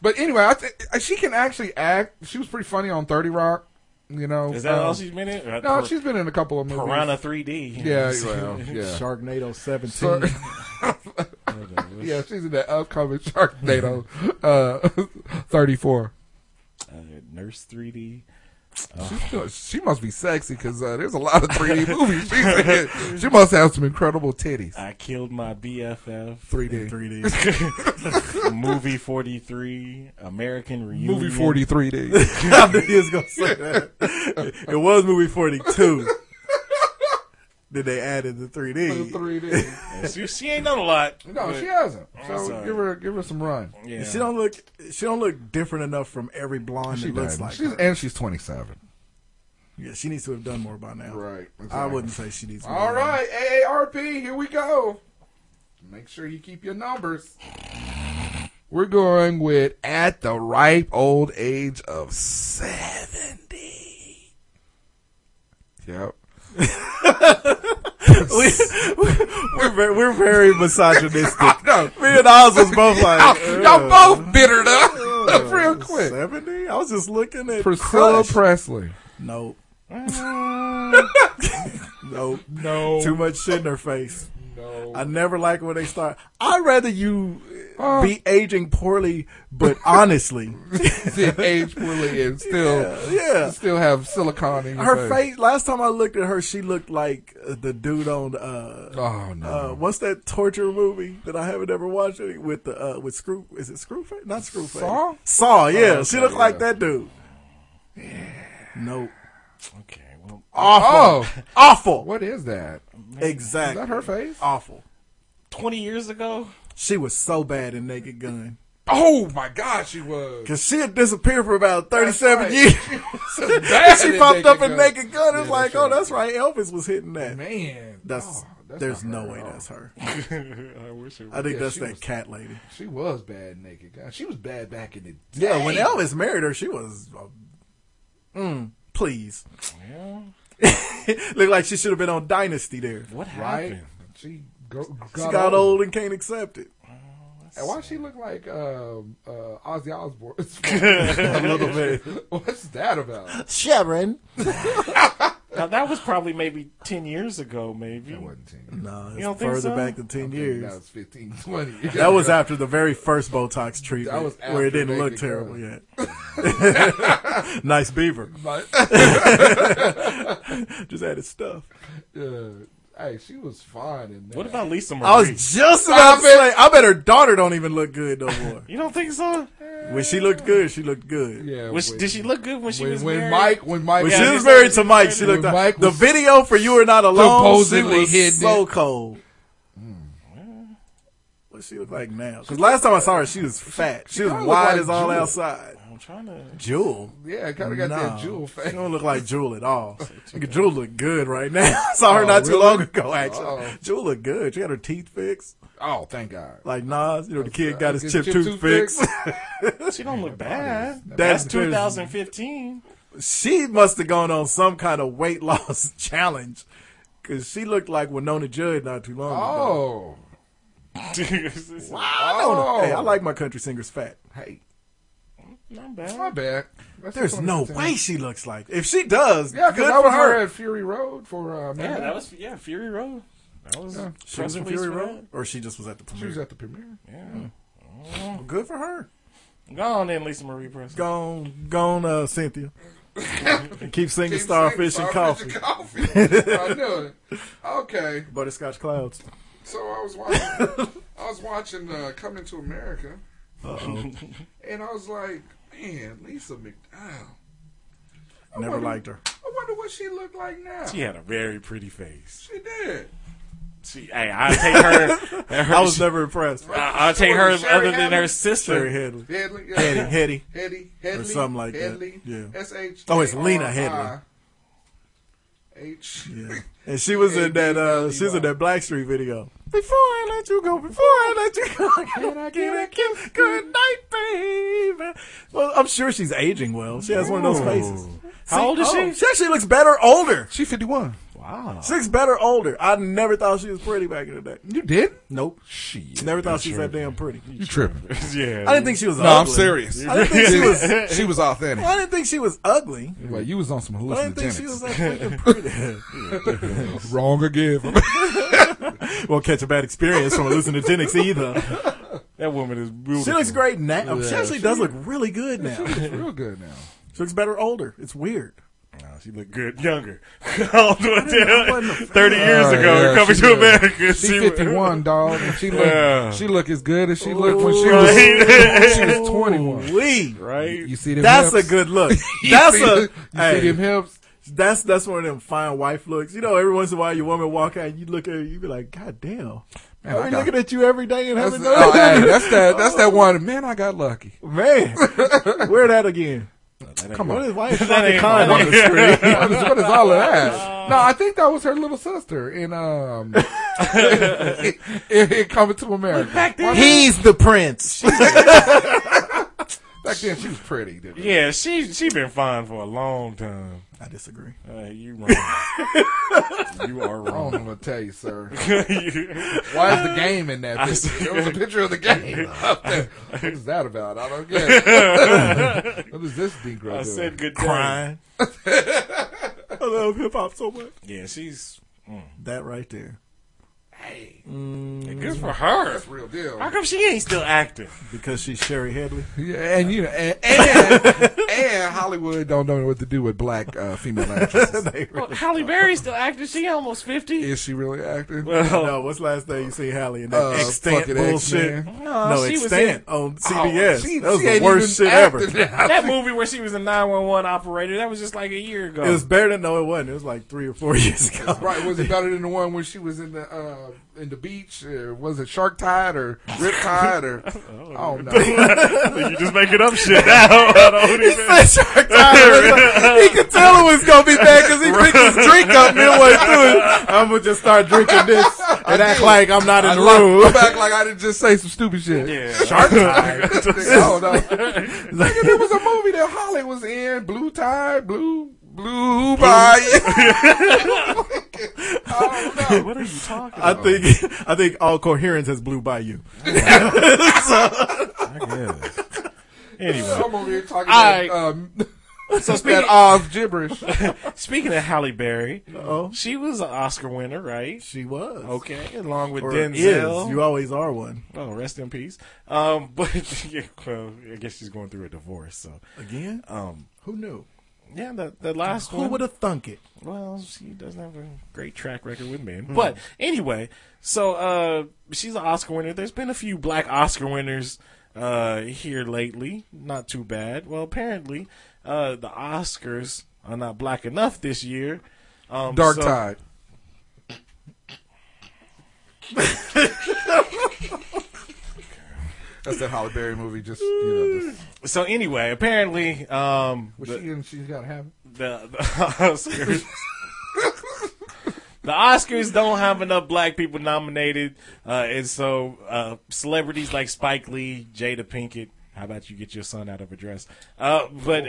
Speaker 7: But anyway, I th- uh, she can actually act. She was pretty funny on Thirty Rock. You know,
Speaker 9: Is that
Speaker 7: um,
Speaker 9: all she's been in?
Speaker 7: No, she's been in a couple of movies.
Speaker 9: Piranha 3D. (laughs)
Speaker 7: Yeah, well, yeah.
Speaker 8: Sharknado 17.
Speaker 7: So- yeah, she's in that upcoming (laughs) Sharknado uh, (laughs) 34.
Speaker 9: Uh, Nurse 3D. Oh.
Speaker 7: She- She must be sexy because uh, there's a lot of 3D movies she's
Speaker 9: (laughs)
Speaker 7: in. She must have some incredible titties.
Speaker 9: I killed my BFF.
Speaker 7: 3D.
Speaker 8: 3D.
Speaker 9: (laughs) Movie 43. American Reunion.
Speaker 7: Movie 43
Speaker 9: (laughs)
Speaker 7: days.
Speaker 8: (laughs) I knew he was going to say that. It was movie 42. then they added the 3D.
Speaker 7: (laughs) 3D.
Speaker 9: She, she ain't done a lot.
Speaker 7: No,
Speaker 9: but-
Speaker 7: she hasn't.
Speaker 9: I'm
Speaker 7: So
Speaker 9: sorry.
Speaker 7: give her give her some run.
Speaker 9: Yeah.
Speaker 8: She don't look. She don't look different enough from every blonde
Speaker 7: She
Speaker 8: that looks
Speaker 7: does.
Speaker 8: like
Speaker 7: she's,
Speaker 8: her.
Speaker 7: and she's 27.
Speaker 8: Yeah, she needs to have done more by now.
Speaker 7: Right,
Speaker 8: I
Speaker 7: exactly.
Speaker 8: wouldn't say she needs. more
Speaker 7: All
Speaker 8: by now.
Speaker 7: right, AARP, here we go. Make sure you keep your numbers. We're going with at the ripe old age of 70. Yep.
Speaker 8: (laughs) We're very, we're very
Speaker 7: (laughs)
Speaker 8: misogynistic.
Speaker 7: No,
Speaker 8: Me and Oz was both like
Speaker 7: y'all both bittered up (laughs) real quick.
Speaker 8: seventy. I was just looking at
Speaker 7: Priscilla
Speaker 8: Crush.
Speaker 7: Presley. (laughs)
Speaker 8: nope. (laughs) nope.
Speaker 7: No.
Speaker 8: Too much shit in her face.
Speaker 7: No.
Speaker 8: I never like when they start. I'd rather you uh, be aging poorly,
Speaker 7: (laughs)
Speaker 8: but honestly, (laughs)
Speaker 7: Did age poorly and still,
Speaker 8: yeah.
Speaker 7: still have silicone in your
Speaker 8: her face. Last time I looked at her, she looked like uh, the dude on uh,
Speaker 7: Oh no.
Speaker 8: uh, what's that torture movie that I haven't ever watched any- with the uh, with Screw? Is it Screwface? Not Screwface.
Speaker 7: Saw? Oh,
Speaker 8: Saw. Yeah,
Speaker 7: okay,
Speaker 8: she looked like
Speaker 7: yeah.
Speaker 8: that dude. Yeah. Nope.
Speaker 9: Okay, well,
Speaker 8: Awful.
Speaker 7: Oh.
Speaker 8: Awful.
Speaker 7: what is that? Is
Speaker 8: Exactly.
Speaker 7: that her face?
Speaker 8: Awful.
Speaker 9: 20 years ago?
Speaker 8: She was so bad in Naked Gun
Speaker 7: Oh my God, she was.
Speaker 8: because she had disappeared for about thirty-seven
Speaker 7: right.
Speaker 8: years. (laughs)
Speaker 7: bad
Speaker 8: she
Speaker 7: in
Speaker 8: popped
Speaker 7: Naked
Speaker 8: up in
Speaker 7: Gun.
Speaker 8: Naked Gun. It's
Speaker 7: Yeah,
Speaker 8: like,
Speaker 7: that's right.
Speaker 8: oh, that's right. Elvis was hitting that.
Speaker 7: Man,
Speaker 8: That's,
Speaker 7: oh,
Speaker 8: there's
Speaker 7: not her
Speaker 8: no way
Speaker 7: at all.
Speaker 8: that's
Speaker 7: (laughs)
Speaker 8: her.
Speaker 9: I wish it was.
Speaker 8: I think
Speaker 7: Yeah,
Speaker 8: that's
Speaker 7: she
Speaker 8: that
Speaker 7: was-
Speaker 8: cat lady.
Speaker 7: She was bad naked. God, she was bad back in the day.
Speaker 8: Yeah, when Elvis married her, she was. Uh, mm, please. (laughs) Looked like she should have been on Dynasty there.
Speaker 9: What
Speaker 7: right,
Speaker 9: happened?
Speaker 7: she go, got,
Speaker 8: She got old and can't accept
Speaker 7: (laughs)
Speaker 8: it.
Speaker 7: And why she look like um, uh, Ozzy Osbourne? (laughs)
Speaker 8: (laughs) A little bit.
Speaker 7: What's that about?
Speaker 8: Sharon.
Speaker 9: Now, that was probably maybe 10 years ago, maybe.
Speaker 7: That wasn't ten. years.
Speaker 8: No, it's
Speaker 9: You don't think
Speaker 8: further
Speaker 9: so?
Speaker 8: back than 10 years.
Speaker 7: That was 15, 20.
Speaker 8: That was
Speaker 7: (laughs)
Speaker 8: after the very first Botox treatment,
Speaker 7: That was after
Speaker 8: where it didn't
Speaker 7: Naked
Speaker 8: look
Speaker 7: (laughs)
Speaker 8: terrible yet. (laughs) nice beaver.
Speaker 7: Like,
Speaker 8: Just added stuff.
Speaker 7: yeah. Hey, she was fine in that.
Speaker 9: What about Lisa Marie?
Speaker 8: I was just about to say, I bet her daughter don't even look good no more.
Speaker 9: You don't think so?
Speaker 8: when she looked good, she looked good.
Speaker 7: Yeah,
Speaker 9: Was-
Speaker 7: when-
Speaker 9: did she look good when she
Speaker 7: when,
Speaker 9: was
Speaker 7: when
Speaker 9: married?
Speaker 7: Mike when Mike
Speaker 8: When
Speaker 9: Yeah,
Speaker 8: she was
Speaker 9: this-
Speaker 8: married to Mike, she looked
Speaker 7: When
Speaker 8: like
Speaker 7: Mike
Speaker 8: the
Speaker 7: was
Speaker 8: video for "You Are Not Alone."
Speaker 7: supposedly
Speaker 8: Supposedly was
Speaker 7: hidden
Speaker 8: so
Speaker 7: it.
Speaker 8: cold. Hmm. What she look like now? Because last time I saw her, she was fat. She, was
Speaker 7: kinda
Speaker 8: wide
Speaker 7: look like
Speaker 8: as all
Speaker 7: Jewel.
Speaker 8: outside.
Speaker 9: I'm trying to.
Speaker 8: Jewel.
Speaker 7: yeah, kind of got
Speaker 8: No.
Speaker 7: that jewel
Speaker 8: She
Speaker 7: face.
Speaker 8: don't look like Jewel
Speaker 7: (laughs)
Speaker 8: at all. Nigga, Jewel look good right now. (laughs) I saw her not too
Speaker 7: Oh, really?
Speaker 8: long ago. Actually,
Speaker 7: Oh.
Speaker 8: Jewel look good. She got her teeth fixed.
Speaker 7: Oh, thank God.
Speaker 8: Like Nas, you know, the kid got his
Speaker 7: Uh, His
Speaker 8: chip
Speaker 7: chip tooth
Speaker 8: tooth fixed.
Speaker 7: (laughs)
Speaker 9: She don't look bad.
Speaker 8: That's
Speaker 9: That's
Speaker 8: (laughs)
Speaker 9: 2015.
Speaker 8: (laughs) she must have gone on some kind of weight loss (laughs) challenge because she looked like Winona Judd not too long ago.
Speaker 7: Oh,
Speaker 8: I know.
Speaker 7: Oh.
Speaker 8: Hey, I like my country singers fat.
Speaker 7: hey,
Speaker 9: Not bad.
Speaker 7: my bad. That's
Speaker 8: There's
Speaker 7: what I'm
Speaker 8: no
Speaker 7: saying.
Speaker 8: way she looks like. If she does,
Speaker 7: Yeah, because
Speaker 8: good
Speaker 7: I
Speaker 8: for
Speaker 7: was her
Speaker 8: her.
Speaker 7: at Fury Road for uh,
Speaker 9: Yeah,
Speaker 7: man.
Speaker 9: that was yeah Fury Road. That was
Speaker 8: She was in
Speaker 9: press release
Speaker 8: Fury
Speaker 9: for
Speaker 8: Road, or she just was at the
Speaker 7: she was
Speaker 8: premiere.
Speaker 7: at the premiere.
Speaker 8: Well, Good for her.
Speaker 9: that. Go on then, Lisa Marie Presley.
Speaker 8: Gone, gone, uh, Cynthia.
Speaker 7: (laughs)
Speaker 8: And keep singing
Speaker 7: Keep
Speaker 8: starfish
Speaker 7: saying
Speaker 8: and
Speaker 7: starfish
Speaker 8: coffee,
Speaker 7: and
Speaker 8: (laughs)
Speaker 7: coffee. I knew it. Okay,
Speaker 8: butterscotch clouds.
Speaker 7: so I was watching. I was watching uh, Coming to America, and I was like, man, Lisa McDowell.
Speaker 8: Never
Speaker 7: wonder-
Speaker 8: liked her.
Speaker 7: I wonder what she looked like now.
Speaker 9: She had a very pretty face.
Speaker 7: She did.
Speaker 9: She, hey, I take
Speaker 8: (laughs)
Speaker 9: her. her
Speaker 8: I was never impressed.
Speaker 9: I, I take her
Speaker 7: Sherry
Speaker 9: other than her
Speaker 7: Hamilton?
Speaker 9: sister.
Speaker 8: Sherry Headley,
Speaker 7: Headley. yeah.
Speaker 8: Hetty, Hetty.
Speaker 7: Heady, Headley,
Speaker 8: something like that.
Speaker 7: Headley,
Speaker 8: Yeah.
Speaker 7: S-H-
Speaker 8: Oh, it's Lena Headley.
Speaker 7: H.
Speaker 8: Yeah. And she was in that uh she was in that Blackstreet video. Before I let you go, before I let you go, can I get a kiss? Good night, baby. Well, I'm sure she's aging well. She has one of those faces.
Speaker 9: How old is
Speaker 8: Oh,
Speaker 9: she?
Speaker 8: She actually looks better older.
Speaker 7: She 51.
Speaker 9: Wow.
Speaker 8: She looks better older. I never thought she was pretty back in the day.
Speaker 7: You did?
Speaker 8: Nope.
Speaker 9: She
Speaker 8: Never thought she was that damn pretty.
Speaker 7: You tripping.
Speaker 9: yeah.
Speaker 8: I didn't think she was
Speaker 7: (laughs) No,
Speaker 8: ugly.
Speaker 7: I'm serious.
Speaker 8: I didn't think she was
Speaker 7: she was authentic.
Speaker 8: I didn't think she was ugly.
Speaker 7: Well, you was on some
Speaker 8: I didn't think she
Speaker 7: hallucinogenics.
Speaker 8: was that freaking pretty.
Speaker 7: Wrong again.
Speaker 8: (laughs) Won't catch a bad experience from hallucinogenics either.
Speaker 9: that woman is beautiful.
Speaker 8: She looks great now. she
Speaker 7: Yeah,
Speaker 8: actually
Speaker 7: she-
Speaker 8: does look really good now. she
Speaker 7: (laughs) (laughs) It's real good now.
Speaker 8: looks better older. It's weird.
Speaker 9: Nah, she looked good younger. (laughs) I don't know what the hell-
Speaker 8: wasn't a- Oh,
Speaker 9: Thirty years
Speaker 7: Uh,
Speaker 9: ago,
Speaker 7: yeah,
Speaker 9: coming
Speaker 7: she
Speaker 9: to
Speaker 7: did.
Speaker 9: America,
Speaker 7: She 51, dog. And she look,
Speaker 9: Yeah.
Speaker 7: she look as good as she looked when she was,
Speaker 9: Right.
Speaker 7: when she was 21.
Speaker 8: We.
Speaker 9: right?
Speaker 7: You see them
Speaker 8: That's a
Speaker 7: hips?
Speaker 8: good look.
Speaker 7: (laughs) You
Speaker 8: (laughs) That's
Speaker 7: see-
Speaker 8: a
Speaker 7: You
Speaker 8: hey,
Speaker 7: see them hips?
Speaker 8: that's that's one of them fine wife looks. You know, every once in a while your woman walk out and you look at her, you be like, God damn.
Speaker 7: Man,
Speaker 8: I've
Speaker 7: I
Speaker 8: been
Speaker 7: got-
Speaker 8: looking at you every day and
Speaker 7: That's,
Speaker 8: haven't
Speaker 7: oh,
Speaker 8: noticed.
Speaker 7: hey, that's
Speaker 8: (laughs)
Speaker 7: that. That's that one. Man, I got lucky.
Speaker 8: Man. Where that
Speaker 7: (laughs)
Speaker 8: again?
Speaker 7: Come
Speaker 8: What
Speaker 7: on. (laughs)
Speaker 8: is why is
Speaker 9: That
Speaker 8: Shaka
Speaker 9: ain't
Speaker 8: Khan on
Speaker 9: funny.
Speaker 8: the screen?
Speaker 7: what, is, what is all of
Speaker 9: (laughs)
Speaker 7: that? No, I think that was her little sister in um (laughs) in, in Coming to America. Back then,
Speaker 8: He's the
Speaker 7: (laughs)
Speaker 8: prince.
Speaker 7: back then she was pretty. Didn't she?
Speaker 9: (laughs) Yeah, she she been fine for a long time.
Speaker 8: I disagree.
Speaker 9: Uh,
Speaker 8: (laughs)
Speaker 9: you wrong. you are
Speaker 7: I
Speaker 9: wrong.
Speaker 7: don't know what to tell you, sir.
Speaker 9: You-
Speaker 7: Why is the game in
Speaker 9: (laughs)
Speaker 7: that picture? There was a picture of the game (laughs) up there. What is that about? I don't get it.
Speaker 9: (laughs)
Speaker 7: what is this negro
Speaker 9: I
Speaker 7: doing?
Speaker 9: said good day.
Speaker 8: Crying. I love hip hop so much.
Speaker 9: Yeah, she's
Speaker 8: That right there.
Speaker 9: good for her.
Speaker 7: Real deal.
Speaker 9: How come she ain't still acting?
Speaker 8: Because she's Sherry Headley.
Speaker 7: (laughs) Yeah, and you know, and,
Speaker 9: (laughs)
Speaker 7: and, and Hollywood don't know what to do with black uh, female
Speaker 9: (laughs)
Speaker 7: actresses.
Speaker 9: Well, Halle Berry's still acting. She almost fifty.
Speaker 7: is she really acting?
Speaker 8: No, what's the last day you see Hallie in that
Speaker 7: Uh,
Speaker 8: extant
Speaker 7: fucking
Speaker 8: bullshit?
Speaker 7: X-Men.
Speaker 9: No,
Speaker 8: no,
Speaker 9: she was
Speaker 8: extant on CBS. that was the
Speaker 7: Oh, ain't
Speaker 8: worst
Speaker 7: even
Speaker 8: shit ever.
Speaker 7: acting
Speaker 8: It
Speaker 7: now.
Speaker 9: that movie where she was a 911 operator, that was just like a year ago.
Speaker 8: was better than no, it wasn't. It was like three or four (laughs) years ago.
Speaker 7: Right,
Speaker 9: (laughs)
Speaker 7: was it better than the one when she was in the uh, in the beach? Or was it Shark Tide or Rip Tide
Speaker 8: (laughs)
Speaker 7: or oh, I don't know.
Speaker 9: (laughs) you just making up shit now. (laughs) I don't
Speaker 8: He
Speaker 9: even-
Speaker 8: said Shark Tide. (laughs) It was
Speaker 7: (laughs)
Speaker 8: like- He could tell it was gonna be bad because he picked his drink up (laughs) midway through it. I'm gonna just start drinking this and act
Speaker 7: did.
Speaker 8: like I'm not in
Speaker 7: I
Speaker 8: the
Speaker 7: look-
Speaker 8: room.
Speaker 7: I'm back (laughs) like I didn't just say some stupid shit. (laughs)
Speaker 9: Yeah.
Speaker 7: Shark Tide. I don't know. Nigga, there was a movie that Holly was in, Blue Tide, Blue Blue Bye.
Speaker 8: (laughs)
Speaker 7: I don't know.
Speaker 9: what are you
Speaker 8: (laughs)
Speaker 9: talking
Speaker 8: I think I think all coherence has blew by you.
Speaker 9: Anyway,
Speaker 7: I'm over here talking
Speaker 9: I-
Speaker 7: about um,
Speaker 9: so speaking,
Speaker 7: (laughs) that Oz gibberish.
Speaker 9: speaking of Halle Berry,
Speaker 8: Oh,
Speaker 9: she was an Oscar winner, right?
Speaker 8: she was
Speaker 9: Okay, along with
Speaker 8: Or
Speaker 9: Denzel.
Speaker 8: is. You always are one
Speaker 9: oh, rest in peace. (laughs) Um, but yeah, well, I guess she's going through a divorce, so
Speaker 8: again.
Speaker 9: um,
Speaker 8: Who knew?
Speaker 9: Yeah, the, the last
Speaker 8: Who
Speaker 9: one.
Speaker 8: would have thunk it?
Speaker 9: Well, she doesn't have a great track record with men. But anyway, so uh, she's an Oscar winner. There's been a few black Oscar winners uh, here lately. Not too bad. Well, apparently, uh, the Oscars are not black enough this year. Um,
Speaker 7: Dark
Speaker 9: so-
Speaker 7: Tide. That's that Holly Berry movie. Just you know,
Speaker 8: Mm.
Speaker 7: just,
Speaker 9: So anyway, apparently, um,
Speaker 7: was
Speaker 9: the-
Speaker 7: she in? She's got to have. It.
Speaker 9: the, (laughs) the Oscars. the Oscars don't have enough black people nominated, uh, and so uh, celebrities like Spike Lee, Jada Pinkett. How about you get your son out of a dress? Uh, but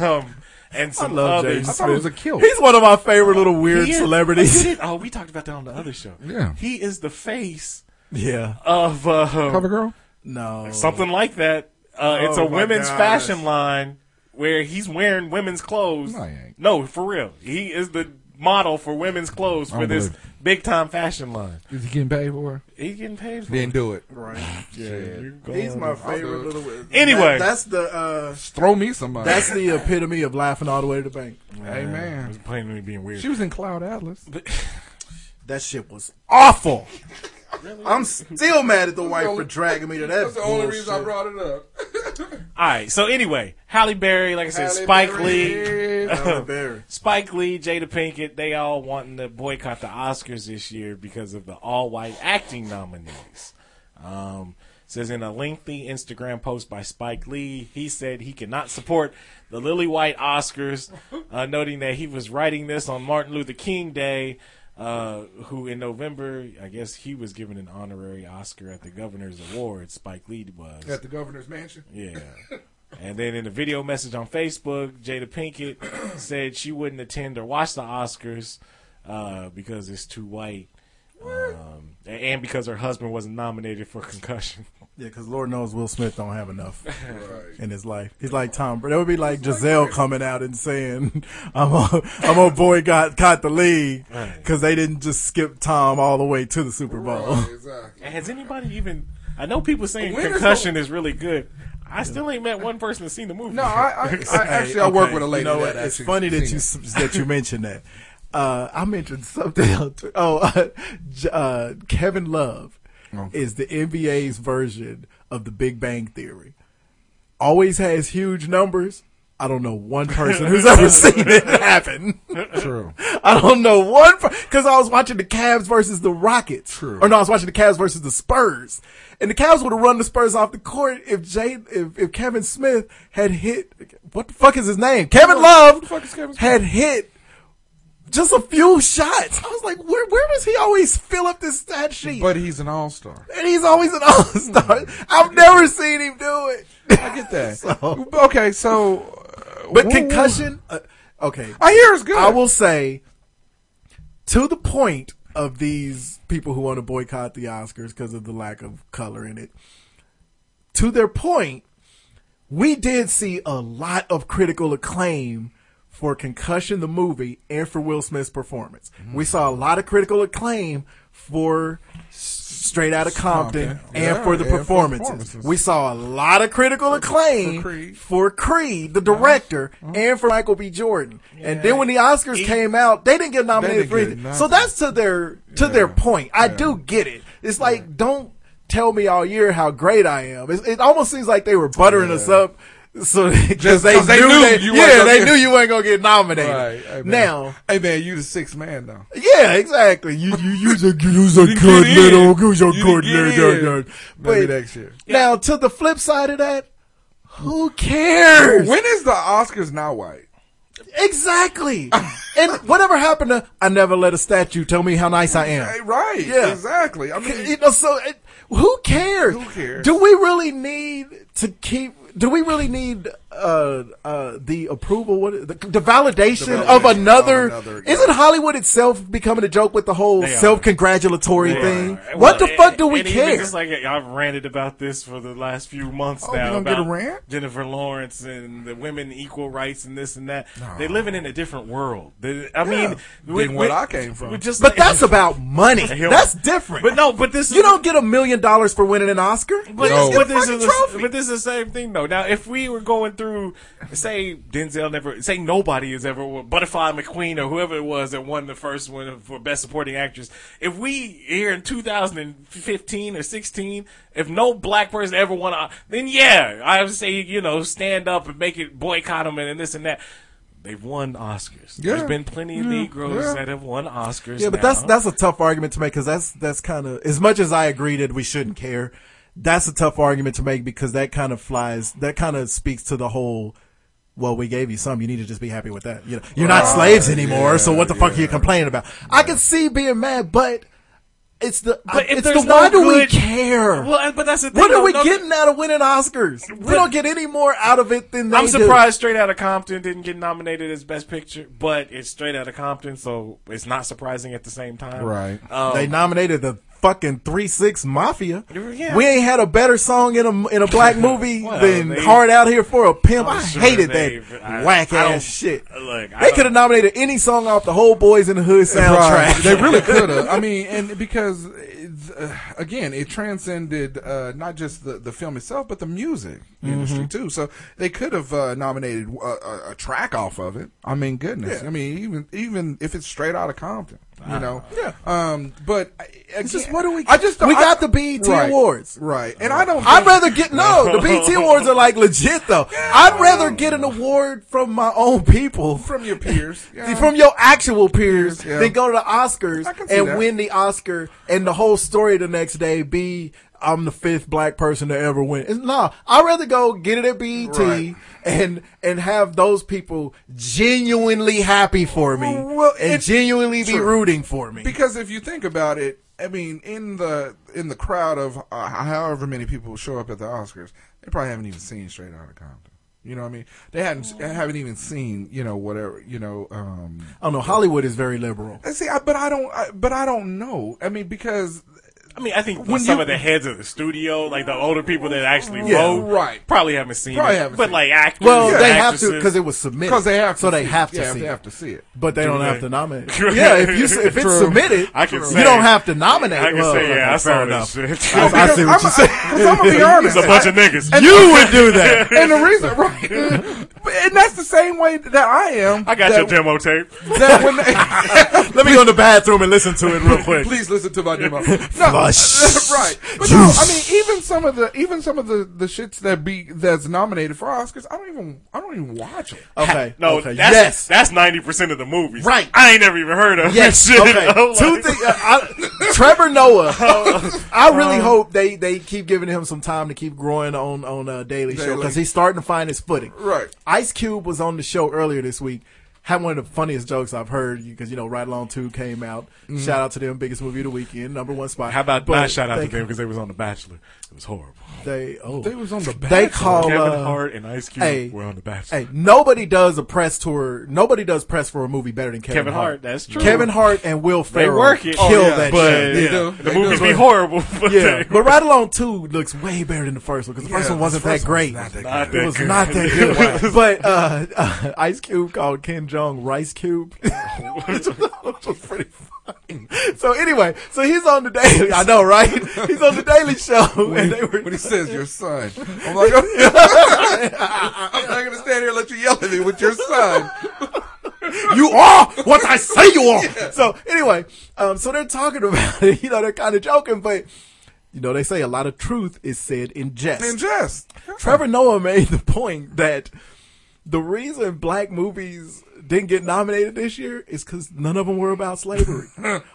Speaker 9: (laughs) um, and some
Speaker 8: love
Speaker 9: others.
Speaker 8: Jaden
Speaker 7: I thought it was a kill.
Speaker 8: He's one of my favorite little weird
Speaker 9: He
Speaker 8: (laughs)
Speaker 9: is- (laughs)
Speaker 8: celebrities.
Speaker 9: he is- oh, we talked about that on the other show.
Speaker 7: Yeah.
Speaker 9: he is the face
Speaker 8: yeah.
Speaker 9: of uh,
Speaker 7: Cover girl.
Speaker 8: No.
Speaker 9: something like that. Uh, it's
Speaker 8: Oh
Speaker 9: a
Speaker 8: my
Speaker 9: women's
Speaker 8: gosh.
Speaker 9: fashion line where he's wearing women's clothes.
Speaker 7: No, he ain't.
Speaker 9: No, for real. He is the model for women's clothes for this
Speaker 7: Unbelievable.
Speaker 9: big time fashion line.
Speaker 7: Is he getting paid for? it?
Speaker 9: He's getting paid for
Speaker 7: Then
Speaker 9: it.
Speaker 7: do it.
Speaker 8: Right.
Speaker 9: You're going-
Speaker 8: He's my favorite
Speaker 7: do it.
Speaker 8: little.
Speaker 9: Anyway.
Speaker 8: That- that's the uh,
Speaker 7: Just throw me somebody.
Speaker 8: that's the epitome of laughing all the way to the bank.
Speaker 7: hey
Speaker 9: I was
Speaker 7: man.
Speaker 9: playing with me being weird.
Speaker 7: She was in Cloud Atlas.
Speaker 8: That shit was awful. I'm still mad at the wife
Speaker 7: only-
Speaker 8: for dragging me to that. bullshit.
Speaker 7: brought it up.
Speaker 9: All right. So anyway, Halle Berry, like I said, Spike
Speaker 8: (laughs)
Speaker 9: Lee,
Speaker 8: Tyler Berry.
Speaker 9: Spike Lee, Jada Pinkett, they all wanting to boycott the Oscars this year because of the all white acting nominees. Um, says in a lengthy Instagram post by Spike Lee, he said he cannot support the Lily White Oscars, uh, noting that he was writing this on Martin Luther King Day, uh, who in November, I guess he was given an honorary Oscar at the Governor's Award. Spike Lee was.
Speaker 7: At the governor's mansion.
Speaker 9: Yeah. And then in a video message on Facebook, Jada Pinkett (clears throat) said she wouldn't attend or watch the Oscars uh, because it's too white. Um, a- and because her husband wasn't nominated for concussion.
Speaker 8: Yeah, because Lord knows Will Smith don't have enough in his life. He's like Tom. Brady. That would be like Giselle coming out and saying, (laughs) "I'm a, I'm a boy got caught the league because they didn't just skip Tom all the way to the Super Bowl."
Speaker 7: Exactly.
Speaker 9: And Has anybody even? I know people saying
Speaker 7: When is
Speaker 9: concussion is really good. I still ain't met one person that's seen the movie.
Speaker 7: No, I, I, I actually I
Speaker 8: Hey,
Speaker 7: work
Speaker 8: okay,
Speaker 7: with a lady.
Speaker 8: You know
Speaker 7: that
Speaker 8: what? It's
Speaker 7: actually
Speaker 8: funny that
Speaker 7: seen
Speaker 8: you
Speaker 7: it.
Speaker 8: s- that you
Speaker 7: (laughs)
Speaker 8: mentioned that. Uh, I mentioned something. On Twitter. oh, (laughs) uh, J- uh, Kevin Love is the NBA's version of the Big Bang Theory. Always has huge numbers. I don't know one person who's
Speaker 7: (laughs)
Speaker 8: ever seen it happen.
Speaker 7: True.
Speaker 8: I don't know one because I was watching the Cavs versus the Rockets.
Speaker 7: True.
Speaker 8: Or no, I was watching the Cavs versus the Spurs, and the Cavs would have run the Spurs off the court if Jay if, if Kevin Smith had hit what the fuck is his name? Kevin Love
Speaker 7: the fuck is Kevin Smith?
Speaker 8: had hit just a few shots. I was like, where where does he always fill up this stat sheet?
Speaker 7: But he's an all star.
Speaker 8: and he's always an all star. I've never seen him do it.
Speaker 7: I get that. Okay, so. uh,
Speaker 8: But
Speaker 7: wh-
Speaker 8: concussion, uh, okay.
Speaker 7: I hear it's good.
Speaker 8: I will say, to the point of these people who want to boycott the Oscars because of the lack of color in it, to their point, we did see a lot of critical acclaim for Concussion, the movie, and for Will Smith's performance. We saw a lot of critical acclaim for S- Straight Outta Compton
Speaker 7: Compton.
Speaker 8: and
Speaker 7: Yeah,
Speaker 8: for the
Speaker 7: and for
Speaker 8: performances.
Speaker 7: performances.
Speaker 8: We saw a lot of critical acclaim
Speaker 7: for Creed. Uh-huh.
Speaker 8: for Creed, the director, and for Michael B. Jordan. And then when the Oscars came out, they didn't get
Speaker 7: didn't
Speaker 8: nominated for
Speaker 7: get
Speaker 8: anything.
Speaker 7: nothing.
Speaker 8: So that's to their to their point. I do get it. It's like don't tell me all year how great I am. It, it almost seems like they were buttering us up. So (laughs) because they,
Speaker 7: 'cause they
Speaker 8: knew,
Speaker 7: knew
Speaker 8: they-
Speaker 7: you weren't
Speaker 8: yeah,
Speaker 7: gonna
Speaker 8: they
Speaker 7: get-
Speaker 8: knew you weren't gonna get nominated.
Speaker 7: Right. Hey, man.
Speaker 8: now,
Speaker 7: Hey, man, you the sixth man, though.
Speaker 8: yeah, exactly. You you use a use
Speaker 7: You
Speaker 8: a
Speaker 7: get
Speaker 8: good
Speaker 7: in.
Speaker 8: little use a
Speaker 7: You
Speaker 8: good
Speaker 7: get
Speaker 8: little.
Speaker 7: in. Maybe
Speaker 8: But
Speaker 7: next year.
Speaker 8: now to the flip side of that, who
Speaker 7: (laughs)
Speaker 8: cares?
Speaker 7: When is the Oscars not white?
Speaker 8: Exactly. (laughs) and whatever happened to I never let a statue tell me how nice I am.
Speaker 7: Hey, right.
Speaker 8: Yeah.
Speaker 7: Exactly. I mean,
Speaker 8: (laughs) You know, so it, who cares?
Speaker 7: Who cares?
Speaker 8: Do we really need to keep? Do we really need uh, uh, the approval? What is- the,
Speaker 7: The
Speaker 8: the validation
Speaker 7: validation
Speaker 8: of
Speaker 7: of
Speaker 8: another?
Speaker 7: another, yeah.
Speaker 8: Isn't Hollywood itself becoming a joke with the whole
Speaker 9: are.
Speaker 8: self-congratulatory thing?
Speaker 9: Well,
Speaker 8: What the
Speaker 9: and-
Speaker 8: fuck do we
Speaker 9: and even
Speaker 8: care? Oh,
Speaker 9: Just like I've ranted about this for the last few months
Speaker 7: we
Speaker 9: now
Speaker 7: gonna get
Speaker 9: about
Speaker 7: a rant?
Speaker 9: Jennifer Lawrence and the women equal rights and this and that. They're living in a different world. They- I mean,
Speaker 7: Than what I came from.
Speaker 9: with Just
Speaker 8: but (laughs)
Speaker 9: (laughs)
Speaker 8: that's about money. That's different.
Speaker 9: But no, but this
Speaker 8: you don't get a million dollars for winning an Oscar.
Speaker 9: But,
Speaker 7: No.
Speaker 9: but
Speaker 8: Get a
Speaker 9: this
Speaker 8: fucking
Speaker 9: is the-
Speaker 8: trophy.
Speaker 9: but this is the same thing though. Now, if we were going through through, say Denzel never, say nobody has ever, Butterfly McQueen or whoever it was that won the first one for Best Supporting Actress. If we here in 2015 or 16, if no black person ever won, a- then yeah, I would say you know stand up and make it boycott them and this and that. They've won Oscars.
Speaker 8: Yeah.
Speaker 9: There's been plenty of
Speaker 8: Yeah.
Speaker 9: Negroes
Speaker 8: Yeah.
Speaker 9: that have won Oscars.
Speaker 8: Yeah, but
Speaker 9: now.
Speaker 8: that's that's a tough argument to make because that's that's kind of as much as I agree that we shouldn't care. That's a tough argument to make because that kind of flies. That kind of speaks to the whole. Well, we gave you some. You need to just be happy with that. You know, you're not
Speaker 11: Right,
Speaker 8: slaves anymore. so
Speaker 11: yeah,
Speaker 8: what the fuck are you complaining about? I can see being mad, but it's the
Speaker 9: But if
Speaker 8: it's the
Speaker 9: there's no
Speaker 8: why do we
Speaker 9: good-
Speaker 8: care?
Speaker 9: Well, and- but that's the thing.
Speaker 8: What are
Speaker 9: though,
Speaker 8: we
Speaker 9: no-
Speaker 8: getting out of winning Oscars? we don't get any more out of it than they
Speaker 9: I'm
Speaker 8: do.
Speaker 9: surprised Straight Outta Compton didn't get nominated as Best Picture, but it's Straight Outta Compton, so it's not surprising at the same time. Um,
Speaker 8: they nominated the fucking three six mafia.
Speaker 9: Yeah.
Speaker 8: We ain't had a better song in a in a black movie
Speaker 9: Well,
Speaker 8: than
Speaker 9: they-
Speaker 8: "Hard Out Here for a Pimp."
Speaker 9: I'm
Speaker 8: I
Speaker 9: sure
Speaker 8: hated
Speaker 9: they-
Speaker 8: that
Speaker 9: I-
Speaker 8: whack
Speaker 9: I don't-
Speaker 8: ass shit.
Speaker 9: Look, I
Speaker 8: they could have nominated any song off the whole Boys in the Hood soundtrack.
Speaker 7: Right. They really could have. I mean, and because it's, uh, again, it transcended uh, not just the, the film itself, but the music industry
Speaker 8: Mhm.
Speaker 7: too. So they could have uh, nominated a, a, a track off of it. I mean, goodness.
Speaker 8: Yeah.
Speaker 7: I mean, even even if it's straight out of Compton, you
Speaker 8: Wow.
Speaker 7: know.
Speaker 8: Yeah.
Speaker 7: Um. But I-
Speaker 8: It's just
Speaker 7: again,
Speaker 8: what do we?
Speaker 7: I just don't-
Speaker 8: we
Speaker 7: I-
Speaker 8: got the BET
Speaker 7: Right.
Speaker 8: awards, Uh,
Speaker 7: right? And I don't.
Speaker 8: I'd
Speaker 7: think-
Speaker 8: rather get no. The BET awards are like legit (laughs) though. I'd rather get an award from my own people,
Speaker 7: from your peers, yeah.
Speaker 8: (laughs) from your actual peers,
Speaker 7: Yeah.
Speaker 8: than go to the Oscars
Speaker 7: see
Speaker 8: and
Speaker 7: that.
Speaker 8: win the Oscar, and the whole story the next day be I'm the fifth black person to ever win. It's- No, I'd rather go get it at BET
Speaker 7: Right.
Speaker 8: and and have those people genuinely happy for me and
Speaker 7: it-
Speaker 8: genuinely be
Speaker 7: True.
Speaker 8: rooting for me.
Speaker 7: Because if you think about it, I mean, in the in the crowd of uh, however many people show up at the Oscars, they probably haven't even seen Straight Outta Compton. You know what I mean? They hadn't haven't even seen you know whatever you know. Um,
Speaker 8: I don't know. Hollywood is very liberal.
Speaker 7: I see, I, but I don't. I, but I don't know. I mean, because
Speaker 9: I mean, I think
Speaker 7: When
Speaker 9: some
Speaker 7: you-
Speaker 9: of the heads of the studio, like the older people that actually
Speaker 7: Yeah,
Speaker 9: vote,
Speaker 7: right.
Speaker 9: probably haven't seen
Speaker 7: Probably
Speaker 9: it.
Speaker 7: haven't
Speaker 9: but
Speaker 7: seen
Speaker 9: like
Speaker 7: it.
Speaker 9: actors,
Speaker 8: Well,
Speaker 9: and
Speaker 8: they have to
Speaker 9: actresses-
Speaker 8: because it was submitted.
Speaker 7: 'Cause they have to
Speaker 8: so they
Speaker 7: see it.
Speaker 8: have to
Speaker 7: Yeah,
Speaker 8: see
Speaker 7: they
Speaker 8: it.
Speaker 7: have to see it.
Speaker 8: But they
Speaker 7: Do
Speaker 8: don't
Speaker 7: they?
Speaker 8: have to nominate.
Speaker 7: (laughs)
Speaker 8: yeah, if you if it's
Speaker 7: True.
Speaker 8: submitted,
Speaker 7: I can
Speaker 8: you
Speaker 7: say-
Speaker 8: don't have to nominate.
Speaker 7: I can
Speaker 8: Well,
Speaker 7: say, yeah,
Speaker 8: okay,
Speaker 7: I saw
Speaker 8: fair
Speaker 7: that
Speaker 9: (laughs)
Speaker 8: enough.
Speaker 7: (laughs)
Speaker 8: (laughs)
Speaker 7: shit.
Speaker 8: I, I see what
Speaker 7: (laughs)
Speaker 8: you say.
Speaker 7: I'm gonna be honest.
Speaker 9: It's a bunch of niggas.
Speaker 7: And-
Speaker 8: You would do that.
Speaker 7: and the reason, (laughs) right? But- and that's the same way that I am.
Speaker 9: I got
Speaker 7: that,
Speaker 9: your demo tape.
Speaker 7: that when they, (laughs)
Speaker 8: (laughs) Let me go in the bathroom and listen to it real quick.
Speaker 7: Please listen to my
Speaker 8: (laughs)
Speaker 7: demo. (laughs)
Speaker 8: Flush.
Speaker 7: right. But no, I mean, even some of the even some of the the shits that be that's nominated for Oscars, I don't even I don't even watch it.
Speaker 8: Okay.
Speaker 9: No,
Speaker 8: okay.
Speaker 9: that's
Speaker 8: yes.
Speaker 9: that's ninety percent of the movies.
Speaker 8: Right.
Speaker 9: I ain't never even heard of.
Speaker 8: Yes.
Speaker 9: (laughs) that shit.
Speaker 8: Okay.
Speaker 9: I'm
Speaker 8: Two
Speaker 9: like-
Speaker 8: things. I, Trevor Noah. I really hope they, they keep giving him some time to keep growing on on uh, Daily, Show
Speaker 7: Daily.
Speaker 8: because he's starting to find his footing.
Speaker 7: Right.
Speaker 8: Ice Cube was on the show earlier this week. Had one of the funniest jokes I've heard because you know Right Along Two came out. Shout out to them, biggest movie of the weekend, number one spot.
Speaker 9: How about
Speaker 8: But
Speaker 9: not shout out
Speaker 8: they-
Speaker 9: to them because they was on The Bachelor. It was horrible.
Speaker 8: They oh
Speaker 7: They was on the
Speaker 8: they
Speaker 7: Bachelor.
Speaker 8: call
Speaker 9: Kevin
Speaker 8: uh,
Speaker 9: Hart and Ice Cube
Speaker 8: hey,
Speaker 9: were on The Bachelor.
Speaker 8: Hey, nobody does a press tour. Nobody does press for a movie better than Kevin,
Speaker 9: Kevin Hart, that's true.
Speaker 8: Kevin Hart and Will
Speaker 9: they
Speaker 8: Ferrell
Speaker 9: work it, Oh,
Speaker 8: kill
Speaker 9: yeah.
Speaker 8: that
Speaker 9: but (laughs)
Speaker 8: shit.
Speaker 9: yeah,
Speaker 7: They do.
Speaker 9: the
Speaker 7: They
Speaker 9: movies
Speaker 7: do.
Speaker 9: be horrible. (laughs) But
Speaker 8: Yeah,
Speaker 9: yeah,
Speaker 8: but Ride Along Two looks way better than the first one because the first
Speaker 7: Yeah,
Speaker 8: one wasn't
Speaker 7: the first
Speaker 8: that
Speaker 7: one was
Speaker 8: great.
Speaker 7: not that
Speaker 9: Not
Speaker 8: it
Speaker 9: that
Speaker 8: was
Speaker 9: good.
Speaker 7: (laughs)
Speaker 8: not that good. but uh, uh, Ice Cube called Ken Jong Rice Cube, (laughs) which was pretty funny. So anyway, so he's on the Daily. I know, right? He's on the Daily Show, and they were
Speaker 7: When he says your son, I'm like, (laughs) I'm not gonna stand here and let you yell at me with your son.
Speaker 8: you are what I say you are. (laughs) So anyway, um, so they're talking about it. (laughs) You know, they're kind of joking, but you know, they say a lot of truth is said in jest.
Speaker 7: And just
Speaker 8: Trevor Noah made the point that the reason black movies didn't get nominated this year is because none of them were
Speaker 7: (laughs)
Speaker 8: about slavery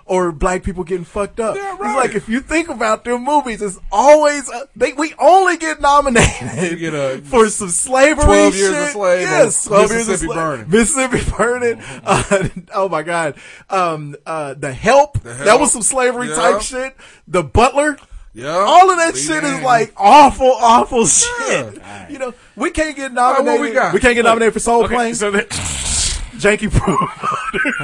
Speaker 8: or black people getting fucked up.
Speaker 7: Yeah,
Speaker 8: It's
Speaker 7: right.
Speaker 8: like if you think about their movies, it's always uh, they we only get nominated
Speaker 7: You get a
Speaker 8: for some slavery
Speaker 7: 12 Years a
Speaker 8: shit.
Speaker 7: Slave
Speaker 8: yes,
Speaker 7: or
Speaker 8: 12 years a
Speaker 7: Mississippi
Speaker 8: slave.
Speaker 7: Burning. Mm-hmm.
Speaker 8: Mississippi Burning. Uh, (laughs) oh my God. Um, uh, the help, That
Speaker 7: Help.
Speaker 8: was some slavery
Speaker 7: Yeah.
Speaker 8: type shit. The butler.
Speaker 7: Yeah.
Speaker 8: All of that
Speaker 7: Lead
Speaker 8: shit is
Speaker 7: in.
Speaker 8: like awful, awful shit. You know, we can't get
Speaker 7: what
Speaker 8: nominated.
Speaker 7: we got?
Speaker 8: can't get nominated for Soul
Speaker 9: okay,
Speaker 8: Plane.
Speaker 9: so that
Speaker 7: (laughs)
Speaker 8: Janky Poo.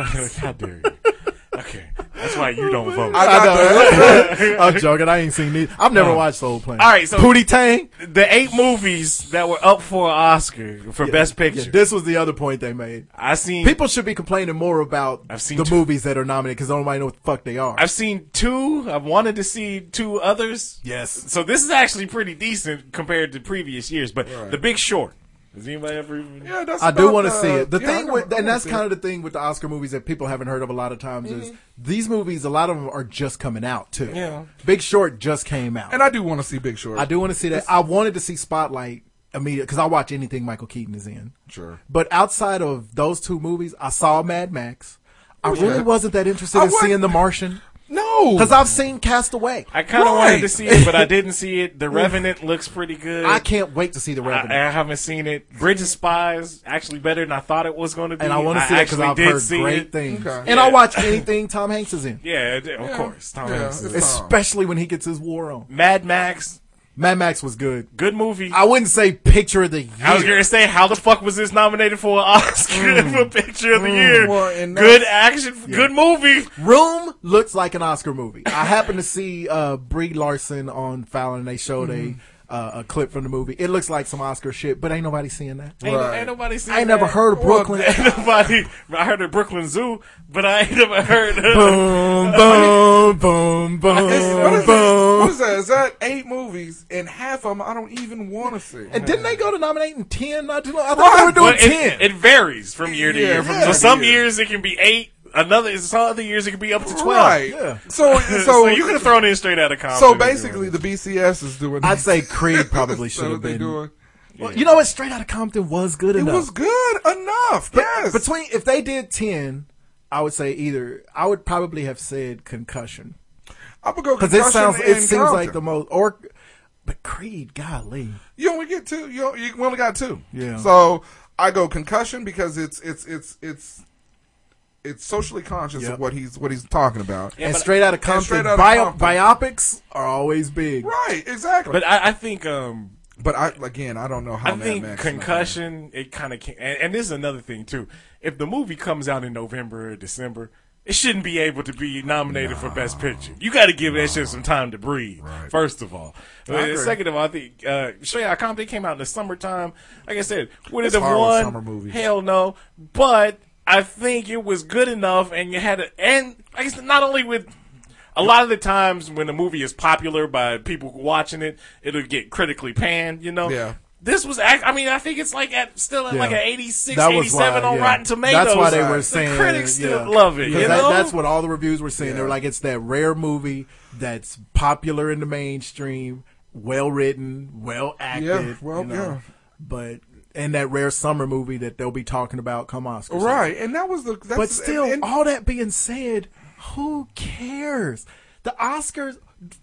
Speaker 9: (laughs) how dare you? Okay, that's why you don't vote.
Speaker 7: I got
Speaker 8: I'm joking. I ain't seen it. I've
Speaker 7: Uh-huh.
Speaker 8: never watched Soul Plane.
Speaker 9: All right, so-
Speaker 8: Pootie Tang.
Speaker 9: the eight movies that were up for an Oscar for Best Picture.
Speaker 8: Yeah, this was the other point they made.
Speaker 9: I
Speaker 7: Mm.
Speaker 9: seen
Speaker 8: People should be complaining more about
Speaker 9: I've seen
Speaker 8: the
Speaker 9: two.
Speaker 8: movies that are nominated because nobody knows what the fuck they are.
Speaker 9: I've seen two. I've wanted to see two others.
Speaker 8: Yes.
Speaker 9: So this is actually pretty decent compared to previous years. But The Big Short. Has anybody ever even?
Speaker 7: Yeah, that's
Speaker 8: I do
Speaker 7: about
Speaker 8: want to
Speaker 7: the-
Speaker 8: see it. The
Speaker 7: yeah, I
Speaker 8: thing,
Speaker 7: know-
Speaker 8: with,
Speaker 7: I
Speaker 8: and
Speaker 7: wanna
Speaker 8: that's
Speaker 7: see
Speaker 8: kind
Speaker 7: it.
Speaker 8: of the thing with the Oscar movies that people haven't heard of a lot of times is
Speaker 7: Mhm.
Speaker 8: these movies. A lot of them are just coming out too.
Speaker 7: Yeah.
Speaker 8: Big Short just came out,
Speaker 7: And I do want to see Big Short.
Speaker 8: I do want to see that.
Speaker 7: It's-
Speaker 8: I wanted to see Spotlight immediately because I watch anything Michael Keaton is in.
Speaker 7: Sure.
Speaker 8: But outside of those two movies, I saw Mad Max. I
Speaker 7: Okay.
Speaker 8: really wasn't that interested
Speaker 7: I
Speaker 8: in
Speaker 7: wa-
Speaker 8: seeing The Martian.
Speaker 7: No,
Speaker 8: because I've seen Castaway.
Speaker 9: I kind of wanted to see it, but I didn't
Speaker 8: (laughs)
Speaker 9: see it. The Revenant looks pretty good.
Speaker 8: I can't wait to see The Revenant.
Speaker 9: I, I haven't seen it. Bridge of Spies actually better than I thought it was going to be.
Speaker 8: and I want to see it because
Speaker 9: actually
Speaker 8: I've
Speaker 9: did
Speaker 8: heard
Speaker 9: see
Speaker 8: great
Speaker 9: it.
Speaker 8: things.
Speaker 7: Okay.
Speaker 8: And I
Speaker 9: Yeah.
Speaker 8: watch anything Tom Hanks is in,
Speaker 9: (laughs) Yeah, it- of course. Tom
Speaker 7: Yeah,
Speaker 9: Hanks. is-
Speaker 7: it's-
Speaker 8: especially when he gets his war on.
Speaker 9: Mad Max,
Speaker 8: Mad Max was good.
Speaker 9: good movie.
Speaker 8: I wouldn't say picture of the year.
Speaker 9: I was gonna say, how the fuck was this nominated for an Oscar
Speaker 8: Mm.
Speaker 9: for Picture of the Year?
Speaker 7: Well, and
Speaker 9: good action, good movie.
Speaker 8: Room looks like an Oscar movie. I happened to see uh, Brie Larson on Fallon, and they showed
Speaker 7: Mm-hmm.
Speaker 8: a uh, a clip from the movie. It looks like some Oscar shit, but ain't nobody seeing that.
Speaker 9: Ain't,
Speaker 7: Right.
Speaker 9: ain't nobody seen.
Speaker 8: I ain't never
Speaker 9: that.
Speaker 8: heard of Brooklyn. (laughs)
Speaker 9: Ain't
Speaker 7: (laughs)
Speaker 9: (laughs) nobody. I heard of Brooklyn Zoo, but I ain't never heard of.
Speaker 8: boom, boom, boom,
Speaker 7: It's- what,
Speaker 8: boom,
Speaker 7: is that?
Speaker 8: boom.
Speaker 7: what is that? Is that eight movies and half of them I don't even want to see?
Speaker 8: And didn't they go to nominating ten not too long? I thought they were doing
Speaker 9: But
Speaker 8: ten.
Speaker 9: it, it varies from year to
Speaker 7: Yeah,
Speaker 9: year.
Speaker 7: from
Speaker 9: so
Speaker 7: year to
Speaker 9: some
Speaker 7: year.
Speaker 9: years it can be eight. Another, some other years it can be up to twelve.
Speaker 7: Right.
Speaker 8: Yeah.
Speaker 9: (laughs)
Speaker 8: (laughs)
Speaker 7: So, so,
Speaker 9: So, you could have thrown in straight out of Compton.
Speaker 7: So basically, the BCS is doing. that.
Speaker 8: I'd say Creed
Speaker 7: (laughs)
Speaker 8: probably
Speaker 7: That's
Speaker 8: should have
Speaker 7: what they
Speaker 8: been.
Speaker 7: doing.
Speaker 8: Well, you know what? Straight Outta Compton was good
Speaker 7: It
Speaker 8: enough.
Speaker 7: was good enough. yes.
Speaker 8: Between if they did ten, I would say either I would probably have said Concussion
Speaker 7: I'm gonna go
Speaker 8: because it
Speaker 7: Concussion
Speaker 8: sounds
Speaker 7: and
Speaker 8: it seems
Speaker 7: Compton.
Speaker 8: like the most or but Creed, golly,
Speaker 7: you only get two. You, only- you only got two.
Speaker 8: Yeah.
Speaker 7: So I go concussion because it's it's it's it's it's socially conscious
Speaker 8: Yep.
Speaker 7: of what he's what he's talking about.
Speaker 8: and Straight Outta Compton,
Speaker 7: Straight Outta
Speaker 8: bio,
Speaker 7: Compton.
Speaker 8: biopics are always big.
Speaker 7: Right. Exactly.
Speaker 9: but
Speaker 7: But,
Speaker 9: I, I think um,
Speaker 7: I again I don't know how.
Speaker 9: I
Speaker 7: Mad
Speaker 9: think
Speaker 7: Max
Speaker 9: concussion. It kind of can, and, and this is another thing too. If the movie comes out in November or December, it shouldn't be able to be nominated for Best Picture. You got to give that shit some time to breathe. First of all,
Speaker 7: agree.
Speaker 9: Uh, second of all, I think uh, Straight Outta Compton came out in the summertime. Like I said, would it
Speaker 7: It's
Speaker 9: have
Speaker 7: hard with
Speaker 9: won?
Speaker 7: summer movies.
Speaker 9: Hell no. But I think it was good enough, and you had a and I guess not only with a lot of the times when a movie is popular by people watching it, it'll get critically panned. You know.
Speaker 7: Yeah.
Speaker 9: This was, act- I mean, I think it's like at still at
Speaker 8: Yeah.
Speaker 9: like an 86,
Speaker 8: That was
Speaker 9: 87
Speaker 8: why,
Speaker 9: on
Speaker 8: yeah.
Speaker 9: Rotten Tomatoes.
Speaker 8: That's why they were
Speaker 9: The
Speaker 8: saying
Speaker 9: critics
Speaker 8: yeah.
Speaker 9: still love it.
Speaker 8: 'Cause
Speaker 9: You
Speaker 8: that-
Speaker 9: know? (laughs)
Speaker 8: that's what all the reviews were saying. They were like, it's that rare movie that's popular in the mainstream, well written, well acted.
Speaker 7: Yeah, well,
Speaker 8: you know,
Speaker 7: yeah.
Speaker 8: But and that rare summer movie that they'll be talking about come Oscar. season.
Speaker 7: Right. And that was the. That's,
Speaker 8: But still,
Speaker 7: and- and-
Speaker 8: all that being said, who cares? The Oscars.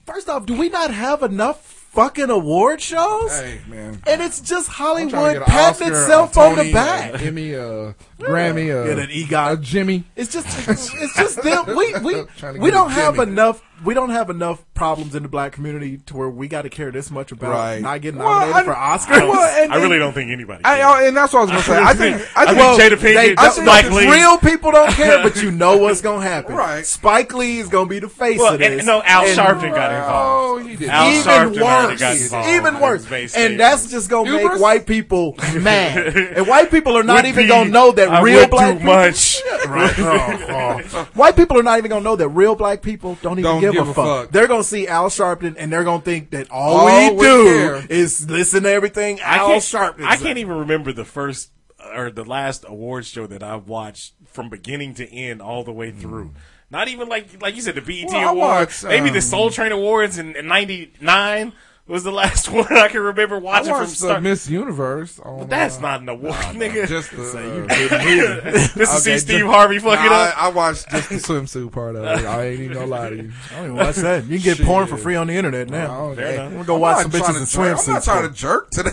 Speaker 8: First off, do we not have enough fucking award shows?
Speaker 7: Hey, man.
Speaker 8: And it's just
Speaker 7: I'm trying to
Speaker 8: Hollywood
Speaker 7: get an
Speaker 8: patting
Speaker 7: Oscar,
Speaker 8: itself
Speaker 7: a
Speaker 8: on the
Speaker 7: Tony,
Speaker 8: back.
Speaker 7: a Emmy, a Grammy, a,
Speaker 8: Get an EGOT.
Speaker 7: a Jimmy.
Speaker 8: It's just it's just
Speaker 7: (laughs)
Speaker 8: them. We we
Speaker 7: Trying to
Speaker 8: we
Speaker 7: get
Speaker 8: don't
Speaker 7: a
Speaker 8: have
Speaker 7: Jimmy.
Speaker 8: enough we don't have enough problems in the black community to where we got to care this much about
Speaker 7: Right.
Speaker 8: not getting
Speaker 7: Well,
Speaker 8: nominated
Speaker 7: I-
Speaker 8: for
Speaker 9: I,
Speaker 8: Oscars.
Speaker 9: don't-
Speaker 7: Well, and-
Speaker 9: I really
Speaker 7: and-
Speaker 9: don't think anybody.
Speaker 7: I,
Speaker 9: cares. (laughs)
Speaker 7: I- and that's what I was gonna say. I think I think,
Speaker 9: I think Jada
Speaker 8: they
Speaker 9: Pinkett,
Speaker 7: I
Speaker 8: don't-
Speaker 7: think
Speaker 9: Spike
Speaker 8: the
Speaker 9: Lee.
Speaker 8: real people don't care, but you know
Speaker 7: (laughs)
Speaker 8: what's gonna happen.
Speaker 7: Right.
Speaker 8: Spike Lee is gonna be the face
Speaker 9: well,
Speaker 8: of
Speaker 9: and,
Speaker 8: this.
Speaker 9: no, Al
Speaker 8: And
Speaker 9: Sharpton got
Speaker 7: Oh,
Speaker 9: involved.
Speaker 7: he did.
Speaker 9: Al
Speaker 8: even
Speaker 9: Sharpton already got
Speaker 8: worse,
Speaker 9: involved.
Speaker 8: even
Speaker 9: It was
Speaker 8: worse,
Speaker 9: basically-
Speaker 8: and that's just gonna make
Speaker 7: Hubris?
Speaker 8: white
Speaker 9: (laughs)
Speaker 8: people mad. and white people are not
Speaker 9: Would
Speaker 8: even
Speaker 9: be,
Speaker 8: gonna know that
Speaker 9: I
Speaker 8: real
Speaker 9: would
Speaker 8: black
Speaker 9: do
Speaker 8: people- (laughs)
Speaker 9: much. (laughs) Oh,
Speaker 8: White people are not even gonna know that real black people don't
Speaker 7: Don't
Speaker 8: even give, a, fuck. They're gonna see Al Sharpton and they're gonna think that all,
Speaker 7: All
Speaker 8: we,
Speaker 7: we
Speaker 8: do
Speaker 7: care.
Speaker 8: is listen to everything
Speaker 9: I
Speaker 8: Al
Speaker 9: can't,
Speaker 8: Sharpton.
Speaker 9: I can't e- even remember the first or the last awards show that I've watched from beginning to end, all the way through. Not even like like you said the BET
Speaker 7: Hmm. Well, I
Speaker 9: Awards,
Speaker 7: watched,
Speaker 9: maybe the
Speaker 7: um,
Speaker 9: Soul Train Awards in '99 was the (laughs) last one I can remember
Speaker 7: I
Speaker 9: watching from
Speaker 7: watched the
Speaker 9: start.
Speaker 7: Miss Universe. On,
Speaker 9: That's
Speaker 7: uh,
Speaker 9: not an award, nigga.
Speaker 7: just
Speaker 9: (laughs)
Speaker 7: the, uh,
Speaker 9: this is
Speaker 7: (laughs)
Speaker 9: see
Speaker 7: Okay,
Speaker 9: Steve
Speaker 7: just-
Speaker 9: Harvey fucking
Speaker 7: Nah,
Speaker 9: up.
Speaker 7: I, I watched just the swimsuit part of it. I ain't even gonna lie to
Speaker 9: (laughs)
Speaker 7: you.
Speaker 8: I don't even watch that. You can get porn for free on the internet now.
Speaker 7: I'm
Speaker 8: gonna go watch some bitches in swimsuits.
Speaker 7: I'm not trying to jerk today.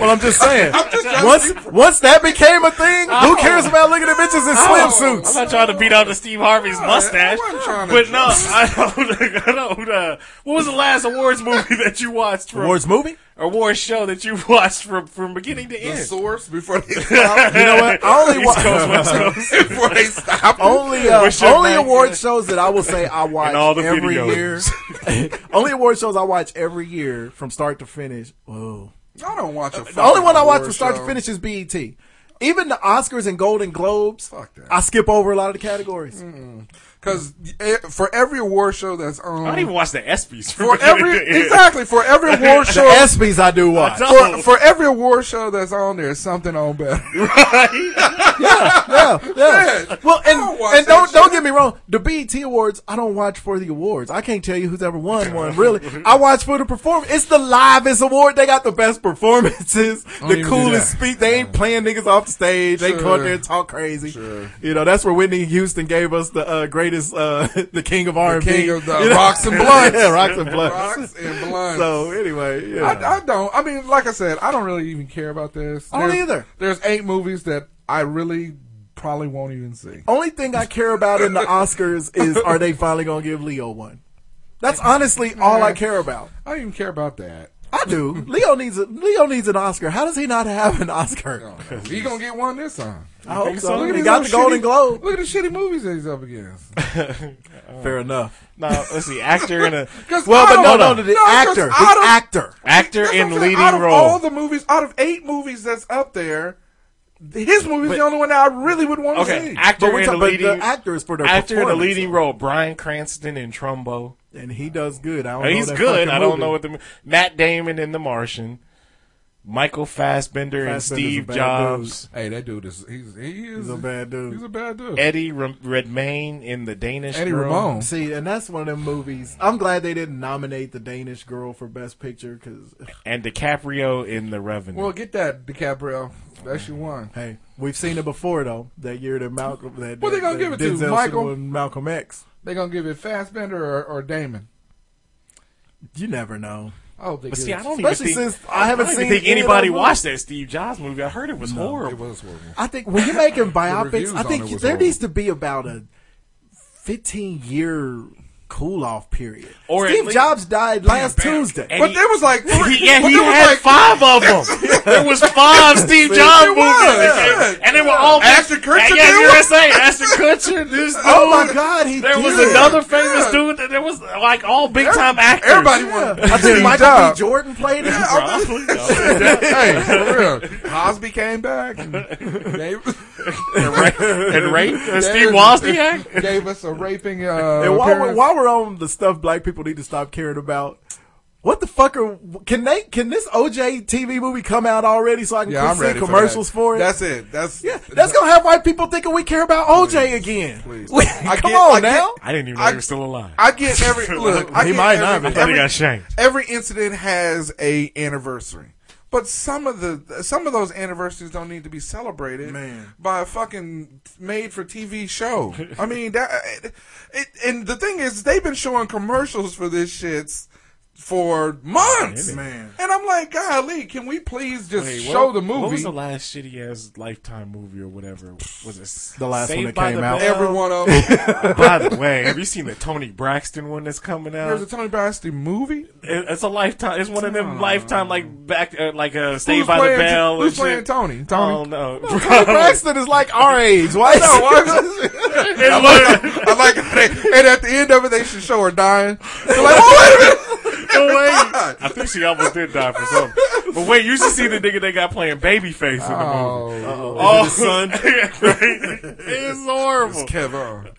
Speaker 8: well, I'm just
Speaker 9: (laughs)
Speaker 8: saying.
Speaker 7: I'm just trying to
Speaker 8: once
Speaker 7: see-
Speaker 8: once that became a thing, who cares about looking at bitches in swimsuits?
Speaker 9: Oh. I'm not trying to beat out the Steve Harvey's
Speaker 7: No, I
Speaker 9: mustache,
Speaker 7: wasn't trying to-
Speaker 9: but no, I don't. (laughs) I don't. Uh, what was the last awards movie that you watched? From,
Speaker 8: Awards movie?
Speaker 9: award show that you (laughs) watched from from beginning to
Speaker 7: the
Speaker 9: end.
Speaker 7: source before
Speaker 9: (laughs)
Speaker 7: they stop. You know
Speaker 8: what? I only
Speaker 9: East
Speaker 8: wa-
Speaker 9: Coast,
Speaker 8: (laughs)
Speaker 9: West
Speaker 7: (laughs)
Speaker 9: Coast.
Speaker 7: before they stop.
Speaker 8: Only uh,
Speaker 9: Wish your
Speaker 8: only
Speaker 9: man-
Speaker 8: award shows that I will say
Speaker 9: (laughs)
Speaker 8: I watch
Speaker 9: all the
Speaker 8: every
Speaker 9: videos.
Speaker 8: year. (laughs) only award shows I watch every year from start to finish. Whoa.
Speaker 7: I don't watch a.
Speaker 8: The only one I watch from start to finish is BET. Even the Oscars and Golden Globes, I skip over a lot of the categories.
Speaker 9: Mm.
Speaker 7: Because e, for every award show that's on,
Speaker 9: I don't even watch the ESPYS.
Speaker 7: For every
Speaker 9: (laughs)
Speaker 7: exactly for every award show,
Speaker 8: The ESPYS I do watch.
Speaker 7: For, for every award show that's on there, something on
Speaker 8: (laughs)
Speaker 7: better.
Speaker 8: yeah, yeah.
Speaker 7: (laughs) Yeah.
Speaker 8: Well,
Speaker 7: don't
Speaker 8: and don't
Speaker 7: watch
Speaker 8: and
Speaker 7: that
Speaker 8: don't,
Speaker 7: shit.
Speaker 8: don't get me wrong. The BET Awards, I don't watch for the awards. I can't tell you who's ever won one.
Speaker 7: (laughs)
Speaker 8: Really, I watch for the performance. It's the livest award. They got the
Speaker 7: (laughs)
Speaker 8: best performances, the
Speaker 7: even do
Speaker 8: coolest
Speaker 7: that.
Speaker 8: speech. They ain't playing niggas off the stage. They go out there and talk crazy. You know, that's where Whitney Houston gave us the uh, greatest, uh, (laughs) the king of R and B,
Speaker 7: king of the rocks and blunts.
Speaker 8: (laughs) yeah, rocks and blunts.
Speaker 7: Rocks and blunts.
Speaker 8: So anyway, yeah.
Speaker 7: I, I don't. I mean, like I said, I don't really even care about this.
Speaker 8: I don't
Speaker 7: There's-
Speaker 8: either.
Speaker 7: There's eight movies that I really probably won't even see.
Speaker 8: Only thing I care about
Speaker 7: (laughs)
Speaker 8: in the Oscars is are they finally gonna give Leo one? That's honestly all I care about.
Speaker 7: I don't even care about that.
Speaker 8: I do. Leo needs a, Leo needs an Oscar. How does he not have an Oscar?
Speaker 7: He gonna get one this time.
Speaker 8: I hope so.
Speaker 7: Look at
Speaker 8: He
Speaker 7: these
Speaker 8: got the
Speaker 7: little
Speaker 8: Golden
Speaker 7: shitty-
Speaker 8: Globe.
Speaker 7: Look at the shitty movies that he's up against.
Speaker 8: Fair enough.
Speaker 9: No, let's see. Actor (laughs) in a
Speaker 7: 'Cause
Speaker 8: Well,
Speaker 7: I
Speaker 8: but no,
Speaker 7: don't-
Speaker 8: no, the
Speaker 7: 'cause
Speaker 8: actor, the
Speaker 7: I don't-
Speaker 8: actor.
Speaker 9: actor
Speaker 7: That's what I'm saying.
Speaker 9: in leading
Speaker 7: out of all
Speaker 9: role.
Speaker 7: the movies, out of eight movies that's up there, his movie's the only one that I really would want to
Speaker 9: Okay,
Speaker 7: see.
Speaker 9: actor in a
Speaker 8: talking about
Speaker 9: leading
Speaker 8: the actors for their
Speaker 9: actor in a
Speaker 8: performance.
Speaker 9: leading role. Brian Cranston in Trumbo.
Speaker 8: and he does good. I don't.
Speaker 9: Now,
Speaker 8: know
Speaker 9: he's
Speaker 8: that fucking
Speaker 9: good. I don't
Speaker 8: movie.
Speaker 9: know what the Matt Damon in The Martian, Michael Fassbender and
Speaker 8: Fassbender's a
Speaker 9: Steve
Speaker 8: bad
Speaker 9: Jobs,
Speaker 7: hey, that dude is he's he is
Speaker 8: He's a bad dude.
Speaker 7: He's a bad dude.
Speaker 9: Eddie Ram- Redmayne in The Danish
Speaker 7: Eddie
Speaker 9: Girl.
Speaker 7: Ramone.
Speaker 8: See, and that's one of them movies. I'm glad they didn't nominate the Danish girl for best picture because
Speaker 9: and DiCaprio in The Revenant.
Speaker 7: Well, get that DiCaprio. That's your one.
Speaker 8: hey, we've seen it before though. That year that Malcolm, that
Speaker 7: What they gonna
Speaker 8: that
Speaker 7: give it to,
Speaker 8: Denzel
Speaker 7: Michael?
Speaker 8: Sutherland and Malcolm X.
Speaker 7: They gonna give it Fassbender or, or Damon?
Speaker 8: You never know.
Speaker 7: I hope they
Speaker 9: but
Speaker 7: give
Speaker 9: see,
Speaker 7: it
Speaker 9: I don't even
Speaker 8: Especially
Speaker 9: think,
Speaker 8: since I haven't
Speaker 9: don't even
Speaker 8: seen
Speaker 9: think
Speaker 8: any of
Speaker 9: anybody
Speaker 8: those
Speaker 9: watched that Steve Jobs movie. I heard it was
Speaker 7: It
Speaker 9: horrible.
Speaker 7: was horrible.
Speaker 8: I think when
Speaker 7: (laughs)
Speaker 8: you're making
Speaker 7: reviews
Speaker 8: biopics, I
Speaker 7: on
Speaker 8: think
Speaker 7: it was
Speaker 8: there
Speaker 7: horrible.
Speaker 8: needs to be about a 15 year cool off period.
Speaker 9: Or at
Speaker 8: Steve
Speaker 9: least-
Speaker 8: Jabs died last Tuesday.
Speaker 9: And
Speaker 7: But
Speaker 9: he-
Speaker 7: there was like three.
Speaker 9: yeah,
Speaker 7: but
Speaker 9: (laughs) he
Speaker 7: there was
Speaker 9: had
Speaker 7: like,
Speaker 9: five of them. there was five Steve Jobs
Speaker 7: there
Speaker 9: movies,
Speaker 7: was,
Speaker 9: that came-
Speaker 7: yeah.
Speaker 9: and they were all
Speaker 7: Ashton Kutcher
Speaker 9: Yeah,
Speaker 7: did
Speaker 9: you
Speaker 7: one.
Speaker 9: were saying Ashton Kutcher. This
Speaker 8: oh my
Speaker 9: dude.
Speaker 8: God, he
Speaker 9: There
Speaker 8: did.
Speaker 9: was
Speaker 7: Yeah.
Speaker 9: another famous
Speaker 7: Yeah.
Speaker 9: dude. That there was like all big time actors.
Speaker 7: (laughs) Everybody
Speaker 8: Yeah.
Speaker 7: wanted
Speaker 8: I think
Speaker 7: Steve
Speaker 8: Michael
Speaker 7: Jobs.
Speaker 8: B. Jordan
Speaker 7: (laughs)
Speaker 8: played him.
Speaker 9: Probably, no.
Speaker 7: hey, for real. Cosby came
Speaker 9: (laughs)
Speaker 7: back. and Gave, (laughs)
Speaker 9: and Ray, and Ray and Steve
Speaker 7: gave-
Speaker 9: Wozniak.
Speaker 7: gave us a raping. Uh,
Speaker 8: and while we're,
Speaker 7: appearance.
Speaker 8: while we're on the stuff black people need to stop caring about, what the fuck are can they can this OJ TV movie come out already so I can
Speaker 7: yeah, I'm
Speaker 8: see
Speaker 7: ready
Speaker 8: commercials
Speaker 7: for,
Speaker 8: for,
Speaker 7: that.
Speaker 8: it?
Speaker 7: That's it. That's (laughs)
Speaker 8: yeah, that's gonna have white people thinking we care about OJ again.
Speaker 7: Please. I
Speaker 8: (laughs) come
Speaker 7: get-
Speaker 8: on
Speaker 7: I get-
Speaker 8: now.
Speaker 9: I didn't even know
Speaker 7: I-
Speaker 9: he was still alive.
Speaker 7: I get every
Speaker 9: (laughs)
Speaker 7: look. I
Speaker 8: He
Speaker 7: get
Speaker 8: might
Speaker 7: every,
Speaker 8: not have been.
Speaker 9: I thought he
Speaker 7: every-
Speaker 9: got shanked.
Speaker 7: every incident has a anniversary. But some of the some of those anniversaries don't need to be celebrated
Speaker 8: Man.
Speaker 7: by a fucking made for TV show. I mean that it, and the thing is they've been showing commercials for this shit for months.
Speaker 8: Man.
Speaker 7: And I'm like, golly, can we please just
Speaker 9: Wait, what-
Speaker 7: show the movie?
Speaker 9: What was the last shitty ass Lifetime movie or whatever? Was it
Speaker 8: The last
Speaker 9: Saved
Speaker 8: one that
Speaker 9: by
Speaker 8: came
Speaker 9: the
Speaker 8: out.
Speaker 9: Bell?
Speaker 7: Every one of
Speaker 9: (laughs)
Speaker 7: them.
Speaker 9: By the way, have you seen the Tony Braxton one that's coming out?
Speaker 7: There's a Tony Braxton movie.
Speaker 9: It- it's a lifetime. It's one of them lifetime like back uh, like uh,
Speaker 7: Who's
Speaker 9: Saved by the
Speaker 7: playing-
Speaker 9: Bell.
Speaker 7: Who's
Speaker 9: and
Speaker 7: playing
Speaker 9: shit.
Speaker 7: Tony? Tony.
Speaker 9: Oh no! (laughs)
Speaker 8: Braxton is like our age. Why?
Speaker 7: No,
Speaker 8: (laughs)
Speaker 7: why- (laughs) I like how they, and at the end of it, they should show her dying. They're like, oh, wait a minute. God.
Speaker 9: I think she almost did die for something. But wait, you should see the nigga they got playing Babyface in the movie.
Speaker 7: Oh,
Speaker 9: Oh, (laughs) son!
Speaker 7: (laughs)
Speaker 9: it's horrible.
Speaker 7: Kevin. (laughs)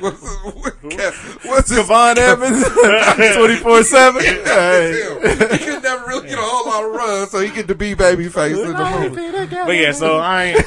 Speaker 7: What's, what's, what's his
Speaker 8: Von Evans, twenty four seven.
Speaker 7: deal? He could never really get a whole lot of runs, so he get to be baby face in the movie.
Speaker 9: But yeah, so I (laughs) ain't,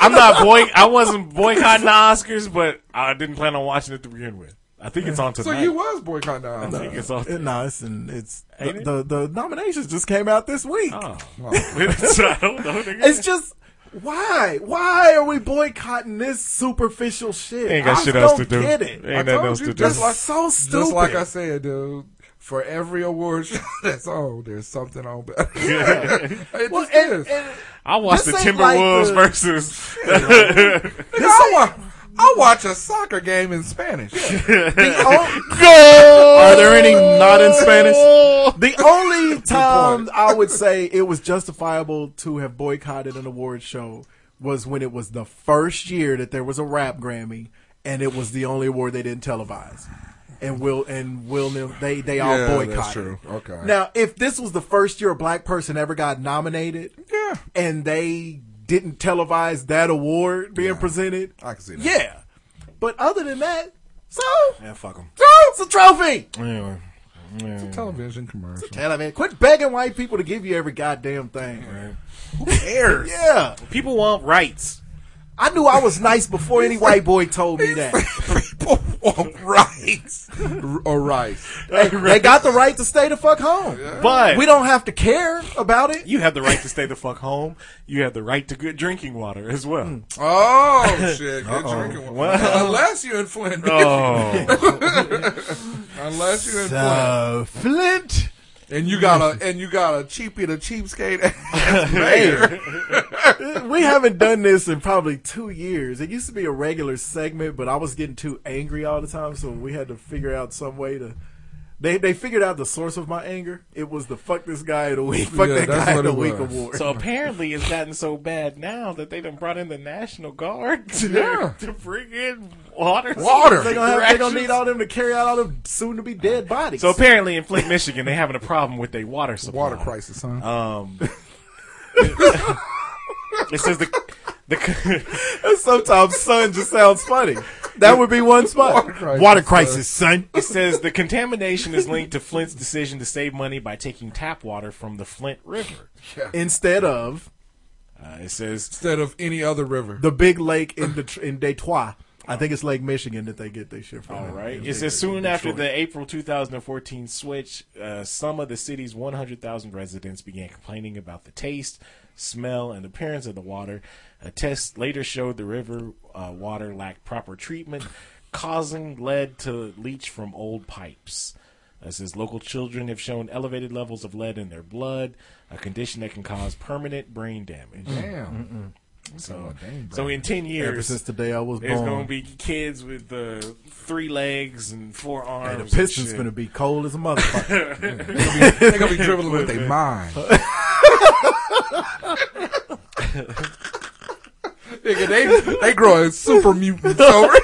Speaker 9: I'm not boy. I wasn't boycotting the Oscars, but I didn't plan on watching it to begin with. I think it's on
Speaker 7: So
Speaker 9: tonight.
Speaker 7: you was boycotting the
Speaker 9: I
Speaker 7: Oscars.
Speaker 9: think
Speaker 7: (laughs)
Speaker 9: it's on.
Speaker 8: No, it's and it's the,
Speaker 9: Ain't it?
Speaker 8: the the nominations just came out this week.
Speaker 9: (laughs) Oh. So I don't know. nigga.
Speaker 8: It's just why why are we boycotting this superficial shit?
Speaker 9: Ain't got
Speaker 8: I
Speaker 9: shit
Speaker 8: don't
Speaker 9: else to do.
Speaker 8: Get
Speaker 9: Ain't
Speaker 8: it?
Speaker 7: I
Speaker 9: nothing
Speaker 7: told
Speaker 9: else
Speaker 7: you,
Speaker 9: to do.
Speaker 7: just
Speaker 8: It's like so stupid.
Speaker 7: Just like I said, dude. For every award show (laughs) that's on, there's something on better. (laughs) It
Speaker 8: well,
Speaker 7: just
Speaker 8: and,
Speaker 7: is.
Speaker 8: and
Speaker 9: I watched the
Speaker 8: This ain't like
Speaker 9: Timberwolves
Speaker 8: the- (laughs)
Speaker 9: versus.
Speaker 7: Nigga, I, wa- I watch a soccer game in Spanish.
Speaker 8: the o-
Speaker 9: Are (laughs)
Speaker 8: Are there any not in Spanish? (laughs) The only time I would say it was justifiable to have boycotted an award show was when it was the first year that there was a rap Grammy, and it was the only award they didn't televise. And will and will Nim- they they all
Speaker 7: Yeah, that's
Speaker 8: boycotted.
Speaker 7: true. Okay.
Speaker 8: Now, if this was the first year a black person ever got nominated,
Speaker 7: Yeah.
Speaker 8: and they didn't televise that award being presented.
Speaker 7: I can see that.
Speaker 8: Yeah. But other than that, so
Speaker 9: Yeah, fuck them.
Speaker 8: so it's a trophy.
Speaker 9: Anyway.
Speaker 7: (laughs) Television commercial.
Speaker 8: Television. Quit begging white people to give you every goddamn thing.
Speaker 9: Who cares?
Speaker 8: Yeah.
Speaker 9: People want rights.
Speaker 8: I knew I was nice before any white boy told me (laughs) that.
Speaker 7: People want rice or rice.
Speaker 8: They got the right to stay the fuck home.
Speaker 9: But
Speaker 8: We don't have to care about it.
Speaker 9: you have the right to stay the fuck home. You have the right to good drinking water as well.
Speaker 8: Hmm.
Speaker 7: (laughs) Oh shit! Good drinking water. Unless you in Flint,
Speaker 8: (laughs)
Speaker 9: Oh,
Speaker 7: unless you in Flint,
Speaker 8: Uh, Flint.
Speaker 7: and you got a and you got a cheapie to
Speaker 8: (laughs)
Speaker 7: cheapskate ass mayor.
Speaker 8: We haven't done this in probably two years. It used to be a regular segment, but I was getting too angry all the time, so we had to figure out some way to. They they figured out the source of my anger. It was the fuck this guy of the week, fuck
Speaker 7: Yeah,
Speaker 8: that
Speaker 7: that's
Speaker 8: guy
Speaker 7: what
Speaker 8: of
Speaker 7: it
Speaker 8: the week
Speaker 7: was.
Speaker 8: award.
Speaker 9: so apparently it's gotten so bad now that they done brought in the National Guard (laughs) to,
Speaker 7: Yeah.
Speaker 9: to bring in water.
Speaker 7: Water.
Speaker 8: they gonna have, they gonna need all them to carry out all them soon to be dead bodies.
Speaker 9: So apparently in Flint, Michigan, they having a problem with their water supply.
Speaker 7: Water crisis, huh?
Speaker 9: Um, it says the the
Speaker 8: sometimes son just sounds funny. That would be one spot.
Speaker 7: Water crisis,
Speaker 8: son.
Speaker 9: it says the contamination is linked to Flint's decision to save money by taking tap water from the Flint River.
Speaker 8: Instead of
Speaker 9: Uh, it says
Speaker 7: Instead of any other river.
Speaker 8: the big lake in the in Detroit. I think it's Lake Michigan that they get their shit from.
Speaker 9: all right. It says soon after the April 2014 switch, uh, some of the city's 100,000 residents began complaining about the taste, smell, and appearance of the water. A test later showed the river uh, water lacked proper treatment, causing lead to leach from old pipes. It says local children have shown elevated levels of lead in their blood, a condition that can cause permanent brain damage.
Speaker 7: Damn.
Speaker 9: So, so in 10 years,
Speaker 8: Ever since the day I was
Speaker 9: There's gonna
Speaker 8: born,
Speaker 9: be kids with uh, three legs and four arms.
Speaker 8: and the
Speaker 9: and
Speaker 8: Pistons
Speaker 9: Oh, shit.
Speaker 8: gonna be cold as a motherfucker.
Speaker 7: They're gonna be dribbling with their mind. Nigga, they they growing super mutants over.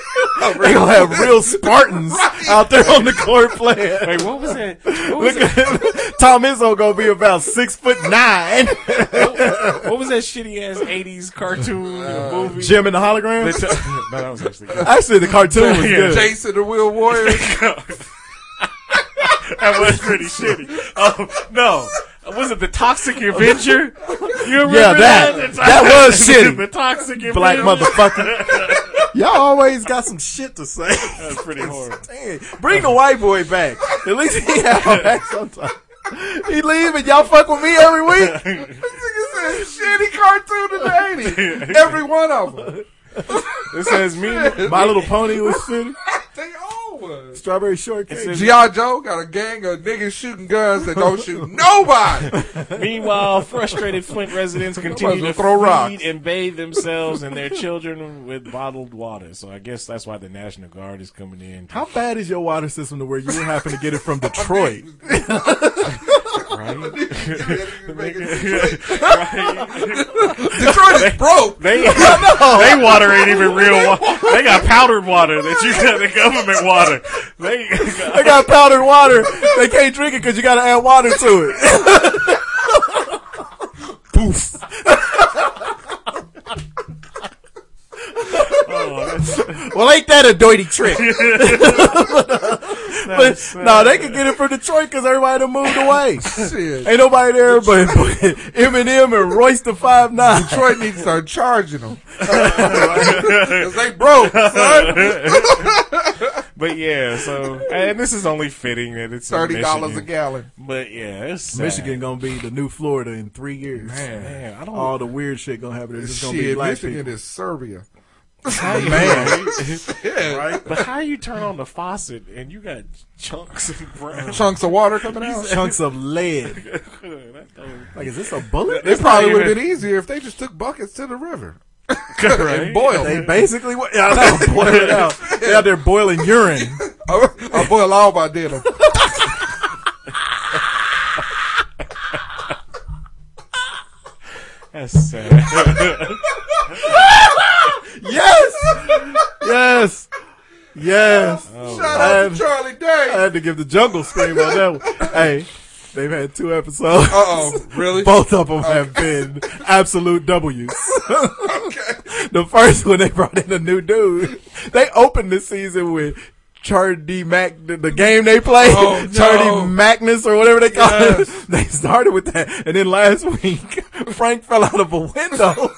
Speaker 7: over
Speaker 8: they gonna have real
Speaker 9: (laughs)
Speaker 8: Spartans out there on the court playing.
Speaker 9: Wait, what was (laughs) that? What was,
Speaker 8: Look
Speaker 9: that,
Speaker 8: at Tom Izzo gonna be about six foot nine.
Speaker 9: what was that shitty ass '80s cartoon movie?
Speaker 8: Jim and the hologram.
Speaker 9: (laughs) no, that was actually good.
Speaker 8: Actually, the cartoon was
Speaker 9: Yeah,
Speaker 8: good.
Speaker 7: Jason the Real Warrior.
Speaker 9: (laughs) That was pretty shitty. Oh no, was it the Toxic Avenger? You remember
Speaker 8: Yeah, that.
Speaker 9: that?
Speaker 8: That was shitty.
Speaker 9: (laughs) the Toxic Avenger.
Speaker 8: black motherfucker. (laughs) Y'all always got some shit to say.
Speaker 9: (laughs)
Speaker 8: (laughs)
Speaker 9: That's pretty horrible.
Speaker 8: Dang, bring the white boy back. At least he have him
Speaker 9: (laughs)
Speaker 8: back sometime. He leave and y'all fuck with me every week.
Speaker 9: (laughs)
Speaker 7: This is a shitty cartoon in the 80s.
Speaker 8: (laughs)
Speaker 7: Every one of them.
Speaker 9: It says me. (laughs)
Speaker 8: My Little Pony was shitty.
Speaker 7: They all was.
Speaker 8: Strawberry Shortcake.
Speaker 7: G.I. Joe got a gang of niggas shooting guns that don't shoot nobody. (laughs)
Speaker 9: Meanwhile, frustrated Flint residents continue to
Speaker 7: well throw
Speaker 9: feed
Speaker 7: rocks.
Speaker 9: and bathe themselves and their children with bottled water. So I guess that's why the National Guard is coming in.
Speaker 8: How bad is your water system to where you would happen to get it from
Speaker 9: (laughs)
Speaker 8: Detroit?
Speaker 7: Detroit is broke.
Speaker 9: They, (laughs) they water ain't even real water. They got powdered water that you got the government water. They (laughs)
Speaker 8: They got powdered water. They can't drink it because you got to add water to it. (laughs) Poof.
Speaker 9: Oh,
Speaker 8: well, ain't that a dirty trick? but no, they could get it from Detroit because everybody done moved
Speaker 9: (laughs)
Speaker 8: away.
Speaker 7: Shit.
Speaker 8: Ain't nobody there but but Eminem and Royce the Five Nine.
Speaker 7: Detroit needs to start charging
Speaker 8: (laughs)
Speaker 7: them. Because they broke, son.
Speaker 9: but yeah, so and this is only fitting that it's in
Speaker 7: $30 a
Speaker 9: Michigan.
Speaker 7: gallon.
Speaker 9: But yeah, it's sad.
Speaker 8: Michigan
Speaker 9: (laughs)
Speaker 8: gonna be the new Florida in three years.
Speaker 9: Man, I don't.
Speaker 8: All the weird shit gonna happen. It's just gonna be
Speaker 7: Shit,
Speaker 8: black
Speaker 7: Michigan
Speaker 8: people.
Speaker 7: is Serbia.
Speaker 9: man, right? But how you turn on the faucet and you got chunks of brown?
Speaker 7: Chunks of water coming out.
Speaker 8: (laughs) Chunks of lead.
Speaker 9: (laughs) That thing-
Speaker 8: Like, is this a bullet?
Speaker 7: It probably would have been easier if they just took buckets to the river
Speaker 9: (laughs)
Speaker 7: and boiled.
Speaker 8: They basically what? Yeah, I know, boil it out. They out there boiling urine.
Speaker 7: (laughs) I boil all my
Speaker 8: (laughs)
Speaker 7: dinner.
Speaker 9: That's sad. (laughs)
Speaker 8: Yes, yes, yes.
Speaker 9: Oh.
Speaker 7: Shout out to Charlie Day.
Speaker 9: (laughs)
Speaker 8: I had to give the jungle scream on that one. Hey, They've had two episodes.
Speaker 7: Uh-oh, really?
Speaker 8: Both of them have been absolute W's.
Speaker 7: (laughs)
Speaker 8: (laughs) okay. The first one, they brought in a new dude. They opened the season with Chardy Mac, the, the game they played,
Speaker 7: Oh, no.
Speaker 8: (laughs) Chardy Magnus or whatever they call it. (laughs) They started with that. And then last week, (laughs) Frank fell out of a window. (laughs)